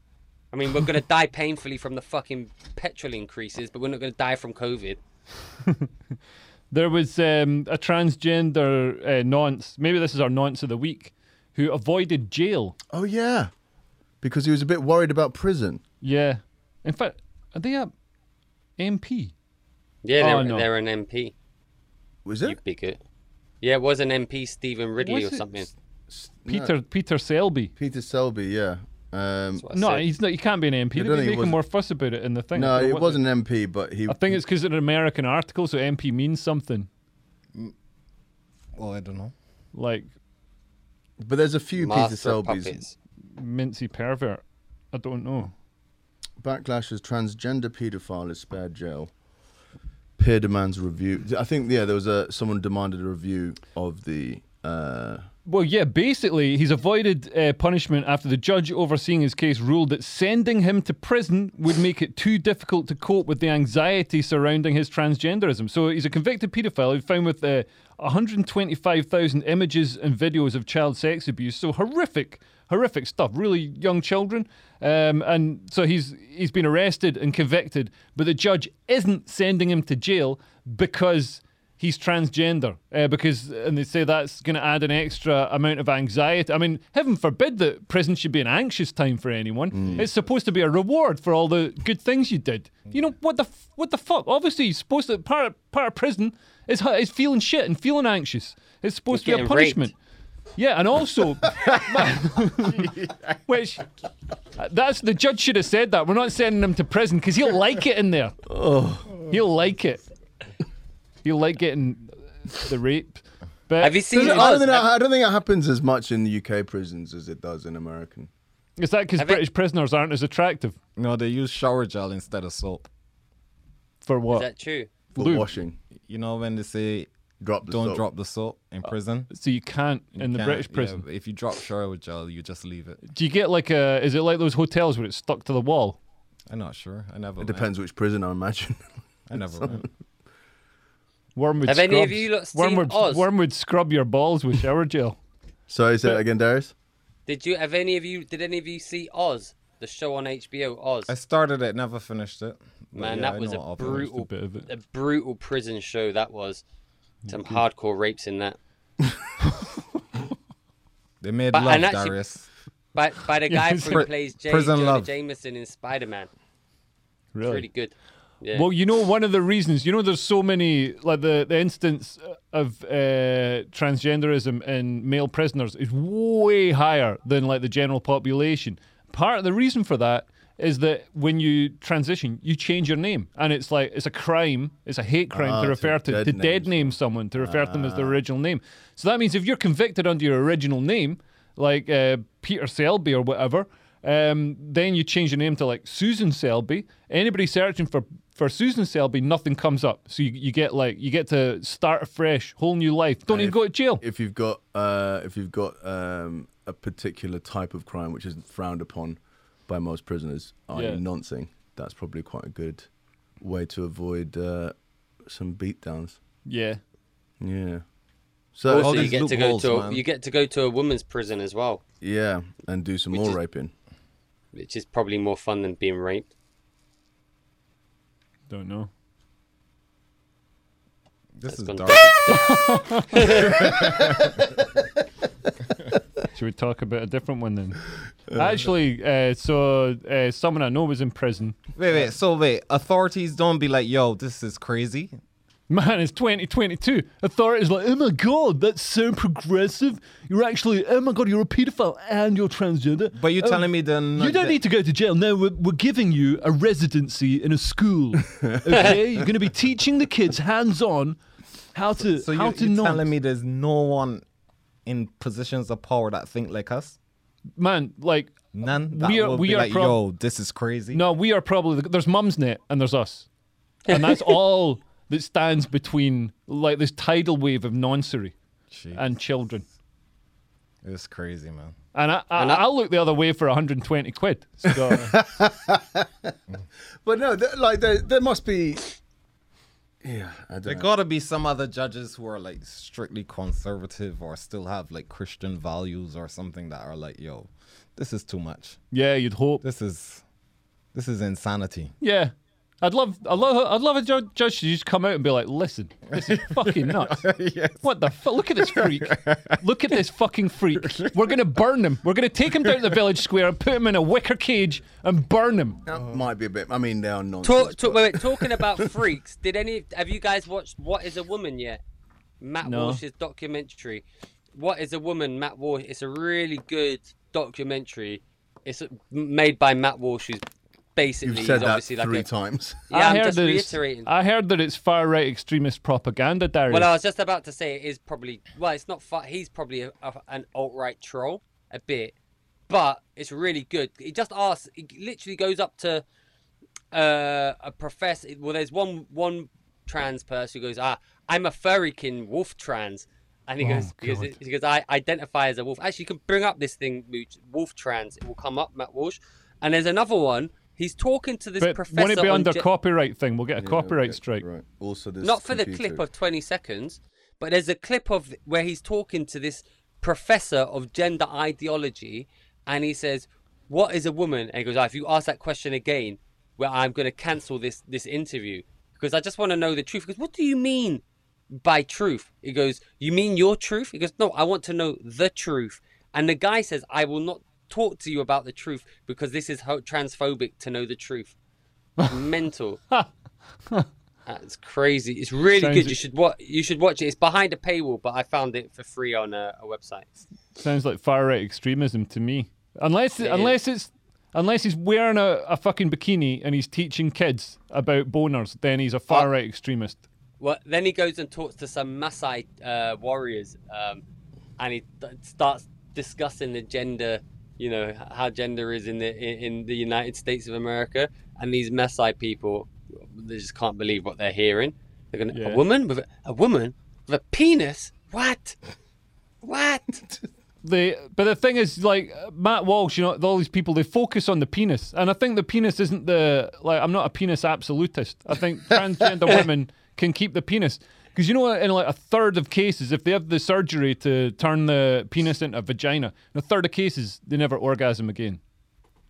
[SPEAKER 2] I mean, we're gonna die painfully from the fucking petrol increases, but we're not gonna die from COVID.
[SPEAKER 3] There was um, a transgender uh, nonce. Maybe this is our nonce of the week, who avoided jail.
[SPEAKER 4] Oh yeah, because he was a bit worried about prison.
[SPEAKER 3] Yeah. In fact, are they a MP?
[SPEAKER 2] Yeah, they're,
[SPEAKER 3] Oh, no.
[SPEAKER 2] they're an MP.
[SPEAKER 4] Was
[SPEAKER 2] You
[SPEAKER 4] it
[SPEAKER 2] bigot. Yeah, it was an MP, Stephen Ridley
[SPEAKER 3] Was
[SPEAKER 2] or
[SPEAKER 3] it
[SPEAKER 2] something.
[SPEAKER 3] Peter Peter Selby.
[SPEAKER 4] Peter Selby? Yeah. Um,
[SPEAKER 2] That's what I
[SPEAKER 3] No,
[SPEAKER 2] said.
[SPEAKER 3] he's not. He can't be an
[SPEAKER 4] I
[SPEAKER 3] MP.
[SPEAKER 4] don't
[SPEAKER 3] They're
[SPEAKER 4] think he
[SPEAKER 3] making
[SPEAKER 4] was.
[SPEAKER 3] more fuss about it in the thing. I
[SPEAKER 4] no,
[SPEAKER 3] don't know
[SPEAKER 4] it
[SPEAKER 3] what-
[SPEAKER 4] wasn't an MP, but he.
[SPEAKER 3] I think it's because it's an American article, so MP means something
[SPEAKER 1] Well, Oh, I don't know.
[SPEAKER 3] like
[SPEAKER 4] But there's a few Peter
[SPEAKER 2] Master of
[SPEAKER 4] Selbys.
[SPEAKER 2] puppets.
[SPEAKER 3] mincy pervert. I don't know.
[SPEAKER 4] Backlash as transgender paedophile is spared jail. Peer demands review. I think yeah, there was a someone demanded a review of the. Uh,
[SPEAKER 3] Well, yeah, basically, he's avoided uh, punishment after the judge overseeing his case ruled that sending him to prison would make it too difficult to cope with the anxiety surrounding his transgenderism. So he's a convicted paedophile who found with uh, 125,000 images and videos of child sex abuse. So horrific, horrific stuff. Really young children, um, and so he's he's been arrested and convicted. But the judge isn't sending him to jail because he's transgender uh, because and they say that's going to add an extra amount of anxiety i mean heaven forbid that prison should be an anxious time for anyone it's supposed to be a reward for all the good things you did you know what the f- what the fuck obviously you're supposed to part of, part of prison is hu- is feeling shit and feeling anxious it's supposed
[SPEAKER 2] You're
[SPEAKER 3] to be a
[SPEAKER 2] getting raped.
[SPEAKER 3] punishment yeah
[SPEAKER 2] <laughs>
[SPEAKER 3] and also <laughs> which uh, that's the judge should have said that we're not sending him to prison because he'll like it in there he'll like it he'll like getting the rape but
[SPEAKER 2] Have you seen?
[SPEAKER 4] I,
[SPEAKER 2] who
[SPEAKER 4] don't
[SPEAKER 2] does-
[SPEAKER 4] think that,
[SPEAKER 2] have-
[SPEAKER 4] I don't think that happens as much in the UK prisons as it does in American.
[SPEAKER 3] Is that because
[SPEAKER 2] Have it-
[SPEAKER 3] British prisoners aren't as attractive?
[SPEAKER 1] No, they use shower gel instead of soap.
[SPEAKER 3] For
[SPEAKER 2] Is
[SPEAKER 3] what?
[SPEAKER 2] that true?
[SPEAKER 4] Foot
[SPEAKER 3] Lube.
[SPEAKER 4] washing.
[SPEAKER 1] You know when they say
[SPEAKER 4] Drop the
[SPEAKER 1] don't
[SPEAKER 4] soap.
[SPEAKER 1] drop the soap in
[SPEAKER 3] Uh,
[SPEAKER 1] prison.
[SPEAKER 3] so you can't in the
[SPEAKER 1] Can't-
[SPEAKER 3] British
[SPEAKER 1] yeah,
[SPEAKER 3] prison.
[SPEAKER 1] but if you drop shower gel, you just leave it.
[SPEAKER 3] Do you get like a? Is it like those hotels where it's stuck to the wall?
[SPEAKER 1] I'm not sure. I never. went.
[SPEAKER 4] It depends which prison, I imagine. <laughs>
[SPEAKER 1] I never. went.
[SPEAKER 3] Wormwood.
[SPEAKER 2] Have any of
[SPEAKER 3] scrubs.
[SPEAKER 2] you lot seen
[SPEAKER 3] Wormwood,
[SPEAKER 2] Oz?
[SPEAKER 3] Wormwood scrub your balls with shower gel.
[SPEAKER 4] Sorry, say that again, Darius.
[SPEAKER 2] Did you? Have any of you? Did any of you see Oz? The show on HBO, Oz.
[SPEAKER 1] I started it, never finished it. But
[SPEAKER 2] Man,
[SPEAKER 1] yeah, I
[SPEAKER 2] that was
[SPEAKER 1] know
[SPEAKER 2] a
[SPEAKER 1] of it.
[SPEAKER 3] A
[SPEAKER 2] brutal,
[SPEAKER 3] bit of it.
[SPEAKER 2] a brutal prison show. That was some
[SPEAKER 3] Mm-hmm.
[SPEAKER 2] hardcore rapes in that.
[SPEAKER 1] They made
[SPEAKER 2] But-
[SPEAKER 1] love,
[SPEAKER 2] and actually-
[SPEAKER 1] Darius.
[SPEAKER 2] By by <laughs> the guy
[SPEAKER 3] it's
[SPEAKER 2] who
[SPEAKER 1] pri-
[SPEAKER 2] plays J.
[SPEAKER 1] prison
[SPEAKER 2] Jonah
[SPEAKER 1] love.
[SPEAKER 2] Jameson in Spider Man.
[SPEAKER 3] Really?
[SPEAKER 2] Pretty good. Yeah.
[SPEAKER 3] Well, you know, one of the reasons, you know, there's so many, like the, the instance of uh, transgenderism in male prisoners is way higher than like the general population. Part of the reason for that is that when you transition, you change your name. And it's like, it's a crime, it's a hate crime
[SPEAKER 4] Ah,
[SPEAKER 3] to
[SPEAKER 4] to
[SPEAKER 3] refer to,
[SPEAKER 4] dead
[SPEAKER 3] to
[SPEAKER 4] names.
[SPEAKER 3] dead name someone, to refer to them as their original name. So that means if you're convicted under your original name, like uh, Peter Selby or whatever, Um, then you change your name to like Susan Selby. Anybody searching for for Susan Selby, nothing comes up. So you, you get like you get to start afresh, whole new life. Don't even go to jail.
[SPEAKER 4] if you've got uh, if you've got um, a particular type of crime which is frowned upon by most prisoners, i.e.,
[SPEAKER 3] Yeah.
[SPEAKER 4] noncing, that's probably quite a good way to avoid uh, some beatdowns.
[SPEAKER 3] Yeah.
[SPEAKER 4] Yeah.
[SPEAKER 1] Well,
[SPEAKER 4] So
[SPEAKER 1] all
[SPEAKER 2] Also, you
[SPEAKER 1] these
[SPEAKER 2] get to go
[SPEAKER 1] loopholes,
[SPEAKER 2] to a,
[SPEAKER 1] man.
[SPEAKER 2] you get to go to a woman's prison as well,
[SPEAKER 4] yeah, and do some
[SPEAKER 2] Which
[SPEAKER 4] more
[SPEAKER 2] is-
[SPEAKER 4] raping.
[SPEAKER 2] which is probably more fun than being raped.
[SPEAKER 3] Don't know.
[SPEAKER 1] This is
[SPEAKER 2] gone
[SPEAKER 1] dark.
[SPEAKER 2] <laughs>
[SPEAKER 3] Should we talk about a different one then? Actually, <laughs> uh, so uh, someone I know was in prison.
[SPEAKER 1] Wait, wait. So wait, authorities don't be like, yo, this is crazy.
[SPEAKER 3] Man, it's 2022. Authorities like, oh my god, that's so progressive. You're actually, oh my god, you're a paedophile and you're transgender.
[SPEAKER 1] But you're
[SPEAKER 3] Oh,
[SPEAKER 1] telling me then
[SPEAKER 3] You don't need to go to jail. No, we're, we're giving you a residency in
[SPEAKER 1] <laughs>
[SPEAKER 3] a school. Okay, you're going to be teaching the kids hands on how to
[SPEAKER 1] So
[SPEAKER 3] how
[SPEAKER 1] you,
[SPEAKER 3] to
[SPEAKER 1] you're
[SPEAKER 3] not.
[SPEAKER 1] telling me there's no one in positions of power that think like us?
[SPEAKER 3] Man, like,
[SPEAKER 1] None. That
[SPEAKER 3] We are-
[SPEAKER 1] will
[SPEAKER 3] we
[SPEAKER 1] be
[SPEAKER 3] are
[SPEAKER 1] like,
[SPEAKER 3] prob-
[SPEAKER 1] yo, this is crazy.
[SPEAKER 3] no, we are probably there's Mumsnet and there's us, and that's all that stands between like this tidal wave of noncery
[SPEAKER 1] Jeez,
[SPEAKER 3] and children.
[SPEAKER 1] it's crazy, man.
[SPEAKER 3] And I, I,
[SPEAKER 2] And I-
[SPEAKER 3] I'll look the other way for 120 quid. <laughs> So,
[SPEAKER 4] But no, there, like there, there must be. Yeah, I don't.
[SPEAKER 1] There
[SPEAKER 4] know.
[SPEAKER 1] gotta be some other judges who are like strictly conservative or still have like Christian values or something that are like, yo, this is too much.
[SPEAKER 3] yeah, you'd hope.
[SPEAKER 1] This is this is insanity.
[SPEAKER 3] Yeah. I'd love, I love, I'd love a ju- judge to just come out and be like, "Listen, this is fucking <laughs> nuts. What the fuck? Look at this freak. Look at this fucking freak. We're gonna burn him. We're gonna take him down to the village square and put him in a wicker cage and burn him."
[SPEAKER 4] That might be a bit. I mean, they are nonsense.
[SPEAKER 2] Talk, talk,
[SPEAKER 4] but-
[SPEAKER 2] wait, wait, talking about <laughs> freaks, did any have you guys watched What Is a Woman yet? Matt
[SPEAKER 3] No.
[SPEAKER 2] Walsh's documentary. What is a woman? Matt Walsh. It's a really good documentary. It's made by Matt Walsh, who's basically
[SPEAKER 4] You've
[SPEAKER 2] he's
[SPEAKER 4] said that
[SPEAKER 2] obviously
[SPEAKER 4] three
[SPEAKER 2] like a,
[SPEAKER 4] times.
[SPEAKER 2] Yeah,
[SPEAKER 4] <laughs>
[SPEAKER 3] I
[SPEAKER 2] I am
[SPEAKER 3] heard
[SPEAKER 2] just
[SPEAKER 3] that it's-
[SPEAKER 2] reiterating.
[SPEAKER 3] I heard that it's far right extremist propaganda, Darius.
[SPEAKER 2] Well, uh, I was just about to say it is probably well, it's not far. He's probably a, a, an alt right troll a bit, but it's really good. He just asks. He literally goes up to uh, a professor. Well, there's one one trans person who goes, "Ah, I'm a furrykin wolf trans," and
[SPEAKER 3] Oh,
[SPEAKER 2] he goes, he goes, he goes, "I identify as a wolf." Actually, you can bring up this thing, Mooch, wolf trans. It will come up, Matt Walsh. And there's another one. He's talking to this
[SPEAKER 3] but
[SPEAKER 2] professor.
[SPEAKER 3] won't it be
[SPEAKER 2] on
[SPEAKER 3] under
[SPEAKER 2] ge-
[SPEAKER 3] copyright thing? We'll get a copyright
[SPEAKER 4] Okay,
[SPEAKER 3] strike.
[SPEAKER 4] Right. Also, this
[SPEAKER 2] not for the
[SPEAKER 4] computer-
[SPEAKER 2] clip of 20 seconds, but there's a clip of where he's talking to this professor of gender ideology, and he says, "What is a woman?" And he goes, ah, "If you ask that question again, well, I'm going to cancel this this interview because I just want to know the truth." Because what do you mean by truth? He goes, "You mean your truth?" He goes, "No, I want to know the truth." And the guy says, "I will not." Talk to you about the truth because this is ho- transphobic to know the truth. Mental. That's crazy. It's really
[SPEAKER 3] Sounds-
[SPEAKER 2] good. You should watch. You should watch it. It's behind a paywall, but I found it for free on a, a website.
[SPEAKER 3] Sounds like far right extremism to me. Unless
[SPEAKER 2] It
[SPEAKER 3] unless it's unless he's wearing a, a fucking bikini and he's teaching kids about boners, then he's a far right extremist.
[SPEAKER 2] Well, then he goes and talks to some Maasai uh, warriors, um, and he th- starts discussing the gender. You know h- how gender is in the in, in the United States of America, and these Maasai people, they just can't believe what they're hearing. They're going,
[SPEAKER 3] Yeah.
[SPEAKER 2] a woman with a, a woman with a penis. What? What?
[SPEAKER 3] They, but the thing is, like Matt Walsh, you know, all these people, they focus on the penis, and I think the penis isn't the like. I'm not a penis absolutist. I think transgender women can keep the penis because you know, what, in like a third of cases, if they have the surgery to turn the penis into a vagina, in a third of cases, they never orgasm again.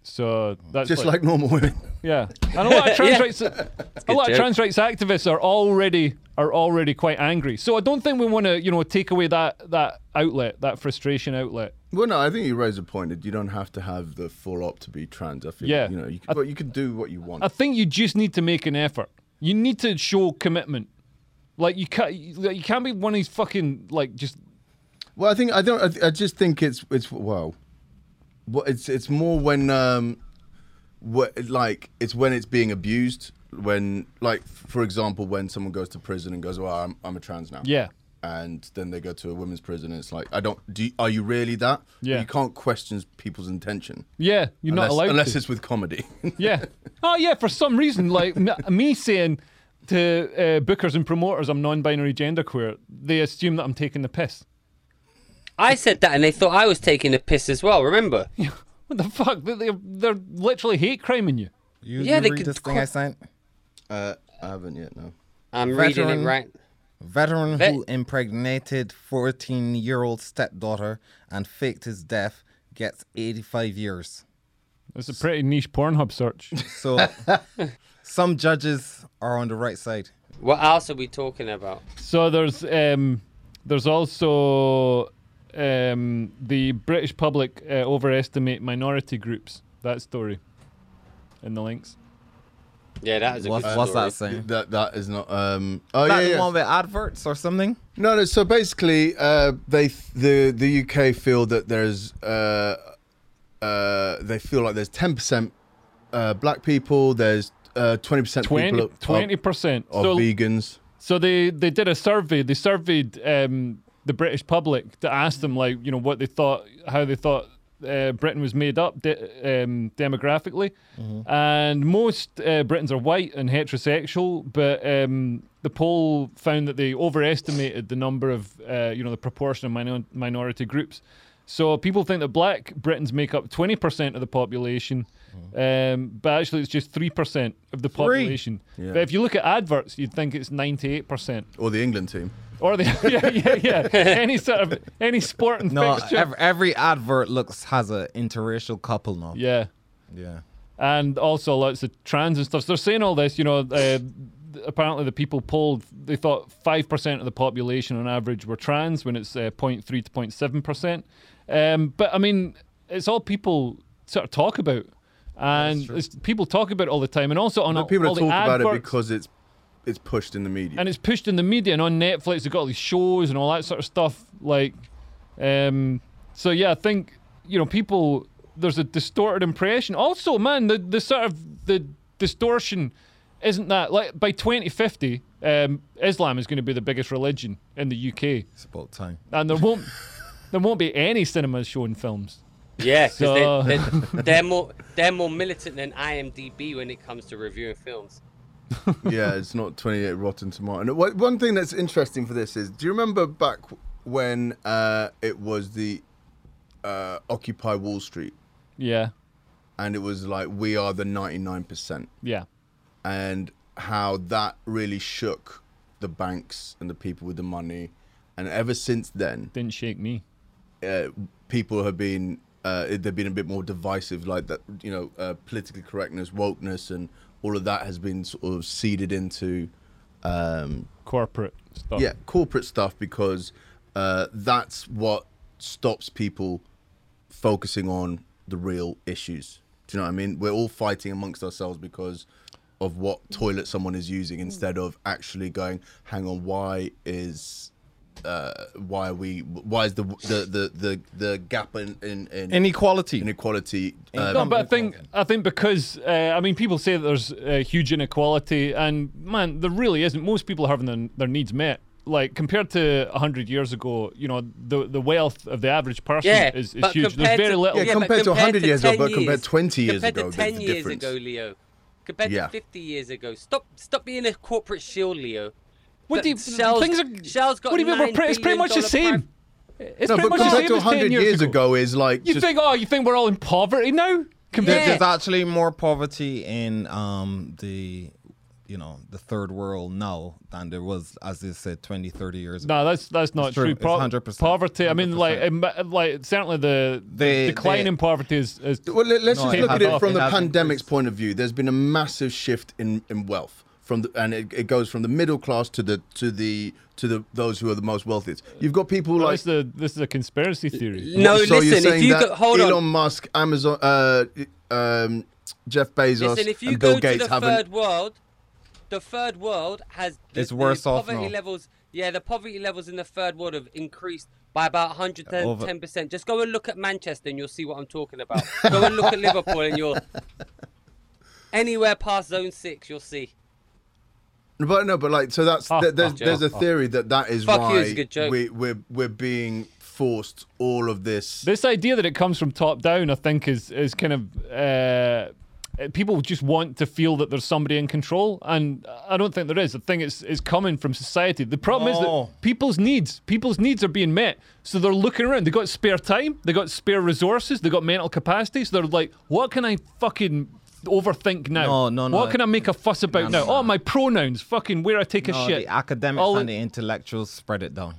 [SPEAKER 3] So that's
[SPEAKER 4] Just like normal women.
[SPEAKER 3] yeah, and a lot
[SPEAKER 4] <laughs>
[SPEAKER 3] of trans
[SPEAKER 2] Yeah.
[SPEAKER 3] rights, a lot of
[SPEAKER 2] joke.
[SPEAKER 3] trans rights activists are already are already quite angry. So I don't think we want to, you know, take away that that outlet, that frustration outlet.
[SPEAKER 4] Well, no, I think you raise a point that you don't have to have the full op to be trans. I feel,
[SPEAKER 3] Yeah.
[SPEAKER 4] you know, you can, but you can do what you want.
[SPEAKER 3] I think you just need to make an effort. You need to show commitment. Like you can't, like, you can't be one of these fucking like just.
[SPEAKER 4] well, I think I don't. I, th- I just think it's it's well, what it's it's more when um, what like it's when it's being abused. When like f- for example, when someone goes to prison and goes, "Well, I'm I'm a trans now."
[SPEAKER 3] Yeah,
[SPEAKER 4] and then they go to a women's prison. And it's like, I don't. Do you, are you really that?
[SPEAKER 3] Yeah.
[SPEAKER 4] You can't question people's intention.
[SPEAKER 3] Yeah, you're
[SPEAKER 4] unless,
[SPEAKER 3] not allowed
[SPEAKER 4] unless
[SPEAKER 3] to.
[SPEAKER 4] it's with comedy. <laughs>
[SPEAKER 3] Yeah. Oh, yeah. For some reason, like m- me saying to uh, bookers and promoters, I'm non-binary genderqueer. They assume that I'm taking the piss.
[SPEAKER 2] I said that and they thought I was taking a piss as well, remember?
[SPEAKER 3] What the fuck? They- They're, they're literally hate criming you.
[SPEAKER 1] You,
[SPEAKER 2] Yeah,
[SPEAKER 1] you
[SPEAKER 2] they
[SPEAKER 1] read
[SPEAKER 2] could
[SPEAKER 1] this thing
[SPEAKER 2] co-
[SPEAKER 1] I sent?
[SPEAKER 4] uh, I haven't yet. No.
[SPEAKER 2] I'm reading
[SPEAKER 1] Veteran.
[SPEAKER 2] it right.
[SPEAKER 1] Veteran
[SPEAKER 2] Vet-
[SPEAKER 1] who impregnated 14 year old stepdaughter and faked his death gets 85 years.
[SPEAKER 3] It's a pretty niche Pornhub <laughs> search.
[SPEAKER 2] <laughs>
[SPEAKER 1] So some judges are on the right side.
[SPEAKER 4] Oh,
[SPEAKER 2] What else are we talking about?
[SPEAKER 3] so there's um, there's also um, the British public uh, overestimate minority groups. That story in the links.
[SPEAKER 2] Yeah, that is a
[SPEAKER 1] What's,
[SPEAKER 2] good
[SPEAKER 1] what's
[SPEAKER 2] story.
[SPEAKER 1] that saying?
[SPEAKER 4] That that is not. Um. Oh
[SPEAKER 1] that
[SPEAKER 4] yeah.
[SPEAKER 1] the
[SPEAKER 4] yeah.
[SPEAKER 1] one with adverts or something?
[SPEAKER 4] No, no. So basically, uh, they the the UK feel that there's uh, uh, they feel like there's ten percent uh, black people. There's uh, twenty percent people
[SPEAKER 3] 20
[SPEAKER 4] of- of,
[SPEAKER 3] percent.
[SPEAKER 4] of
[SPEAKER 3] So
[SPEAKER 4] vegans.
[SPEAKER 3] So they they did a survey. They surveyed um, the British public to ask them, like, you know, what they thought, how they thought uh, Britain was made up de- um, demographically. And most uh, Britons are white and heterosexual, but um, the poll found that they overestimated the number of, uh, you know, the proportion of minor- minority groups. So people think that black Britons make up 20% of the population, um, but actually it's just 3% of the population.
[SPEAKER 4] Yeah.
[SPEAKER 3] But if you look at adverts, you'd think it's 98%.
[SPEAKER 4] Or the England team.
[SPEAKER 3] Or the <laughs> yeah, yeah, yeah.
[SPEAKER 4] <laughs>
[SPEAKER 3] Any sort of any sporting
[SPEAKER 1] No,
[SPEAKER 3] fixture.
[SPEAKER 1] ev- every advert looks has an interracial couple now.
[SPEAKER 3] yeah.
[SPEAKER 1] Yeah.
[SPEAKER 3] and also lots of trans and stuff. So they're saying all this, you know. Uh, apparently, the people polled they thought five percent of the population on average were trans, when it's uh, 0.3 to 0.7 percent. Um, but I mean, it's all people sort of talk about, and it's, people talk about it all the time, and also on all-
[SPEAKER 4] People
[SPEAKER 3] all
[SPEAKER 4] are
[SPEAKER 3] the
[SPEAKER 4] talking about it
[SPEAKER 3] adverts.
[SPEAKER 4] because it's it's pushed in the media.
[SPEAKER 3] and it's pushed in the media and on Netflix. They've got all these shows and all that sort of stuff. Like, um, so yeah, I think you know people. There's a distorted impression. Also, man, the the sort of the distortion isn't that like by 2050, um, Islam is going to be the biggest religion in the UK,
[SPEAKER 1] It's about time.
[SPEAKER 3] and there won't there won't be any cinemas showing films.
[SPEAKER 2] Yeah, 'cause
[SPEAKER 3] So-
[SPEAKER 2] they,
[SPEAKER 3] <laughs>
[SPEAKER 2] they're, they're more they're more militant than IMDb when it comes to reviewing films.
[SPEAKER 4] yeah, it's not 28 Rotten Tomato. And wha- one thing that's interesting for this is, do you remember back when uh, it was the uh, Occupy Wall Street,
[SPEAKER 3] Yeah,
[SPEAKER 4] and it was like we are the 99 percent,
[SPEAKER 3] yeah,
[SPEAKER 4] and how that really shook the banks and the people with the money, and ever since then,
[SPEAKER 3] didn't shake me.
[SPEAKER 4] uh, people have been uh, they've been a bit more divisive, like that. You know, uh, political correctness, wokeness, and all of that has been sort of seeded into. Um,
[SPEAKER 3] Corporate stuff.
[SPEAKER 4] yeah, corporate stuff because uh, that's what stops people focusing on the real issues. Do you know what I mean? We're all fighting amongst ourselves because of what toilet someone is using instead of actually going, hang on, why is uh, why are we why is the the the the, the gap in in, in
[SPEAKER 1] Inequality.
[SPEAKER 4] inequality
[SPEAKER 3] No,
[SPEAKER 4] um,
[SPEAKER 3] but I think I think because uh, I mean people say that there's uh, huge inequality, and man, there really isn't. Most people are having their, their needs met. Like compared to hundred years ago, you know, the the wealth of the average person
[SPEAKER 2] Yeah,
[SPEAKER 3] is, is
[SPEAKER 2] but
[SPEAKER 3] huge. There's
[SPEAKER 2] compared
[SPEAKER 3] very
[SPEAKER 2] to-
[SPEAKER 3] little.
[SPEAKER 4] Yeah,
[SPEAKER 2] but
[SPEAKER 4] compared to 100 years ago,
[SPEAKER 2] 10
[SPEAKER 4] but compared 20 years
[SPEAKER 2] compared
[SPEAKER 4] ago,
[SPEAKER 2] to
[SPEAKER 4] the-
[SPEAKER 2] 10
[SPEAKER 4] the
[SPEAKER 2] years
[SPEAKER 4] difference.
[SPEAKER 2] ago, Leo. Compared
[SPEAKER 4] Yeah.
[SPEAKER 2] to 50 years ago. Stop stop being a corporate shill, Leo.
[SPEAKER 3] What
[SPEAKER 2] That
[SPEAKER 3] do you,
[SPEAKER 2] Shell's-
[SPEAKER 3] things are,
[SPEAKER 2] Shell's got
[SPEAKER 3] what do you mean? We're
[SPEAKER 2] nine
[SPEAKER 3] pretty, it's pretty
[SPEAKER 2] billion
[SPEAKER 3] much the
[SPEAKER 2] dollar
[SPEAKER 3] same.
[SPEAKER 2] prime-
[SPEAKER 3] It's
[SPEAKER 4] no,
[SPEAKER 3] pretty
[SPEAKER 4] but
[SPEAKER 3] much the
[SPEAKER 4] compared
[SPEAKER 3] same
[SPEAKER 4] to
[SPEAKER 3] as ten
[SPEAKER 4] 100
[SPEAKER 3] years,
[SPEAKER 4] years ago is like
[SPEAKER 3] You
[SPEAKER 4] just
[SPEAKER 3] think? Oh, you think we're all in poverty now? Compared
[SPEAKER 1] There-
[SPEAKER 3] to
[SPEAKER 1] There's actually more poverty in um, the, you know, the third world now than there was, as they said, 20, 30 years ago.
[SPEAKER 3] No, that's that's not
[SPEAKER 1] true.
[SPEAKER 3] true.
[SPEAKER 1] It's
[SPEAKER 3] Po-
[SPEAKER 1] 100%.
[SPEAKER 3] Poverty. I mean, like, it, like certainly the,
[SPEAKER 1] They-
[SPEAKER 3] decline
[SPEAKER 1] they-
[SPEAKER 3] in poverty is, is
[SPEAKER 4] Well, let- let's
[SPEAKER 1] No,
[SPEAKER 4] just
[SPEAKER 1] it
[SPEAKER 4] look
[SPEAKER 1] has
[SPEAKER 4] at it
[SPEAKER 1] not.
[SPEAKER 4] from
[SPEAKER 1] It
[SPEAKER 4] the
[SPEAKER 1] has
[SPEAKER 4] pandemic's
[SPEAKER 1] increased.
[SPEAKER 4] point of view. There's been a massive shift in, in wealth from the, and it, it goes from the middle class to the to the to the those who are the most wealthiest. You've got people
[SPEAKER 3] Well,
[SPEAKER 4] like
[SPEAKER 3] this, is a, this is a conspiracy theory.
[SPEAKER 2] No,
[SPEAKER 4] so you're
[SPEAKER 2] listen,
[SPEAKER 4] saying
[SPEAKER 2] if you
[SPEAKER 4] that
[SPEAKER 2] go, hold
[SPEAKER 4] Elon
[SPEAKER 2] on.
[SPEAKER 4] Musk, Amazon, uh, um, Jeff Bezos,
[SPEAKER 2] Listen, if you
[SPEAKER 4] and Bill
[SPEAKER 2] go to
[SPEAKER 4] Gates
[SPEAKER 2] the
[SPEAKER 4] haven't.
[SPEAKER 2] third world, the third world has the,
[SPEAKER 1] It's worse
[SPEAKER 2] the
[SPEAKER 1] off
[SPEAKER 2] poverty
[SPEAKER 1] now.
[SPEAKER 2] levels. Yeah, the poverty levels in the third world have increased by about 110
[SPEAKER 1] Over-
[SPEAKER 2] percent. Just go and look at Manchester, and you'll see what I'm talking about. go and look at
[SPEAKER 1] <laughs>
[SPEAKER 2] Liverpool, and you'll anywhere past zone six, you'll see.
[SPEAKER 4] No, But no, but like so that's
[SPEAKER 3] Oh,
[SPEAKER 4] there- there's
[SPEAKER 3] fuck, yeah.
[SPEAKER 4] there's a theory that that is
[SPEAKER 2] Fuck
[SPEAKER 4] why
[SPEAKER 2] you, it's a good joke.
[SPEAKER 4] we we're we're being forced all of this.
[SPEAKER 3] This idea that it comes from top down, I think, is is kind of uh, people just want to feel that there's somebody in control, and I don't think there is. I think it's is coming from society. The problem is
[SPEAKER 1] No.
[SPEAKER 3] that people's needs, people's needs are being met, so they're looking around. They got spare time, they got spare resources, they got mental capacity. So they're like, what can I fucking overthink
[SPEAKER 1] No,
[SPEAKER 3] now?
[SPEAKER 1] no, no.
[SPEAKER 3] What can I make a fuss about
[SPEAKER 1] no,
[SPEAKER 3] now?
[SPEAKER 1] no.
[SPEAKER 3] Oh, my pronouns, fucking where I take a
[SPEAKER 1] No,
[SPEAKER 3] shit.
[SPEAKER 1] Oh, the academics
[SPEAKER 3] All
[SPEAKER 1] and
[SPEAKER 3] it-
[SPEAKER 1] the intellectuals spread it down.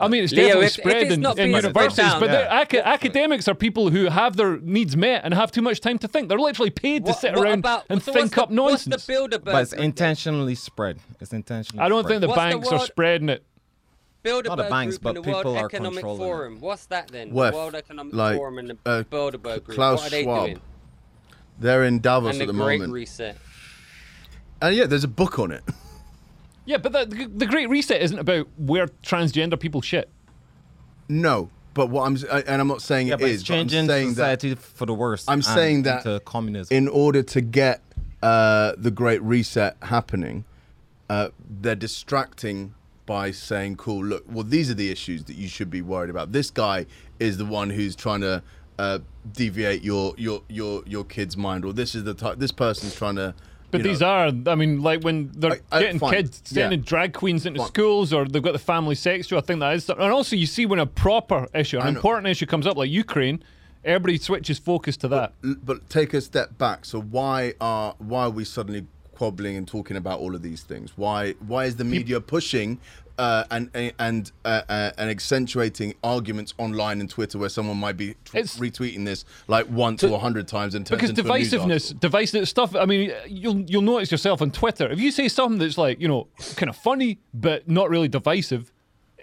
[SPEAKER 3] I mean, it's
[SPEAKER 2] Leo,
[SPEAKER 3] definitely
[SPEAKER 2] if- if
[SPEAKER 3] spread
[SPEAKER 2] it's
[SPEAKER 3] in,
[SPEAKER 2] not
[SPEAKER 3] in
[SPEAKER 2] being
[SPEAKER 3] universities,
[SPEAKER 2] spread down-
[SPEAKER 3] but they're
[SPEAKER 1] Yeah.
[SPEAKER 3] aca- academics are people who have their needs met and have too much time to think. They're literally paid to sit around and
[SPEAKER 2] so what's
[SPEAKER 3] think
[SPEAKER 2] the-
[SPEAKER 3] up nonsense.
[SPEAKER 2] What's the Bilderberg?
[SPEAKER 1] But it's intentionally spread. It's intentionally
[SPEAKER 3] I don't
[SPEAKER 1] spread.
[SPEAKER 3] think the
[SPEAKER 2] What's the
[SPEAKER 3] banks are
[SPEAKER 2] word?
[SPEAKER 3] spreading it.
[SPEAKER 2] Bilderberg
[SPEAKER 1] Not the banks,
[SPEAKER 2] group and
[SPEAKER 1] but
[SPEAKER 2] the
[SPEAKER 1] people
[SPEAKER 2] World
[SPEAKER 1] are
[SPEAKER 2] Economic
[SPEAKER 1] controlling it.
[SPEAKER 2] Forum. What's that then?
[SPEAKER 4] Wef,
[SPEAKER 2] World Economic
[SPEAKER 4] like,
[SPEAKER 2] Forum and the
[SPEAKER 4] uh,
[SPEAKER 2] Bilderberg group.
[SPEAKER 4] Klaus
[SPEAKER 2] what are they
[SPEAKER 4] Schwab
[SPEAKER 2] doing?
[SPEAKER 4] They're in Davos
[SPEAKER 2] And
[SPEAKER 4] at
[SPEAKER 2] the
[SPEAKER 4] the
[SPEAKER 2] Great
[SPEAKER 4] moment,
[SPEAKER 2] Reset.
[SPEAKER 4] and yeah, there's a book on it. <laughs>
[SPEAKER 3] Yeah, but the, the, the Great Reset isn't about where transgender people shit.
[SPEAKER 4] No, but what I'm s- I- and I'm not saying
[SPEAKER 1] Yeah,
[SPEAKER 4] it
[SPEAKER 1] but
[SPEAKER 4] is.
[SPEAKER 1] it's
[SPEAKER 4] but I'm
[SPEAKER 1] changing
[SPEAKER 4] saying that
[SPEAKER 1] society for the worse.
[SPEAKER 4] I'm
[SPEAKER 1] and
[SPEAKER 4] saying that
[SPEAKER 1] into communism.
[SPEAKER 4] in order to get uh, the Great Reset happening, uh, they're distracting by saying, "Cool, look, well, these are the issues that you should be worried about. This guy is the one who's trying to uh, deviate your your your your kid's mind, or this is the type. This person's trying to."
[SPEAKER 3] But
[SPEAKER 4] you
[SPEAKER 3] these
[SPEAKER 4] know,
[SPEAKER 3] are, I mean, like when they're
[SPEAKER 4] I- I-
[SPEAKER 3] getting
[SPEAKER 4] fine.
[SPEAKER 3] kids,
[SPEAKER 4] Yeah.
[SPEAKER 3] sending drag queens into
[SPEAKER 4] Fine.
[SPEAKER 3] schools, or they've got the family sex show. I think that is, something. and also you see when a proper issue, an
[SPEAKER 4] know.
[SPEAKER 3] important issue comes up, like Ukraine, everybody switches focus to that.
[SPEAKER 4] L- but take a step back. So why are why are we suddenly quabbling and talking about all of these things? Why why is the media pushing uh, and and uh, uh, and accentuating arguments online and Twitter where someone might be tw-
[SPEAKER 3] It's-
[SPEAKER 4] retweeting this like once or a hundred times and turns
[SPEAKER 3] because
[SPEAKER 4] into a news
[SPEAKER 3] divisiveness,
[SPEAKER 4] article?
[SPEAKER 3] divisiveness stuff. I mean, you'll you'll notice yourself on Twitter if you say something that's like you know kind of funny but not really divisive.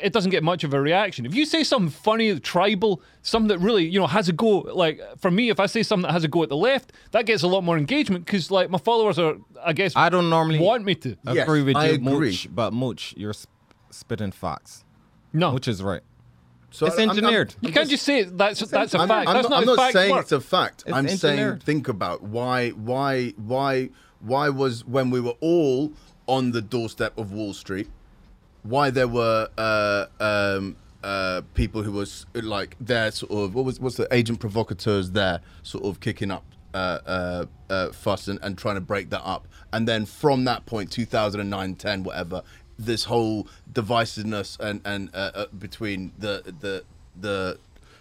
[SPEAKER 3] It doesn't get much of a reaction. If you say something funny, tribal, something that really you know has a go, like for me, if I say something that has a go at the left, that gets a lot more engagement because like my followers are, I guess,
[SPEAKER 1] I don't normally
[SPEAKER 3] want me to.
[SPEAKER 4] Yes,
[SPEAKER 1] agree with
[SPEAKER 4] I
[SPEAKER 1] you,
[SPEAKER 4] agree.
[SPEAKER 1] Mooch, but Mooch, you're sp- spitting facts,
[SPEAKER 3] no,
[SPEAKER 1] which is right.
[SPEAKER 4] So
[SPEAKER 1] it's
[SPEAKER 4] I'm- I'm-
[SPEAKER 1] engineered.
[SPEAKER 3] you can't just say it. that's that's a
[SPEAKER 4] I'm,
[SPEAKER 3] fact.
[SPEAKER 4] I'm
[SPEAKER 3] that's
[SPEAKER 4] not, I'm
[SPEAKER 3] how
[SPEAKER 4] not
[SPEAKER 3] facts
[SPEAKER 4] saying
[SPEAKER 3] work.
[SPEAKER 4] it's a fact.
[SPEAKER 1] It's
[SPEAKER 4] I'm saying
[SPEAKER 1] engineered.
[SPEAKER 4] think about why, why, why, why was when we were all on the doorstep of Wall Street, why there were uh, um, uh, people who was like their sort of what was what's the agent provocateurs there sort of kicking up. Uh, uh, uh, fuss and, and trying to break that up, and then from that point, 2009, 10, whatever, this whole divisiveness and and uh, uh, between the the the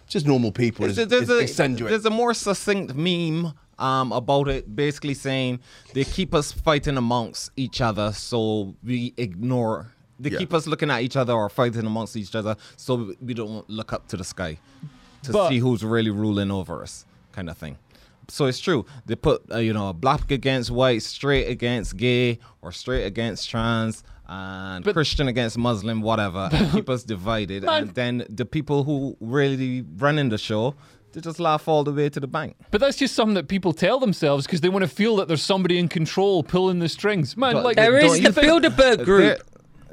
[SPEAKER 4] just normal people is,
[SPEAKER 1] there's,
[SPEAKER 4] is
[SPEAKER 1] a,
[SPEAKER 4] accentuate.
[SPEAKER 1] there's a more succinct meme um, about it, basically saying they keep us fighting amongst each other, so we ignore. They
[SPEAKER 4] Yeah.
[SPEAKER 1] keep us looking at each other or fighting amongst each other, so we don't look up to the sky to
[SPEAKER 3] But-
[SPEAKER 1] see who's really ruling over us, kind of thing. So it's true. They put uh, you know black against white, straight against gay, or straight against trans, and Christian against Muslim, whatever,
[SPEAKER 2] <laughs>
[SPEAKER 1] and keep us divided.
[SPEAKER 3] Man.
[SPEAKER 1] And then the people who really running the show, they just laugh all the way to the bank.
[SPEAKER 3] But that's just something that people tell themselves because they want to feel that there's somebody in control pulling the strings. Man,
[SPEAKER 1] But
[SPEAKER 3] like
[SPEAKER 2] There
[SPEAKER 1] Don't
[SPEAKER 2] is
[SPEAKER 1] you
[SPEAKER 2] the
[SPEAKER 1] think-
[SPEAKER 2] Bilderberg group.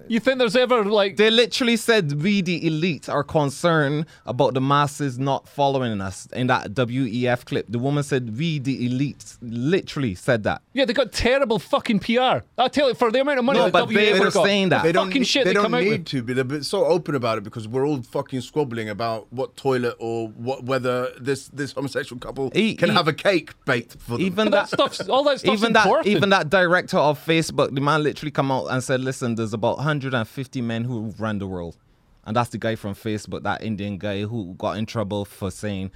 [SPEAKER 3] You think there's ever like
[SPEAKER 1] They literally said we the elite are concerned about the masses not following us in that WEF clip. The woman said we the elite literally said that.
[SPEAKER 3] yeah they got terrible fucking PR. I tell you for the amount of money
[SPEAKER 1] No,
[SPEAKER 3] that
[SPEAKER 1] but
[SPEAKER 3] WA
[SPEAKER 1] they
[SPEAKER 3] would
[SPEAKER 1] were
[SPEAKER 3] have got,
[SPEAKER 1] saying that.
[SPEAKER 3] the
[SPEAKER 1] They
[SPEAKER 3] fucking
[SPEAKER 4] need-
[SPEAKER 3] shit they,
[SPEAKER 4] don't
[SPEAKER 3] come out
[SPEAKER 4] need
[SPEAKER 3] with.
[SPEAKER 4] to, but they're a bit so open about it because we're all fucking squabbling about what toilet or what whether this this homosexual couple
[SPEAKER 1] E-
[SPEAKER 4] can
[SPEAKER 1] e-
[SPEAKER 4] have a cake baked for them.
[SPEAKER 1] Even
[SPEAKER 3] But that stuff's all that stuff's
[SPEAKER 1] even
[SPEAKER 3] important.
[SPEAKER 1] that even that director of Facebook, the man literally come out and said, "Listen, there's about 150 men who ran the world, and that's the guy from Facebook, that Indian guy who got in trouble for saying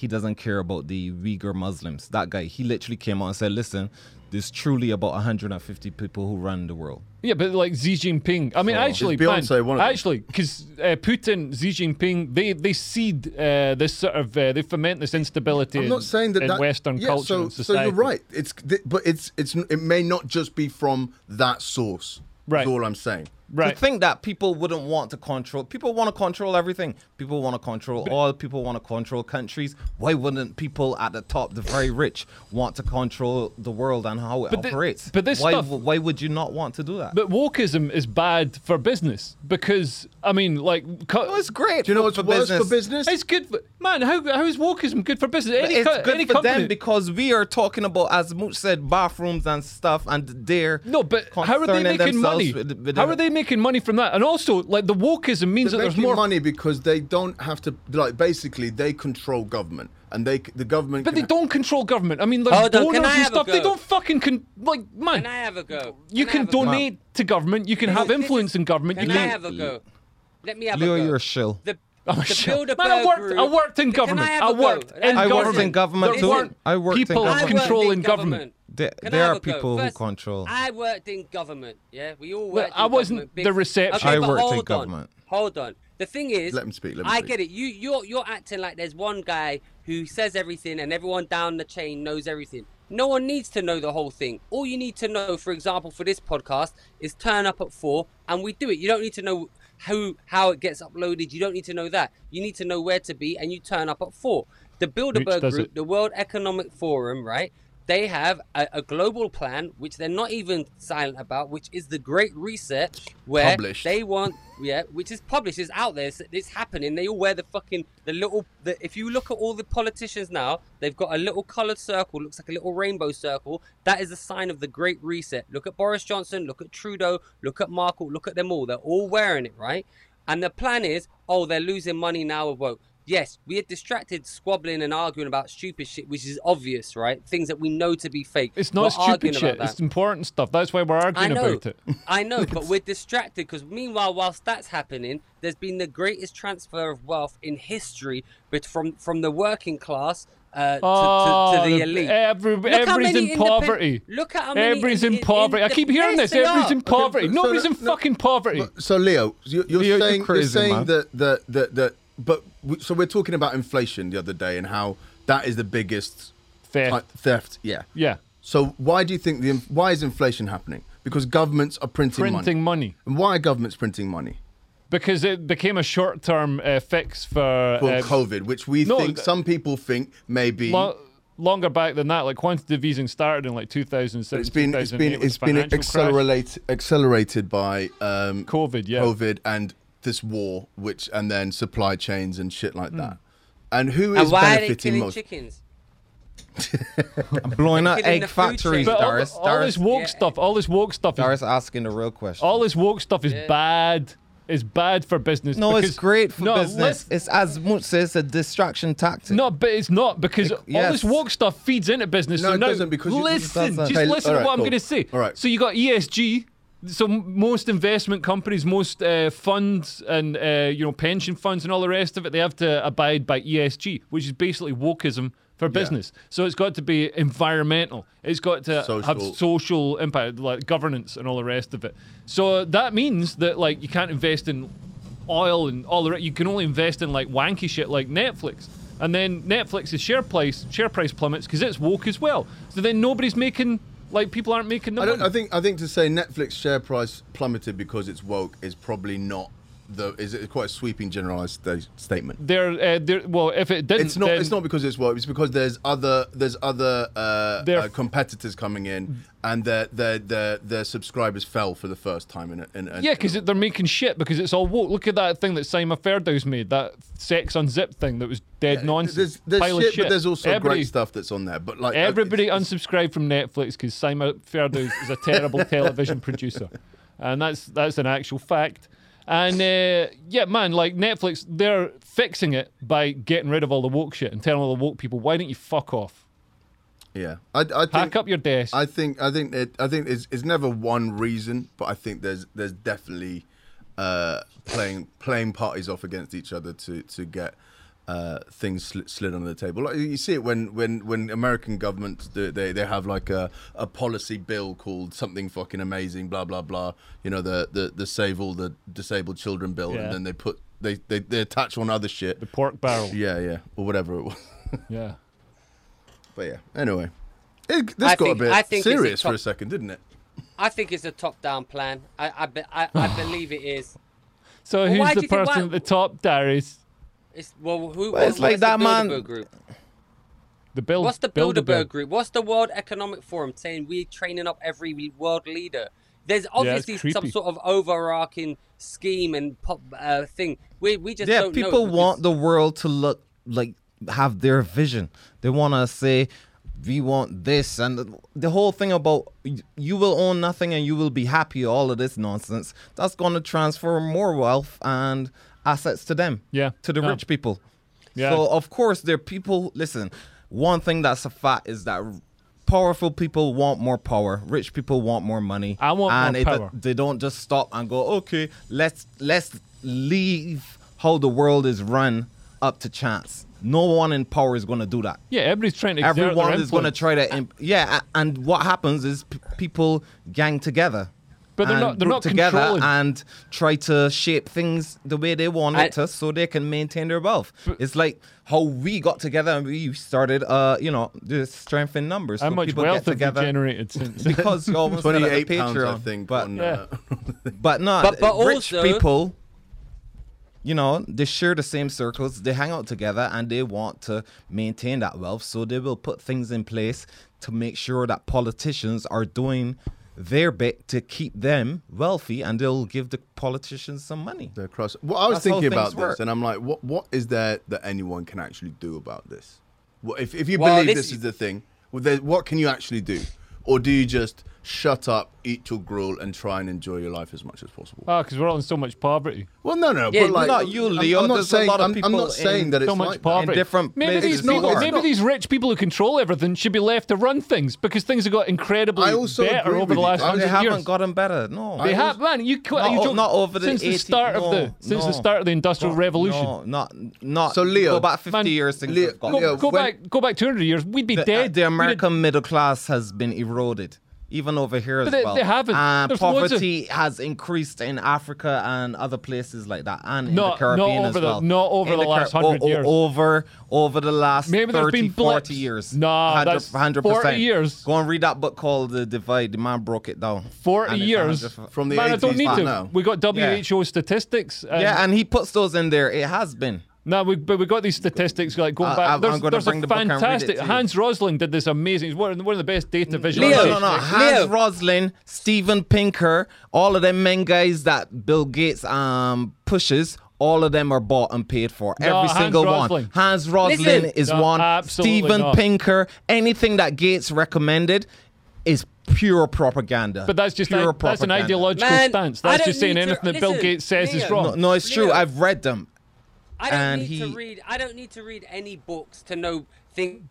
[SPEAKER 1] he doesn't care about the Uyghur Muslims. That guy, he literally came out and said, "Listen, there's truly about 150 people who run the world."
[SPEAKER 3] Yeah, but like Xi Jinping.
[SPEAKER 1] Oh,
[SPEAKER 3] I mean, actually,
[SPEAKER 4] Is Beyonce
[SPEAKER 3] man,
[SPEAKER 4] one of them?
[SPEAKER 3] actually, because uh, Putin, Xi Jinping, they they seed uh, this sort of uh, they foment this instability.
[SPEAKER 4] I'm not
[SPEAKER 3] in-
[SPEAKER 4] saying that
[SPEAKER 3] in
[SPEAKER 4] that,
[SPEAKER 3] Western
[SPEAKER 4] yeah,
[SPEAKER 3] culture
[SPEAKER 4] So,
[SPEAKER 3] and
[SPEAKER 4] so
[SPEAKER 3] society.
[SPEAKER 4] you're right. It's th- but it's it's it may not just be from that source. is
[SPEAKER 3] Right.
[SPEAKER 4] all I'm saying.
[SPEAKER 3] Right.
[SPEAKER 1] To think that people wouldn't want to control. People want to control everything. People want to control all. People want to control countries. Why wouldn't people at the top, the very rich, want to control the world and how it
[SPEAKER 3] thi-
[SPEAKER 1] operates?
[SPEAKER 3] but this
[SPEAKER 1] why,
[SPEAKER 3] stuff-
[SPEAKER 1] why would you not want to do that?
[SPEAKER 3] But wokeism is bad for business because I mean, like, co-
[SPEAKER 1] Oh, it's great.
[SPEAKER 4] Do you know
[SPEAKER 1] for-
[SPEAKER 4] what's
[SPEAKER 1] for
[SPEAKER 4] worse
[SPEAKER 1] business.
[SPEAKER 4] for business?
[SPEAKER 3] it's good. For, man, how how is wokeism good for business? Any,
[SPEAKER 1] it's
[SPEAKER 3] co-
[SPEAKER 1] good
[SPEAKER 3] any
[SPEAKER 1] for
[SPEAKER 3] company.
[SPEAKER 1] them because we are talking about, as Mooch said, bathrooms and stuff, and they're
[SPEAKER 3] no, but how are they
[SPEAKER 1] concerning
[SPEAKER 3] making
[SPEAKER 1] themselves
[SPEAKER 3] money?
[SPEAKER 1] with- with
[SPEAKER 3] how
[SPEAKER 1] the-
[SPEAKER 3] are they making money from that? And also, like, the wokeism means
[SPEAKER 4] They're
[SPEAKER 3] that there's
[SPEAKER 4] making
[SPEAKER 3] more.
[SPEAKER 4] money because they don't have to like basically they control government and they c- the government
[SPEAKER 3] But
[SPEAKER 4] can
[SPEAKER 3] they don't control government. I mean, there's
[SPEAKER 2] Hold on, Oh, can
[SPEAKER 3] donors
[SPEAKER 2] I
[SPEAKER 3] and
[SPEAKER 2] have a
[SPEAKER 3] stuff. They
[SPEAKER 2] go?
[SPEAKER 3] don't fucking con- like man.
[SPEAKER 2] Can I have a go?
[SPEAKER 3] you
[SPEAKER 2] I
[SPEAKER 3] can
[SPEAKER 2] have a go?
[SPEAKER 3] donate to government. You can
[SPEAKER 2] This
[SPEAKER 3] have
[SPEAKER 2] is- this
[SPEAKER 3] influence
[SPEAKER 2] is-
[SPEAKER 3] in government.
[SPEAKER 2] Can
[SPEAKER 3] you
[SPEAKER 2] I
[SPEAKER 3] can
[SPEAKER 2] have a go? Let me have
[SPEAKER 1] Leo,
[SPEAKER 2] a go.
[SPEAKER 1] you're a shill.
[SPEAKER 2] The,
[SPEAKER 3] Oh,
[SPEAKER 2] the
[SPEAKER 3] shit. Man,
[SPEAKER 2] Bilderberg
[SPEAKER 3] I worked.
[SPEAKER 2] Group,
[SPEAKER 3] I worked in
[SPEAKER 2] Can
[SPEAKER 3] government.
[SPEAKER 2] have
[SPEAKER 3] I
[SPEAKER 2] a go?
[SPEAKER 3] worked.
[SPEAKER 2] Let me-
[SPEAKER 1] I worked in government
[SPEAKER 2] There
[SPEAKER 1] too.
[SPEAKER 2] weren't-
[SPEAKER 1] I worked in
[SPEAKER 3] people
[SPEAKER 1] government.
[SPEAKER 2] I worked
[SPEAKER 3] control
[SPEAKER 2] in
[SPEAKER 3] in government.
[SPEAKER 1] There-
[SPEAKER 2] Can I
[SPEAKER 1] there
[SPEAKER 2] have
[SPEAKER 1] are
[SPEAKER 2] a go?
[SPEAKER 1] people who
[SPEAKER 2] First,
[SPEAKER 1] control.
[SPEAKER 2] I worked in government. Yeah, we all
[SPEAKER 3] Well,
[SPEAKER 2] worked.
[SPEAKER 3] I
[SPEAKER 2] in
[SPEAKER 3] wasn't
[SPEAKER 2] government,
[SPEAKER 3] the reception.
[SPEAKER 1] I
[SPEAKER 2] but
[SPEAKER 1] worked in
[SPEAKER 2] hold on,
[SPEAKER 1] government.
[SPEAKER 2] Hold on. The thing is,
[SPEAKER 4] Let him speak, let him
[SPEAKER 2] I
[SPEAKER 4] speak.
[SPEAKER 2] get it. You, you're, you're acting like there's one guy who says everything, and everyone down the chain knows everything. No one needs to know the whole thing. All you need to know, for example, for this podcast, is turn up at four, and we do it. You don't need to know who, how it gets uploaded. You don't need to know that. You need to know where to be, and you turn up at four. The Bilderberg
[SPEAKER 3] does
[SPEAKER 2] Group,
[SPEAKER 3] it.
[SPEAKER 2] the World Economic Forum, right? They have a, a global plan which they're not even silent about, which is the Great Reset, where
[SPEAKER 4] Published.
[SPEAKER 2] they want yeah, which is published, it's out there, it's, it's happening. They all wear the fucking the little. The, if you look at all the politicians now, they've got a little coloured circle, looks like a little rainbow circle. That is a sign of the Great Reset. Look at Boris Johnson, look at Trudeau, look at Markle, look at them all. They're all wearing it, right? And the plan is, oh, they're losing money now with woke. Yes, we are distracted squabbling and arguing about stupid shit, which is obvious, right? Things that we know to be fake.
[SPEAKER 3] It's
[SPEAKER 2] We're
[SPEAKER 3] not
[SPEAKER 2] arguing
[SPEAKER 3] stupid
[SPEAKER 2] about
[SPEAKER 3] shit.
[SPEAKER 2] that.
[SPEAKER 3] It's important stuff. That's why we're
[SPEAKER 2] I
[SPEAKER 3] arguing
[SPEAKER 2] know,
[SPEAKER 3] about it.
[SPEAKER 2] I
[SPEAKER 3] <laughs>
[SPEAKER 2] know, but we're distracted because meanwhile, whilst that's happening, there's been the greatest transfer of wealth in history, but from from the working class uh, to,
[SPEAKER 3] Oh,
[SPEAKER 2] to, to the elite.
[SPEAKER 3] Every,
[SPEAKER 2] how
[SPEAKER 3] everybody's
[SPEAKER 2] many
[SPEAKER 3] in
[SPEAKER 2] independ-
[SPEAKER 3] poverty.
[SPEAKER 2] look at how many
[SPEAKER 3] Everybody's in,
[SPEAKER 2] in- in-
[SPEAKER 3] poverty. I
[SPEAKER 2] in-
[SPEAKER 3] keep hearing
[SPEAKER 2] yes,
[SPEAKER 3] this.
[SPEAKER 2] they
[SPEAKER 3] Everybody's
[SPEAKER 2] are.
[SPEAKER 3] in
[SPEAKER 2] Okay,
[SPEAKER 3] poverty.
[SPEAKER 4] so
[SPEAKER 3] Nobody's
[SPEAKER 4] no-
[SPEAKER 3] in
[SPEAKER 4] no-
[SPEAKER 3] fucking poverty.
[SPEAKER 4] So Leo, you- you're,
[SPEAKER 1] Leo,
[SPEAKER 4] you're
[SPEAKER 1] you're
[SPEAKER 4] saying you're
[SPEAKER 1] crazy,
[SPEAKER 4] saying
[SPEAKER 1] man.
[SPEAKER 4] that that that that but we, so we're talking about inflation the other day and how that is the biggest
[SPEAKER 3] Theft.
[SPEAKER 4] type- theft. Yeah.
[SPEAKER 3] yeah,
[SPEAKER 4] So why do you think the inf- why is inflation happening? Because governments are printing,
[SPEAKER 3] printing
[SPEAKER 4] money.
[SPEAKER 3] money
[SPEAKER 4] And why are governments printing money?
[SPEAKER 3] because it became a short-term uh, fix for
[SPEAKER 4] For
[SPEAKER 3] uh,
[SPEAKER 4] COVID, which we
[SPEAKER 3] no,
[SPEAKER 4] think
[SPEAKER 3] th-
[SPEAKER 4] some people think maybe
[SPEAKER 3] lo- longer back than that. Like quantitative easing started in like 2007.
[SPEAKER 4] it's been it's been
[SPEAKER 3] 2008 with
[SPEAKER 4] it's
[SPEAKER 3] the
[SPEAKER 4] been
[SPEAKER 3] financial crash.
[SPEAKER 4] accelerated accelerated by um,
[SPEAKER 3] COVID, yeah.
[SPEAKER 4] COVID and this war, which and then supply chains and shit
[SPEAKER 3] Hmm.
[SPEAKER 4] like that. And who is
[SPEAKER 2] And why are they
[SPEAKER 4] benefiting
[SPEAKER 2] killing
[SPEAKER 4] most?
[SPEAKER 2] chickens?
[SPEAKER 1] I'm blowing up
[SPEAKER 2] Even
[SPEAKER 1] egg
[SPEAKER 2] the food chain.
[SPEAKER 1] factories,
[SPEAKER 3] But all,
[SPEAKER 1] Doris.
[SPEAKER 3] all
[SPEAKER 1] Doris,
[SPEAKER 3] this woke
[SPEAKER 2] yeah.
[SPEAKER 3] stuff, all this woke stuff, is,
[SPEAKER 1] Doris asking the real question.
[SPEAKER 3] all this woke stuff is bad. Is bad for business.
[SPEAKER 1] no, it's
[SPEAKER 3] because-
[SPEAKER 1] great for
[SPEAKER 3] No, let's-
[SPEAKER 1] business. It's as much as it's a distraction tactic.
[SPEAKER 3] No, but it's not because all
[SPEAKER 1] yes.
[SPEAKER 3] this woke stuff feeds into business.
[SPEAKER 4] No,
[SPEAKER 3] so
[SPEAKER 4] it
[SPEAKER 3] now
[SPEAKER 4] doesn't because you-
[SPEAKER 1] Doesn't.
[SPEAKER 3] listen, just
[SPEAKER 4] Okay,
[SPEAKER 3] listen
[SPEAKER 4] all
[SPEAKER 3] to
[SPEAKER 4] right,
[SPEAKER 3] what I'm
[SPEAKER 4] cool.
[SPEAKER 3] going to say.
[SPEAKER 4] All right.
[SPEAKER 3] So you got ESG. So m- most investment companies, most uh, funds, and uh, you know pension funds and all the rest of it, they have to abide by ESG, which is basically wokeism for business. So it's got to be environmental. It's got to have
[SPEAKER 4] Social.
[SPEAKER 3] social impact, like governance and all the rest of it. So that means that like you can't invest in oil and all the rest. You can only invest in like wanky shit like Netflix. And then Netflix's share price share price plummets because it's woke as well. So then nobody's making like people aren't making the
[SPEAKER 4] I don't.
[SPEAKER 3] money.
[SPEAKER 4] I think. I think to say Netflix share price plummeted because it's woke is probably not the. Is it quite a sweeping generalized sta- statement?
[SPEAKER 3] they're, uh, they're well if it didn't
[SPEAKER 4] It's not.
[SPEAKER 3] then-
[SPEAKER 4] it's not because it's woke. It's because there's other. There's other uh,
[SPEAKER 3] They're-
[SPEAKER 4] uh, competitors coming in, and their their their their subscribers fell for the first time in. a- in, in
[SPEAKER 3] yeah because they're making shit because it's all woke. Look at that thing that Simon Ferdow's made that sex unzipped thing that was dead nonsense.
[SPEAKER 4] There's, there's
[SPEAKER 3] Pile of
[SPEAKER 4] shit, but there's also
[SPEAKER 3] Everybody-
[SPEAKER 4] great stuff that's on there. But like okay,
[SPEAKER 3] Everybody unsubscribe from Netflix because Simon Ferdows is a
[SPEAKER 1] <laughs>
[SPEAKER 3] terrible television producer, and that's that's an actual fact. And uh, yeah, man, like Netflix, they're fixing it by getting rid of all the woke shit and telling all the woke people, why don't you fuck off,
[SPEAKER 4] yeah, I, I
[SPEAKER 3] pack
[SPEAKER 4] think
[SPEAKER 3] up your desk.
[SPEAKER 4] I think I think it, I think it's, it's never one reason, but I think there's there's definitely uh, playing playing parties off against each other to to get uh, things sl- slid under the table. Like you see it when when when American governments do, they they have like a, a policy bill called something fucking amazing, blah blah blah. You know the the, the save all the disabled children bill,
[SPEAKER 3] Yeah.
[SPEAKER 4] and then they put they, they they attach on other shit.
[SPEAKER 3] the pork barrel.
[SPEAKER 4] Yeah, yeah, or whatever it was. <laughs>
[SPEAKER 3] Yeah.
[SPEAKER 4] But yeah, anyway, it, this
[SPEAKER 2] I
[SPEAKER 4] got
[SPEAKER 2] think-
[SPEAKER 4] a bit
[SPEAKER 2] I think it's a
[SPEAKER 4] serious
[SPEAKER 2] co-
[SPEAKER 4] for a second, didn't it?
[SPEAKER 2] I think it's a top-down plan. I I, be, I,
[SPEAKER 1] <sighs>
[SPEAKER 2] I believe it is.
[SPEAKER 3] So
[SPEAKER 2] why
[SPEAKER 3] who's
[SPEAKER 2] do
[SPEAKER 3] the
[SPEAKER 2] you think
[SPEAKER 3] person
[SPEAKER 2] why-
[SPEAKER 3] at the top, Darius?
[SPEAKER 2] It's well, who?
[SPEAKER 1] Well, it's
[SPEAKER 2] what's
[SPEAKER 1] like
[SPEAKER 2] the
[SPEAKER 1] that man-
[SPEAKER 2] Bilderberg Group?
[SPEAKER 3] The build.
[SPEAKER 2] What's the
[SPEAKER 3] Bilderberg.
[SPEAKER 2] Bilderberg Group? What's the World Economic Forum saying? We're training up every world leader. There's
[SPEAKER 3] it's
[SPEAKER 2] obviously some
[SPEAKER 3] creepy.
[SPEAKER 2] sort of overarching scheme and pop, uh, thing. We we just
[SPEAKER 1] yeah,
[SPEAKER 2] don't know
[SPEAKER 1] people
[SPEAKER 2] because-
[SPEAKER 1] want the world to look like have their vision. They want to say we want this and the, the whole thing about y- you will own nothing and you will be happy all of this nonsense. That's going to transfer more wealth and assets to them.
[SPEAKER 3] Yeah.
[SPEAKER 1] To the
[SPEAKER 3] No.
[SPEAKER 1] rich people.
[SPEAKER 3] Yeah.
[SPEAKER 1] So of course there are people listen, one thing that's a fact is that powerful people want more power. Rich people want more money.
[SPEAKER 3] I want
[SPEAKER 1] and
[SPEAKER 3] more
[SPEAKER 1] it-
[SPEAKER 3] power.
[SPEAKER 1] they don't just stop and go okay let's let's leave how the world is run up to chance no one in power is going to do that
[SPEAKER 3] Yeah, everybody's trying to. exert their
[SPEAKER 1] everyone is going to
[SPEAKER 3] influence.
[SPEAKER 1] try to imp- yeah a- and what happens is p- people gang together
[SPEAKER 3] But they're
[SPEAKER 1] and
[SPEAKER 3] not- they're
[SPEAKER 1] group
[SPEAKER 3] not
[SPEAKER 1] together
[SPEAKER 3] controlling.
[SPEAKER 1] and try to shape things the way they want
[SPEAKER 2] I-
[SPEAKER 1] it to so they can maintain their wealth it's like how we got together and we started uh you know the strength in numbers
[SPEAKER 3] How
[SPEAKER 1] so
[SPEAKER 3] much
[SPEAKER 1] people
[SPEAKER 3] wealth
[SPEAKER 1] get
[SPEAKER 3] have you
[SPEAKER 1] together
[SPEAKER 3] generated
[SPEAKER 4] <laughs>
[SPEAKER 3] since? <laughs>
[SPEAKER 1] because you almost said it at
[SPEAKER 4] Twenty-eight
[SPEAKER 1] the
[SPEAKER 4] pounds, I
[SPEAKER 1] Patreon,
[SPEAKER 4] think.
[SPEAKER 1] but
[SPEAKER 4] on,
[SPEAKER 3] Yeah.
[SPEAKER 4] uh,
[SPEAKER 1] but no,
[SPEAKER 2] But- but
[SPEAKER 1] rich
[SPEAKER 2] also-
[SPEAKER 1] people, you know, they share the same circles, they hang out together, and they want to maintain that wealth. So they will put things in place to make sure that politicians are doing their bit to keep them wealthy, and they'll give the politicians some money.
[SPEAKER 4] They're cross. Well, I was
[SPEAKER 1] That's how
[SPEAKER 4] thinking about
[SPEAKER 1] things
[SPEAKER 4] this,
[SPEAKER 1] work.
[SPEAKER 4] and I'm like, what what is there that anyone can actually do about this? Well, if if you
[SPEAKER 2] Well,
[SPEAKER 4] believe
[SPEAKER 2] this
[SPEAKER 4] this
[SPEAKER 2] is-
[SPEAKER 4] is the thing, well, there- what can you actually do, or do you just shut up, eat your gruel, and try and enjoy your life as much as possible?
[SPEAKER 3] Oh, because we're all in so much poverty.
[SPEAKER 4] well, no, no,
[SPEAKER 2] Yeah,
[SPEAKER 4] but like,
[SPEAKER 1] not you,
[SPEAKER 4] I'm-
[SPEAKER 1] Leo.
[SPEAKER 4] I'm, not
[SPEAKER 1] There's a
[SPEAKER 4] saying
[SPEAKER 1] lot of
[SPEAKER 4] I'm, I'm
[SPEAKER 1] people
[SPEAKER 4] not saying
[SPEAKER 1] in
[SPEAKER 4] that it's
[SPEAKER 3] so much
[SPEAKER 4] like that.
[SPEAKER 3] poverty.
[SPEAKER 1] In different
[SPEAKER 3] maybe
[SPEAKER 1] places
[SPEAKER 3] these
[SPEAKER 1] it's
[SPEAKER 3] people,
[SPEAKER 1] not.
[SPEAKER 3] maybe these rich people who control everything should be left to run things because things have got incredibly
[SPEAKER 4] I also
[SPEAKER 3] better
[SPEAKER 4] agree
[SPEAKER 3] over
[SPEAKER 4] with
[SPEAKER 3] the
[SPEAKER 4] you.
[SPEAKER 3] last
[SPEAKER 4] I-
[SPEAKER 1] They
[SPEAKER 3] hundred
[SPEAKER 1] haven't
[SPEAKER 3] years.
[SPEAKER 1] gotten better. No,
[SPEAKER 3] They
[SPEAKER 4] I
[SPEAKER 3] have, man. You, co-
[SPEAKER 1] Not
[SPEAKER 3] you
[SPEAKER 1] o-
[SPEAKER 3] joke,
[SPEAKER 1] not over the
[SPEAKER 3] since the
[SPEAKER 1] 80
[SPEAKER 3] start of the
[SPEAKER 1] no,
[SPEAKER 3] since
[SPEAKER 1] no.
[SPEAKER 3] the start of the industrial revolution.
[SPEAKER 1] no, not not.
[SPEAKER 4] So, Leo-
[SPEAKER 1] go back fifty
[SPEAKER 3] Man,
[SPEAKER 1] years. Things
[SPEAKER 4] Leo-
[SPEAKER 1] have gotten
[SPEAKER 3] Go,
[SPEAKER 4] Leo,
[SPEAKER 3] go
[SPEAKER 4] when-
[SPEAKER 3] back, go back two hundred years. We'd be
[SPEAKER 1] the, uh,
[SPEAKER 3] dead.
[SPEAKER 1] the
[SPEAKER 3] We'd-
[SPEAKER 1] American middle class has been eroded, even over here as
[SPEAKER 3] they-
[SPEAKER 1] well.
[SPEAKER 3] they haven't.
[SPEAKER 1] And
[SPEAKER 3] There's loads of-
[SPEAKER 1] poverty has increased in Africa and other places like that, and in
[SPEAKER 3] Not-
[SPEAKER 1] the Caribbean
[SPEAKER 3] not
[SPEAKER 1] as
[SPEAKER 3] over the-
[SPEAKER 1] well.
[SPEAKER 3] not over
[SPEAKER 1] In
[SPEAKER 3] the
[SPEAKER 1] Car-
[SPEAKER 3] last 100
[SPEAKER 1] o- o-
[SPEAKER 3] years.
[SPEAKER 1] Over over the last
[SPEAKER 3] Maybe there's
[SPEAKER 1] 30,
[SPEAKER 3] been
[SPEAKER 1] 40
[SPEAKER 3] blips.
[SPEAKER 1] years.
[SPEAKER 3] Nah,
[SPEAKER 1] 100,
[SPEAKER 3] that's 40 years.
[SPEAKER 1] Go and read that book called The Divide. The man broke it down.
[SPEAKER 3] 40
[SPEAKER 1] And it's
[SPEAKER 3] years
[SPEAKER 1] 100
[SPEAKER 4] from the
[SPEAKER 3] man, I
[SPEAKER 4] 80s
[SPEAKER 3] don't need
[SPEAKER 4] back
[SPEAKER 3] to.
[SPEAKER 4] now.
[SPEAKER 3] We got WHO statistics. and-
[SPEAKER 1] Yeah, and he puts those in there. It has been.
[SPEAKER 3] No, we, but we got these statistics like going
[SPEAKER 1] I-
[SPEAKER 3] back.
[SPEAKER 1] I- I'm
[SPEAKER 3] there's
[SPEAKER 1] gonna
[SPEAKER 3] there's
[SPEAKER 1] bring
[SPEAKER 3] a
[SPEAKER 1] the book and read it
[SPEAKER 3] fantastic
[SPEAKER 1] to you.
[SPEAKER 3] Hans Rosling did this amazing. He's one, one of the best data
[SPEAKER 1] No,
[SPEAKER 3] visualizations.
[SPEAKER 1] no, no.
[SPEAKER 2] Leo.
[SPEAKER 1] Hans Rosling, Steven Pinker, all of them men guys that Bill Gates um pushes. All of them are bought and paid for. Every
[SPEAKER 3] Hans
[SPEAKER 1] single one.
[SPEAKER 3] Rosling.
[SPEAKER 1] Hans Rosling
[SPEAKER 2] Listen.
[SPEAKER 1] is
[SPEAKER 3] No,
[SPEAKER 1] one.
[SPEAKER 3] absolutely
[SPEAKER 1] Steven
[SPEAKER 3] not.
[SPEAKER 1] Pinker. Anything that Gates recommended is pure propaganda.
[SPEAKER 3] But that's just
[SPEAKER 1] pure
[SPEAKER 3] an, that's an
[SPEAKER 1] propaganda.
[SPEAKER 3] ideological
[SPEAKER 2] Man,
[SPEAKER 3] stance.
[SPEAKER 2] I
[SPEAKER 3] That's
[SPEAKER 2] don't
[SPEAKER 3] just saying
[SPEAKER 2] need to-
[SPEAKER 3] anything that Bill
[SPEAKER 2] listen,
[SPEAKER 3] Gates says
[SPEAKER 2] Leo.
[SPEAKER 3] is wrong.
[SPEAKER 1] No, no, it's true.
[SPEAKER 2] Leo.
[SPEAKER 1] I've read them.
[SPEAKER 2] I don't
[SPEAKER 1] and
[SPEAKER 2] need
[SPEAKER 1] he-
[SPEAKER 2] to read. I don't need to read any books to know things.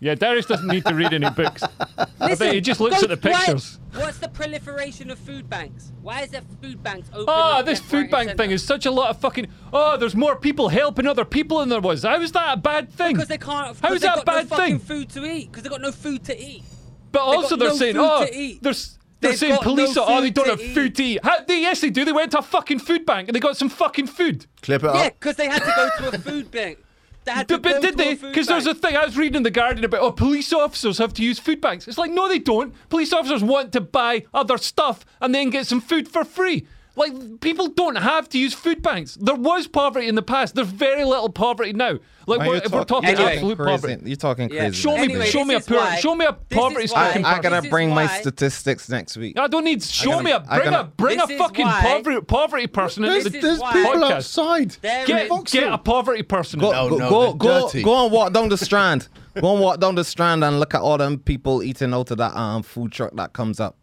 [SPEAKER 3] Yeah, Darius doesn't need to read any books.
[SPEAKER 2] <laughs>
[SPEAKER 3] I
[SPEAKER 2] Listen,
[SPEAKER 3] bet he just looks
[SPEAKER 2] go-
[SPEAKER 3] at the
[SPEAKER 2] why-
[SPEAKER 3] pictures.
[SPEAKER 2] what's the proliferation of food banks? Why is there food banks open?
[SPEAKER 3] Ah,
[SPEAKER 2] up
[SPEAKER 3] this
[SPEAKER 2] left,
[SPEAKER 3] food
[SPEAKER 2] right, and
[SPEAKER 3] bank thing
[SPEAKER 2] centre?
[SPEAKER 3] is such a lot of fucking. Oh, there's more people helping other people than there was. How is that a bad thing?
[SPEAKER 2] because they can't.
[SPEAKER 3] How
[SPEAKER 2] because
[SPEAKER 3] is
[SPEAKER 2] they've
[SPEAKER 3] that a
[SPEAKER 2] got no
[SPEAKER 3] bad
[SPEAKER 2] fucking
[SPEAKER 3] thing?
[SPEAKER 2] Food to eat because they got no food to eat.
[SPEAKER 3] But also
[SPEAKER 2] got
[SPEAKER 3] they're
[SPEAKER 2] no
[SPEAKER 3] saying,
[SPEAKER 2] food
[SPEAKER 3] oh,
[SPEAKER 2] to eat.
[SPEAKER 3] there's. They're
[SPEAKER 2] They've
[SPEAKER 3] saying
[SPEAKER 2] got no
[SPEAKER 3] police, are oh, they
[SPEAKER 2] food
[SPEAKER 3] don't
[SPEAKER 2] to
[SPEAKER 3] have food to eat. How, they, yes, they do. They went to a fucking food bank and they got some fucking food.
[SPEAKER 4] Clip it
[SPEAKER 2] Yeah,
[SPEAKER 4] up.
[SPEAKER 2] because they had to go to a food bank. They had to
[SPEAKER 3] <laughs> But, but
[SPEAKER 2] go
[SPEAKER 3] did
[SPEAKER 2] to a
[SPEAKER 3] they?
[SPEAKER 2] food
[SPEAKER 3] Because there's a
[SPEAKER 2] bank.
[SPEAKER 3] thing I was reading in the Guardian about. Oh, police officers have to use food banks. It's like no, they don't. Police officers want to buy other stuff and then get some food for free. Like people don't have to use food banks. There was poverty in the past. There's very little poverty now. Like
[SPEAKER 1] Man,
[SPEAKER 3] we're,
[SPEAKER 1] you're
[SPEAKER 3] if we're talking
[SPEAKER 1] you're
[SPEAKER 2] Anyway.
[SPEAKER 3] absolute
[SPEAKER 1] crazy.
[SPEAKER 3] poverty.
[SPEAKER 1] You're talking
[SPEAKER 2] Yeah.
[SPEAKER 1] crazy.
[SPEAKER 3] Show me,
[SPEAKER 2] Anyway,
[SPEAKER 3] show me a
[SPEAKER 2] this is
[SPEAKER 3] poor,
[SPEAKER 2] why-
[SPEAKER 3] show me a
[SPEAKER 2] this is
[SPEAKER 3] poverty
[SPEAKER 2] why-
[SPEAKER 3] stricken.
[SPEAKER 1] I, I
[SPEAKER 3] person.
[SPEAKER 1] gotta
[SPEAKER 2] This is
[SPEAKER 1] bring my
[SPEAKER 2] why-
[SPEAKER 1] statistics next week.
[SPEAKER 3] I don't need show
[SPEAKER 1] gotta-
[SPEAKER 3] me a
[SPEAKER 1] I
[SPEAKER 3] bring
[SPEAKER 1] gotta-
[SPEAKER 3] a bring a
[SPEAKER 2] This is
[SPEAKER 3] fucking
[SPEAKER 2] why-
[SPEAKER 3] poverty poverty person
[SPEAKER 4] There's,
[SPEAKER 3] into
[SPEAKER 2] is
[SPEAKER 3] the
[SPEAKER 4] there's
[SPEAKER 2] why-
[SPEAKER 4] people
[SPEAKER 3] podcast.
[SPEAKER 4] outside.
[SPEAKER 2] There
[SPEAKER 3] Get,
[SPEAKER 2] is-
[SPEAKER 3] get a poverty person. in.
[SPEAKER 4] No,
[SPEAKER 1] go,
[SPEAKER 4] no,
[SPEAKER 1] go,
[SPEAKER 4] they're
[SPEAKER 1] go,
[SPEAKER 4] dirty.
[SPEAKER 1] go and walk down the strand. go and walk down the strand and look at all them people eating out of that um food truck that comes up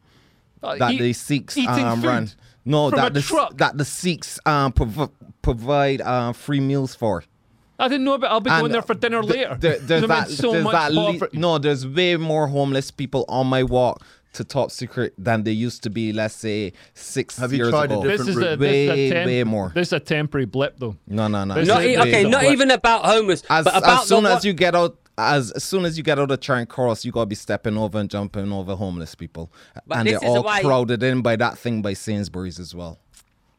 [SPEAKER 3] Uh,
[SPEAKER 1] that
[SPEAKER 3] eat-
[SPEAKER 1] the Sikhs
[SPEAKER 3] eating
[SPEAKER 1] um
[SPEAKER 3] food
[SPEAKER 1] run. No,
[SPEAKER 3] from
[SPEAKER 1] that
[SPEAKER 3] a
[SPEAKER 1] the
[SPEAKER 3] truck.
[SPEAKER 1] that the Sikhs um prov- provide um free meals for.
[SPEAKER 3] I didn't know about. I'll be going
[SPEAKER 1] And
[SPEAKER 3] there for dinner
[SPEAKER 1] th-
[SPEAKER 3] later.
[SPEAKER 1] there- there's
[SPEAKER 3] There's
[SPEAKER 1] that.
[SPEAKER 3] been so
[SPEAKER 1] there's
[SPEAKER 3] much
[SPEAKER 1] that le-
[SPEAKER 3] poverty.
[SPEAKER 1] no, there's way more homeless people on my walk to top secret than there used to be. Let's say six
[SPEAKER 4] Have you
[SPEAKER 1] years
[SPEAKER 4] tried a
[SPEAKER 1] ago.
[SPEAKER 4] different-
[SPEAKER 3] This is a,
[SPEAKER 4] route.
[SPEAKER 3] this is
[SPEAKER 1] Way,
[SPEAKER 3] a temp-
[SPEAKER 1] way more.
[SPEAKER 3] This is a temporary blip, though.
[SPEAKER 1] no, no, no.
[SPEAKER 3] This
[SPEAKER 1] It's
[SPEAKER 2] Not
[SPEAKER 3] is
[SPEAKER 2] e-
[SPEAKER 3] a
[SPEAKER 1] way
[SPEAKER 2] okay,
[SPEAKER 3] big
[SPEAKER 2] not
[SPEAKER 3] one.
[SPEAKER 2] even about homeless,
[SPEAKER 1] as,
[SPEAKER 2] but about
[SPEAKER 1] as soon
[SPEAKER 2] the
[SPEAKER 1] as
[SPEAKER 2] one-
[SPEAKER 1] you get out as, as soon as you get out of Charing Cross, you gotta be stepping over and jumping over homeless people, and
[SPEAKER 2] this
[SPEAKER 1] they're
[SPEAKER 2] is
[SPEAKER 1] all
[SPEAKER 2] why-
[SPEAKER 1] crowded in by that thing by Sainsbury's as well.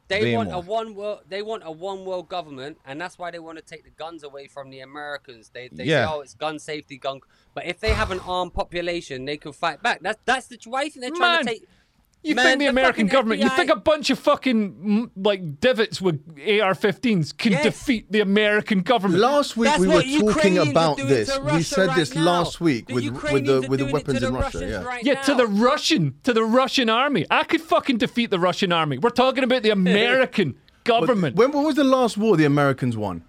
[SPEAKER 2] They
[SPEAKER 1] Way
[SPEAKER 2] want a
[SPEAKER 1] more.
[SPEAKER 2] one world. They want a one world government, and that's why they want to take the guns away from the Americans. They, they
[SPEAKER 1] Yeah.
[SPEAKER 2] say, "Oh, it's gun safety, gun." But if they have an armed population, they can fight back. That's that's the why do you think they're trying
[SPEAKER 3] Man.
[SPEAKER 2] to take.
[SPEAKER 3] You
[SPEAKER 2] Man,
[SPEAKER 3] think the
[SPEAKER 2] the fucking
[SPEAKER 3] American government? You
[SPEAKER 2] FBI
[SPEAKER 3] think a bunch of fucking mm, like divots with AR-15s can
[SPEAKER 2] Yes.
[SPEAKER 3] defeat the American government?
[SPEAKER 4] Last week
[SPEAKER 2] That's
[SPEAKER 4] we were
[SPEAKER 2] what
[SPEAKER 4] talking
[SPEAKER 2] Ukrainians are
[SPEAKER 4] about
[SPEAKER 2] doing
[SPEAKER 4] this.
[SPEAKER 2] to
[SPEAKER 4] We
[SPEAKER 2] Russia
[SPEAKER 4] said
[SPEAKER 2] right
[SPEAKER 4] this
[SPEAKER 2] now.
[SPEAKER 4] last week with with
[SPEAKER 2] Ukrainians
[SPEAKER 4] the
[SPEAKER 2] are
[SPEAKER 4] with the
[SPEAKER 2] doing it
[SPEAKER 4] weapons
[SPEAKER 2] to the
[SPEAKER 4] in Russia.
[SPEAKER 2] Russians
[SPEAKER 4] Yeah.
[SPEAKER 2] right
[SPEAKER 3] yeah, to
[SPEAKER 2] now.
[SPEAKER 3] the Russian, to the Russian army. I could fucking defeat the Russian army. We're
[SPEAKER 1] <laughs>
[SPEAKER 3] talking about the American government.
[SPEAKER 4] When, when was the last war the Americans won?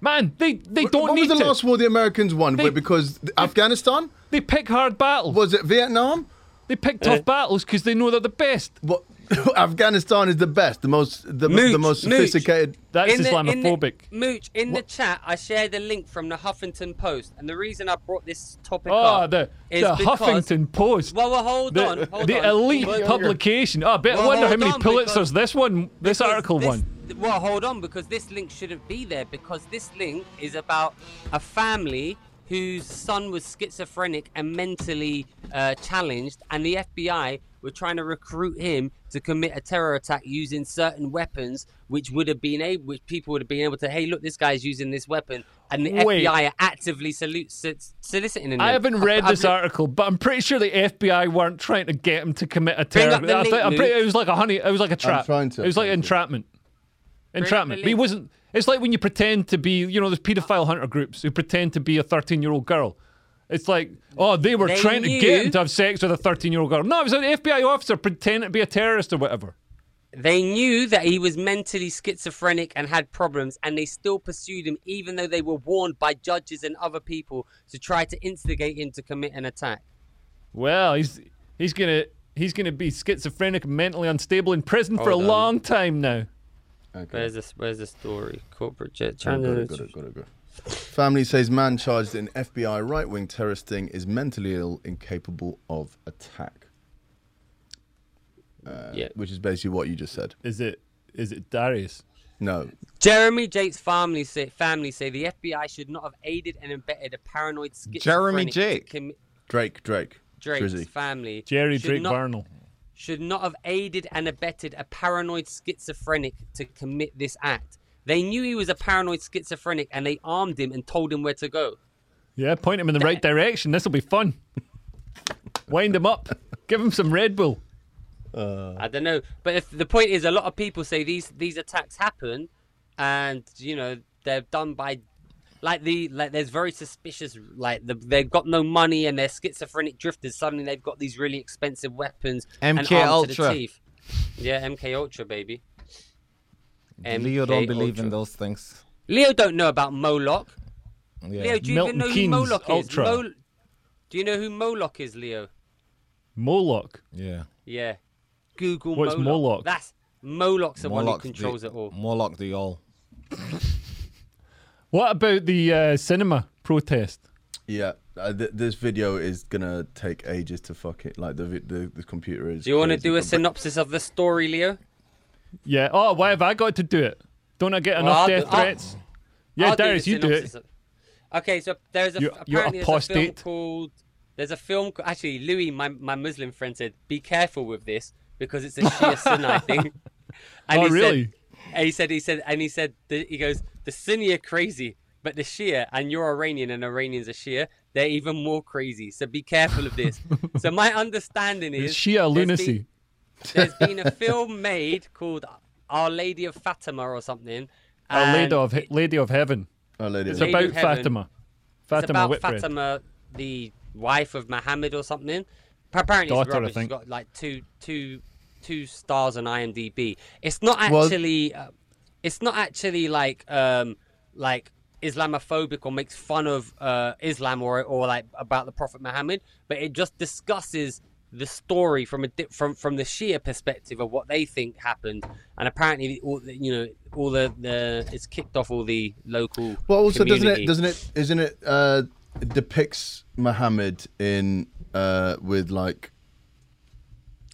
[SPEAKER 3] Man, they they don't
[SPEAKER 4] when
[SPEAKER 3] need
[SPEAKER 4] was the
[SPEAKER 3] to.
[SPEAKER 4] last war the Americans won?
[SPEAKER 3] They-
[SPEAKER 4] because Afghanistan
[SPEAKER 3] They pick hard battles.
[SPEAKER 4] was it Vietnam?
[SPEAKER 3] They pick
[SPEAKER 2] Uh,
[SPEAKER 3] tough battles because they know they're the best.
[SPEAKER 4] What? <laughs> Afghanistan is the best, the most, the, the
[SPEAKER 2] Mooch,
[SPEAKER 4] most
[SPEAKER 2] mooch.
[SPEAKER 4] sophisticated.
[SPEAKER 3] That's
[SPEAKER 2] In the- in the-
[SPEAKER 3] Islamophobic.
[SPEAKER 2] Mooch, in the chat, I shared a link from the Huffington Post, and the reason I brought this topic
[SPEAKER 3] Oh,
[SPEAKER 2] up
[SPEAKER 3] the, the
[SPEAKER 2] is because-
[SPEAKER 3] Huffington Post.
[SPEAKER 2] Well, well, hold
[SPEAKER 3] the,
[SPEAKER 2] on, hold
[SPEAKER 3] the
[SPEAKER 2] on.
[SPEAKER 3] elite
[SPEAKER 2] Well,
[SPEAKER 3] publication. Oh, I bet I
[SPEAKER 2] Well,
[SPEAKER 3] wonder how
[SPEAKER 2] hold
[SPEAKER 3] many
[SPEAKER 2] on,
[SPEAKER 3] Pulitzers
[SPEAKER 2] because-
[SPEAKER 3] this one, this
[SPEAKER 2] because
[SPEAKER 3] article
[SPEAKER 2] this-
[SPEAKER 3] won.
[SPEAKER 2] Well, hold on, because this link shouldn't be there because this link is about a family whose son was schizophrenic and mentally uh, challenged, and the FBI were trying to recruit him to commit a terror attack using certain weapons, which would have been able, which people would have been able to, hey, look, this guy's using this weapon, and the
[SPEAKER 3] Wait.
[SPEAKER 2] FBI are actively solu- so- soliciting him.
[SPEAKER 3] I haven't read
[SPEAKER 2] I've
[SPEAKER 3] this
[SPEAKER 2] looked-
[SPEAKER 3] article, but I'm pretty sure the FBI weren't trying to get him to commit a
[SPEAKER 2] Bring
[SPEAKER 3] terror.
[SPEAKER 2] up the
[SPEAKER 3] I
[SPEAKER 2] link,
[SPEAKER 3] I'm pretty-
[SPEAKER 2] Luke.
[SPEAKER 3] it was like a honey. It was like a trap.
[SPEAKER 4] trying to-
[SPEAKER 3] it was like
[SPEAKER 4] thank you.
[SPEAKER 3] entrapment.
[SPEAKER 2] the
[SPEAKER 3] Entrapment. But he
[SPEAKER 2] link.
[SPEAKER 3] wasn't. It's like when you pretend to be. You know, there's paedophile hunter groups who pretend to be a 13 year old girl. It's like, oh, they were
[SPEAKER 2] They
[SPEAKER 3] trying to get him
[SPEAKER 2] knew-
[SPEAKER 3] to have sex with a 13 year old girl. No, it was an FBI officer pretending to be a terrorist or whatever.
[SPEAKER 2] They knew that he was mentally schizophrenic and had problems, and they still pursued him, even though they were warned by judges and other people to try to instigate him to commit an attack.
[SPEAKER 3] Well, he's he's gonna he's gonna be schizophrenic, and mentally unstable in prison for a
[SPEAKER 4] Hold on.
[SPEAKER 3] long time now.
[SPEAKER 4] Okay.
[SPEAKER 2] Where's this? Where's the story? Corporate jet.
[SPEAKER 4] Got it, got it, got it, got it. Family says man charged in FBI right wing terrorist thing is mentally ill, incapable of attack.
[SPEAKER 2] Yeah.
[SPEAKER 4] Which is basically what you just said.
[SPEAKER 3] Is it is it Darius?
[SPEAKER 4] No,
[SPEAKER 2] Jeremy Jake's family say family say the FBI should not have aided and abetted a paranoid schizophrenic.
[SPEAKER 1] Jeremy
[SPEAKER 2] to
[SPEAKER 1] Jake.
[SPEAKER 2] commi-
[SPEAKER 4] Drake, Drake,
[SPEAKER 2] Drake's
[SPEAKER 4] Drizzy.
[SPEAKER 2] family.
[SPEAKER 3] Jerry
[SPEAKER 2] should
[SPEAKER 3] Drake
[SPEAKER 2] not-
[SPEAKER 3] Barnell.
[SPEAKER 2] should not have aided and abetted a paranoid schizophrenic to commit this act. They knew he was a paranoid schizophrenic and they armed him and told him where to go.
[SPEAKER 3] Yeah, point him in
[SPEAKER 2] <laughs>
[SPEAKER 3] the right direction. This will be fun. Wind him up. Give him some Red Bull.
[SPEAKER 2] I don't know, but if the point is, a lot of people say these these attacks happen, and you know they're done by, like the like there's very suspicious like the, they've got no money and they're schizophrenic drifters. Suddenly they've got these really expensive weapons
[SPEAKER 1] MK
[SPEAKER 2] and armed to the
[SPEAKER 1] Ultra.
[SPEAKER 2] teeth. Yeah, MK Ultra baby.
[SPEAKER 1] Leo don't
[SPEAKER 2] MK
[SPEAKER 1] believe in
[SPEAKER 2] Ultra.
[SPEAKER 1] those things.
[SPEAKER 2] Leo don't know about Moloch.
[SPEAKER 1] Yeah.
[SPEAKER 2] Leo, do you
[SPEAKER 3] Milton
[SPEAKER 2] even know
[SPEAKER 3] Keynes
[SPEAKER 2] who Moloch
[SPEAKER 3] Ultra.
[SPEAKER 2] is? Mol- do you know who Moloch is, Leo?
[SPEAKER 3] Moloch.
[SPEAKER 1] yeah.
[SPEAKER 2] Yeah. Google
[SPEAKER 3] What's
[SPEAKER 2] Moloch.
[SPEAKER 3] Moloch?
[SPEAKER 2] That's Moloch's the one who
[SPEAKER 1] Morlock
[SPEAKER 2] controls
[SPEAKER 1] the,
[SPEAKER 2] it all.
[SPEAKER 1] Morlock the all.
[SPEAKER 3] What about the uh, cinema protest?
[SPEAKER 4] Yeah, uh, th- this video is gonna take ages to fuck it. Like the vi- the, the computer is.
[SPEAKER 2] Do you want to
[SPEAKER 4] crazy,
[SPEAKER 2] do a
[SPEAKER 4] but-
[SPEAKER 2] synopsis of the story, Leo?
[SPEAKER 3] Yeah. Oh, why have I got to do it? Don't I get enough
[SPEAKER 2] I'll do-
[SPEAKER 3] death
[SPEAKER 2] I'll-
[SPEAKER 3] threats? yeah,
[SPEAKER 2] I'll do the
[SPEAKER 3] Darius, you do
[SPEAKER 2] synopsis
[SPEAKER 3] it.
[SPEAKER 2] of- Okay, so there's a
[SPEAKER 3] You- you
[SPEAKER 2] apparently there's a film
[SPEAKER 3] apostate.
[SPEAKER 2] called there's a film ca- actually Louis, my, my Muslim friend said, be careful with this because it's a Shia
[SPEAKER 3] <laughs>
[SPEAKER 2] Sunni thing. And
[SPEAKER 3] Oh,
[SPEAKER 2] he
[SPEAKER 3] really?
[SPEAKER 2] Said, and he said he said and he said the, he goes the Sunni are crazy, but the Shia and you're Iranian and Iranians are Shia. They're even more crazy. So be careful of this. so
[SPEAKER 3] <laughs>
[SPEAKER 2] my understanding is
[SPEAKER 3] It's Shia
[SPEAKER 2] there's been-
[SPEAKER 3] lunacy.
[SPEAKER 2] there's been
[SPEAKER 3] <laughs>
[SPEAKER 2] a film made called Our Lady of Fatima or something.
[SPEAKER 3] Our
[SPEAKER 2] and
[SPEAKER 3] Lady of
[SPEAKER 2] it-
[SPEAKER 3] Lady of Heaven.
[SPEAKER 4] Oh, lady,
[SPEAKER 3] It's
[SPEAKER 4] lady.
[SPEAKER 2] Lady
[SPEAKER 3] about
[SPEAKER 2] of Heaven.
[SPEAKER 3] Fatima.
[SPEAKER 2] it's
[SPEAKER 3] Fatima
[SPEAKER 2] about
[SPEAKER 3] Whitbread.
[SPEAKER 2] Fatima, the wife of Muhammad or something. Apparently,
[SPEAKER 3] Daughter,
[SPEAKER 2] it's
[SPEAKER 3] I
[SPEAKER 2] rubbish.
[SPEAKER 3] think.
[SPEAKER 2] It's got like two, two, two stars on IMDb. It's not
[SPEAKER 4] Well-
[SPEAKER 2] actually, uh, it's not actually like, um, like Islamophobic or makes fun of uh, Islam or or like about the Prophet Muhammad, but it just discusses the story from a di- from from the Shia perspective of what they think happened. And apparently, all the, you know, all the, the it's kicked off all the local.
[SPEAKER 4] Well, also doesn't
[SPEAKER 2] community.
[SPEAKER 4] it doesn't it isn't it uh, it depicts Muhammad in uh, with like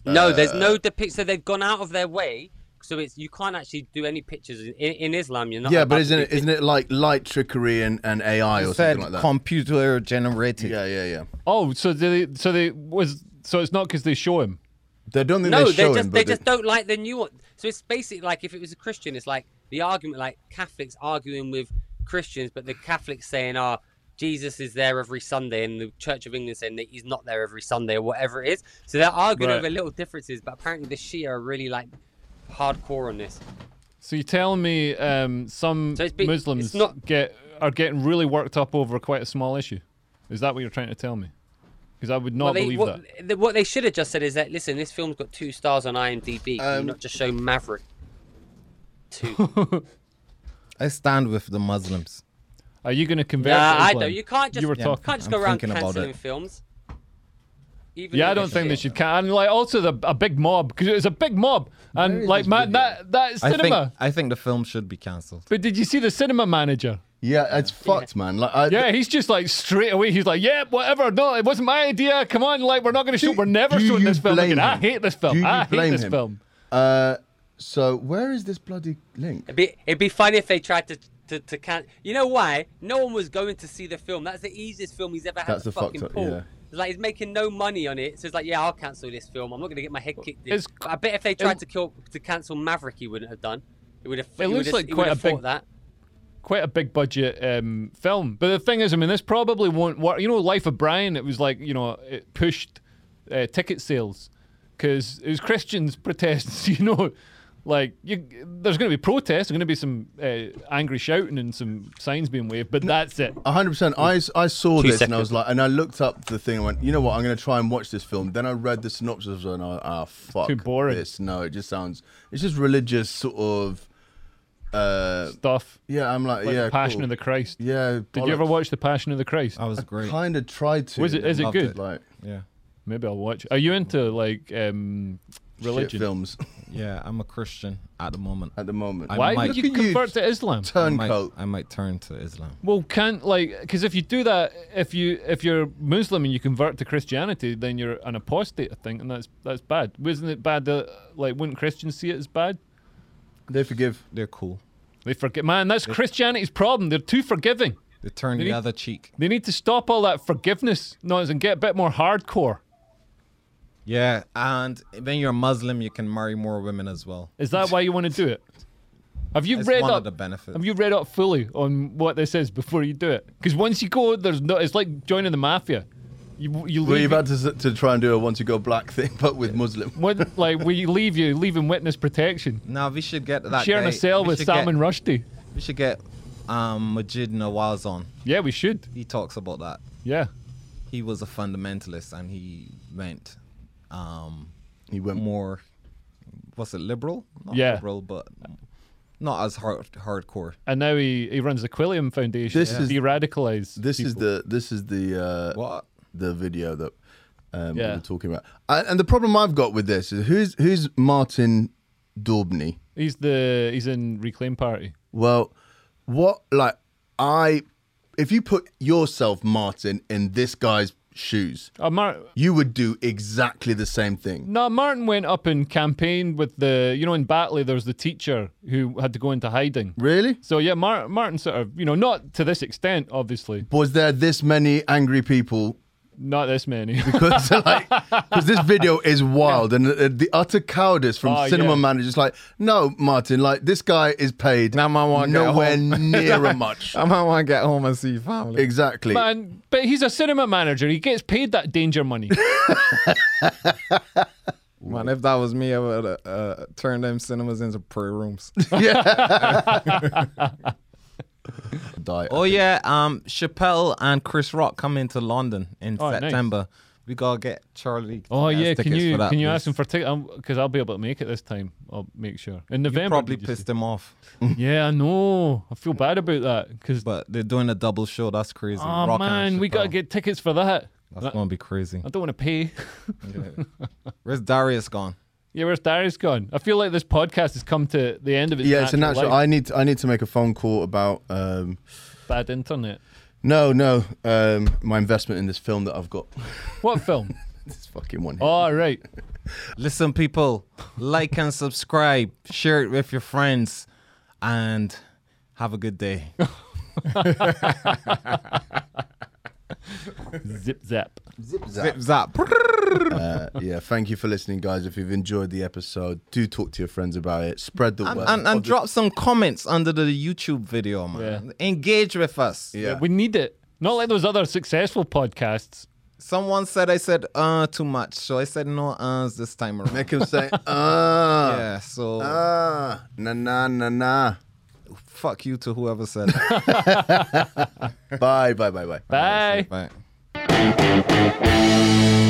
[SPEAKER 4] Uh,
[SPEAKER 2] No, there's no depict. So they've gone out of their way. So it's you can't actually do any pictures in, in Islam. You're not.
[SPEAKER 4] yeah, but
[SPEAKER 2] allowed
[SPEAKER 4] isn't
[SPEAKER 2] to
[SPEAKER 4] it
[SPEAKER 2] do
[SPEAKER 4] isn't it like light trickery and, and AI or
[SPEAKER 1] It said
[SPEAKER 4] something like that?
[SPEAKER 1] computer generated.
[SPEAKER 4] yeah, yeah, yeah.
[SPEAKER 3] Oh, so they so they was so it's not because they show him.
[SPEAKER 4] They don't think
[SPEAKER 2] No, they
[SPEAKER 4] they're showing,
[SPEAKER 2] just
[SPEAKER 4] but
[SPEAKER 2] they
[SPEAKER 4] they-
[SPEAKER 2] just don't like the new one. So it's basically like if it was a Christian, it's like the argument like Catholics arguing with Christians, but the Catholics saying, "Ah, Jesus is there every Sunday," and the Church of England saying that he's not there every Sunday or whatever it is. So they're arguing
[SPEAKER 3] Right.
[SPEAKER 2] over little differences, but apparently the Shia are really like hardcore on this.
[SPEAKER 3] So you tell me um, some
[SPEAKER 2] So it's be-
[SPEAKER 3] Muslims
[SPEAKER 2] it's not-
[SPEAKER 3] get are getting really worked up over quite a small issue. Is that what you're trying to tell me? Because I would not
[SPEAKER 2] Well, they-
[SPEAKER 3] believe
[SPEAKER 2] what,
[SPEAKER 3] that.
[SPEAKER 2] th- what they should have just said is that listen, this film's got two stars on IMDb. Can
[SPEAKER 4] Um,
[SPEAKER 2] you not just show Maverick?
[SPEAKER 3] <laughs>
[SPEAKER 2] Two.
[SPEAKER 1] I stand with the Muslims.
[SPEAKER 3] Are you going to convert?
[SPEAKER 2] nah,
[SPEAKER 3] to
[SPEAKER 2] I
[SPEAKER 3] Islam?
[SPEAKER 2] don't. You can't just
[SPEAKER 3] were
[SPEAKER 2] you
[SPEAKER 3] talking-
[SPEAKER 2] can't just
[SPEAKER 1] I'm
[SPEAKER 2] go around
[SPEAKER 1] thinking about
[SPEAKER 2] canceling
[SPEAKER 1] it.
[SPEAKER 2] films. Even
[SPEAKER 3] Yeah,
[SPEAKER 2] if
[SPEAKER 3] I don't
[SPEAKER 2] it's
[SPEAKER 3] think they
[SPEAKER 2] shit.
[SPEAKER 3] should. Can- and like also the a big mob because it was a big mob and like man that that
[SPEAKER 1] I
[SPEAKER 3] cinema.
[SPEAKER 1] think I think the film should be cancelled.
[SPEAKER 3] But did you see the cinema manager?
[SPEAKER 4] yeah, it's fucked, man. Like, I,
[SPEAKER 3] Yeah, he's just like straight away. He's like, "Yeah, whatever. No, it wasn't my idea. Come on, like we're not going to show. We're never
[SPEAKER 4] do
[SPEAKER 3] showing
[SPEAKER 4] you
[SPEAKER 3] this film
[SPEAKER 4] blame
[SPEAKER 3] again. I
[SPEAKER 4] him?
[SPEAKER 3] hate this film.
[SPEAKER 4] Do you
[SPEAKER 3] I hate
[SPEAKER 4] blame
[SPEAKER 3] this
[SPEAKER 4] him?
[SPEAKER 3] film."
[SPEAKER 4] Uh, so where is this bloody link?
[SPEAKER 2] It'd be, it'd be funny if they tried to to, to can. You know why? No one was going to see the film. That's the easiest film he's ever had
[SPEAKER 4] That's
[SPEAKER 2] to
[SPEAKER 4] the fucked
[SPEAKER 2] fucking
[SPEAKER 4] up-
[SPEAKER 2] pull.
[SPEAKER 4] yeah.
[SPEAKER 2] It's like he's making no money on it, so it's like, yeah, I'll cancel this film. I'm not going to get my head kicked. In.
[SPEAKER 3] It's-
[SPEAKER 2] But I bet if they tried
[SPEAKER 3] it-
[SPEAKER 2] to kill to cancel Maverick, he wouldn't have done. It would have.
[SPEAKER 3] It looks like quite a big-
[SPEAKER 2] thought that.
[SPEAKER 3] quite a big budget um, film. But the thing is, I mean, this probably won't work. You know, Life of Brian, it was like, you know, it pushed uh, ticket sales because it was Christians' <laughs> protests, you know. Like, you, there's going to be protests, there's going to be some uh, angry shouting and some signs being waved, but that's it.
[SPEAKER 4] A hundred percent. I s- I saw
[SPEAKER 2] Two
[SPEAKER 4] this and I was like, and I looked up the thing. and went, you know what? I'm gonna try and watch this film. Then I read the synopsis and I, ah, fuck,
[SPEAKER 3] too boring.
[SPEAKER 4] This no, it just sounds. It's just religious sort of. Uh,
[SPEAKER 3] Stuff.
[SPEAKER 4] yeah, I'm like,
[SPEAKER 3] Like
[SPEAKER 4] yeah,
[SPEAKER 3] The Passion
[SPEAKER 4] cool.
[SPEAKER 3] of the Christ.
[SPEAKER 4] Yeah.
[SPEAKER 3] Did you ever watch The Passion of the Christ?
[SPEAKER 1] That was great.
[SPEAKER 4] Kind of tried to.
[SPEAKER 3] Was it- is it
[SPEAKER 4] Loved
[SPEAKER 3] good?
[SPEAKER 4] Like
[SPEAKER 1] Yeah,
[SPEAKER 3] Maybe I'll watch. Are you into, like, um,
[SPEAKER 4] religion
[SPEAKER 3] religion?
[SPEAKER 4] films <laughs>
[SPEAKER 1] yeah. I'm a Christian at the moment.
[SPEAKER 4] at the moment.
[SPEAKER 1] I
[SPEAKER 3] Why
[SPEAKER 1] might-
[SPEAKER 3] would you
[SPEAKER 4] Look at you.
[SPEAKER 3] convert to Islam?
[SPEAKER 1] I might,
[SPEAKER 4] Turncoat.
[SPEAKER 1] I might turn to Islam.
[SPEAKER 3] Well, can't like because if you do that, if you if you're Muslim and you convert to Christianity, then you're an apostate, I think, and that's that's bad. Wasn't it bad? That, like, wouldn't Christians see it as bad?
[SPEAKER 4] They forgive.
[SPEAKER 1] They're cool.
[SPEAKER 3] They forget, man. That's Christianity's problem. They're too forgiving.
[SPEAKER 1] They turn the
[SPEAKER 3] Maybe-
[SPEAKER 1] other cheek.
[SPEAKER 3] They need to stop all that forgiveness nonsense and get a bit more hardcore.
[SPEAKER 1] Yeah, and when you're a Muslim, you can marry more women as well.
[SPEAKER 3] Is that why you want to do it? Have you
[SPEAKER 1] It's
[SPEAKER 3] read
[SPEAKER 1] one
[SPEAKER 3] up?
[SPEAKER 1] of the benefits.
[SPEAKER 3] Have you read up fully on what this is before you do it? Because once you go, there's no. It's like joining the mafia. You you leave.
[SPEAKER 4] Well, you've
[SPEAKER 3] it- <laughs>
[SPEAKER 4] had to, s- to try and do a once you go black thing, <laughs> but with Muslim.
[SPEAKER 3] when, like we leave you, leaving witness protection.
[SPEAKER 1] Now we should get that
[SPEAKER 3] sharing
[SPEAKER 1] guy.
[SPEAKER 3] a cell
[SPEAKER 1] we
[SPEAKER 3] with
[SPEAKER 1] should get-
[SPEAKER 3] Salman Rushdie.
[SPEAKER 1] We should get um, Majid Nawaz on.
[SPEAKER 3] Yeah, we should.
[SPEAKER 1] He talks about that.
[SPEAKER 3] Yeah.
[SPEAKER 1] He was a fundamentalist and he went um,
[SPEAKER 4] He went
[SPEAKER 1] more, what's it, liberal? Not
[SPEAKER 3] Yeah.
[SPEAKER 1] liberal, but not as hard hardcore.
[SPEAKER 3] And now he, he runs the Quilliam Foundation
[SPEAKER 4] This
[SPEAKER 3] to
[SPEAKER 4] is-
[SPEAKER 3] de-radicalize
[SPEAKER 4] This is
[SPEAKER 3] people.
[SPEAKER 4] the this is the uh,
[SPEAKER 1] What?
[SPEAKER 4] the video that um,
[SPEAKER 3] Yeah.
[SPEAKER 4] we were talking about. And, and the problem I've got with this is who's who's Martin Daubney?
[SPEAKER 3] he's the he's in Reclaim Party.
[SPEAKER 4] Well, what like I if you put yourself Martin in this guy's shoes,
[SPEAKER 3] Uh, Mar-
[SPEAKER 4] you would do exactly the same thing.
[SPEAKER 3] no, Martin went up and campaigned with the you know in Batley there was the teacher who had to go into hiding.
[SPEAKER 4] Really?
[SPEAKER 3] So yeah, Mar- Martin sort of you know not to this extent obviously,
[SPEAKER 4] Was there this many angry people? <laughs>
[SPEAKER 3] not this many.
[SPEAKER 4] Because like, 'cause this video is wild, and the, the utter cowardice from
[SPEAKER 3] Oh,
[SPEAKER 4] cinema
[SPEAKER 3] yeah.
[SPEAKER 4] managers like, no, Martin, like this guy is paid
[SPEAKER 1] Now I want to get
[SPEAKER 4] nowhere
[SPEAKER 1] home.
[SPEAKER 4] near a much.
[SPEAKER 1] I might want to get home and see family.
[SPEAKER 4] Exactly.
[SPEAKER 3] <laughs> Man, but he's a cinema manager. He gets paid that danger money.
[SPEAKER 1] Man, if that was me, I would uh, uh, turn them cinemas into prayer rooms.
[SPEAKER 4] <laughs> Diet.
[SPEAKER 1] Oh yeah, um, Chappelle and Chris Rock coming to London in
[SPEAKER 3] Oh, nice.
[SPEAKER 1] September. We gotta get Charlie.
[SPEAKER 3] <laughs> Oh
[SPEAKER 1] Daniels
[SPEAKER 3] yeah, can
[SPEAKER 1] tickets
[SPEAKER 3] you
[SPEAKER 1] for that,
[SPEAKER 3] can you
[SPEAKER 1] please.
[SPEAKER 3] ask him for tickets? Because I'll be able to make it this time. I'll make sure in November.
[SPEAKER 1] Probably
[SPEAKER 3] did you say?
[SPEAKER 1] pissed him off,
[SPEAKER 3] Yeah, I know. I feel bad about that because
[SPEAKER 1] but they're doing a double show. That's crazy.
[SPEAKER 3] oh
[SPEAKER 1] Rock and
[SPEAKER 3] man, we gotta
[SPEAKER 1] Chappelle.
[SPEAKER 3] get tickets for that.
[SPEAKER 1] That's gonna be
[SPEAKER 3] <laughs>
[SPEAKER 1] crazy.
[SPEAKER 3] I don't want to pay.
[SPEAKER 1] Where's Darius gone?
[SPEAKER 3] yeah, where's Darius gone? I feel like this podcast has come to the end of its
[SPEAKER 4] yeah, it's a natural.
[SPEAKER 3] life.
[SPEAKER 4] I need to, I need to make a phone call about um,
[SPEAKER 3] bad internet.
[SPEAKER 4] no no um, my investment in this film that I've got. <laughs>
[SPEAKER 1] <laughs>
[SPEAKER 3] What film?
[SPEAKER 4] this fucking one. Here.
[SPEAKER 3] oh right,
[SPEAKER 1] Listen, people, like and subscribe, share it with your friends, and have a good day.
[SPEAKER 3] zip zap.
[SPEAKER 4] Zip zap.
[SPEAKER 1] Zip zap.
[SPEAKER 4] Uh,
[SPEAKER 1] Oh.
[SPEAKER 4] yeah, thank you for listening, guys. If you've enjoyed the episode, do talk to your friends about it. Spread the
[SPEAKER 1] and,
[SPEAKER 4] word.
[SPEAKER 1] and, and
[SPEAKER 4] Obvi-
[SPEAKER 1] drop some comments under the YouTube video, man. Engage with us.
[SPEAKER 4] Yeah.
[SPEAKER 3] We need it. Not like those other successful podcasts.
[SPEAKER 1] Someone said I said uh too much, so I said no uhs this time around.
[SPEAKER 4] Make him
[SPEAKER 1] <laughs>
[SPEAKER 4] say, ah,
[SPEAKER 1] yeah, so
[SPEAKER 4] ah, na na na
[SPEAKER 1] <laughs>
[SPEAKER 4] na.
[SPEAKER 1] fuck you to whoever said that.
[SPEAKER 4] Bye, bye, bye, bye.
[SPEAKER 3] Bye.
[SPEAKER 1] Bye.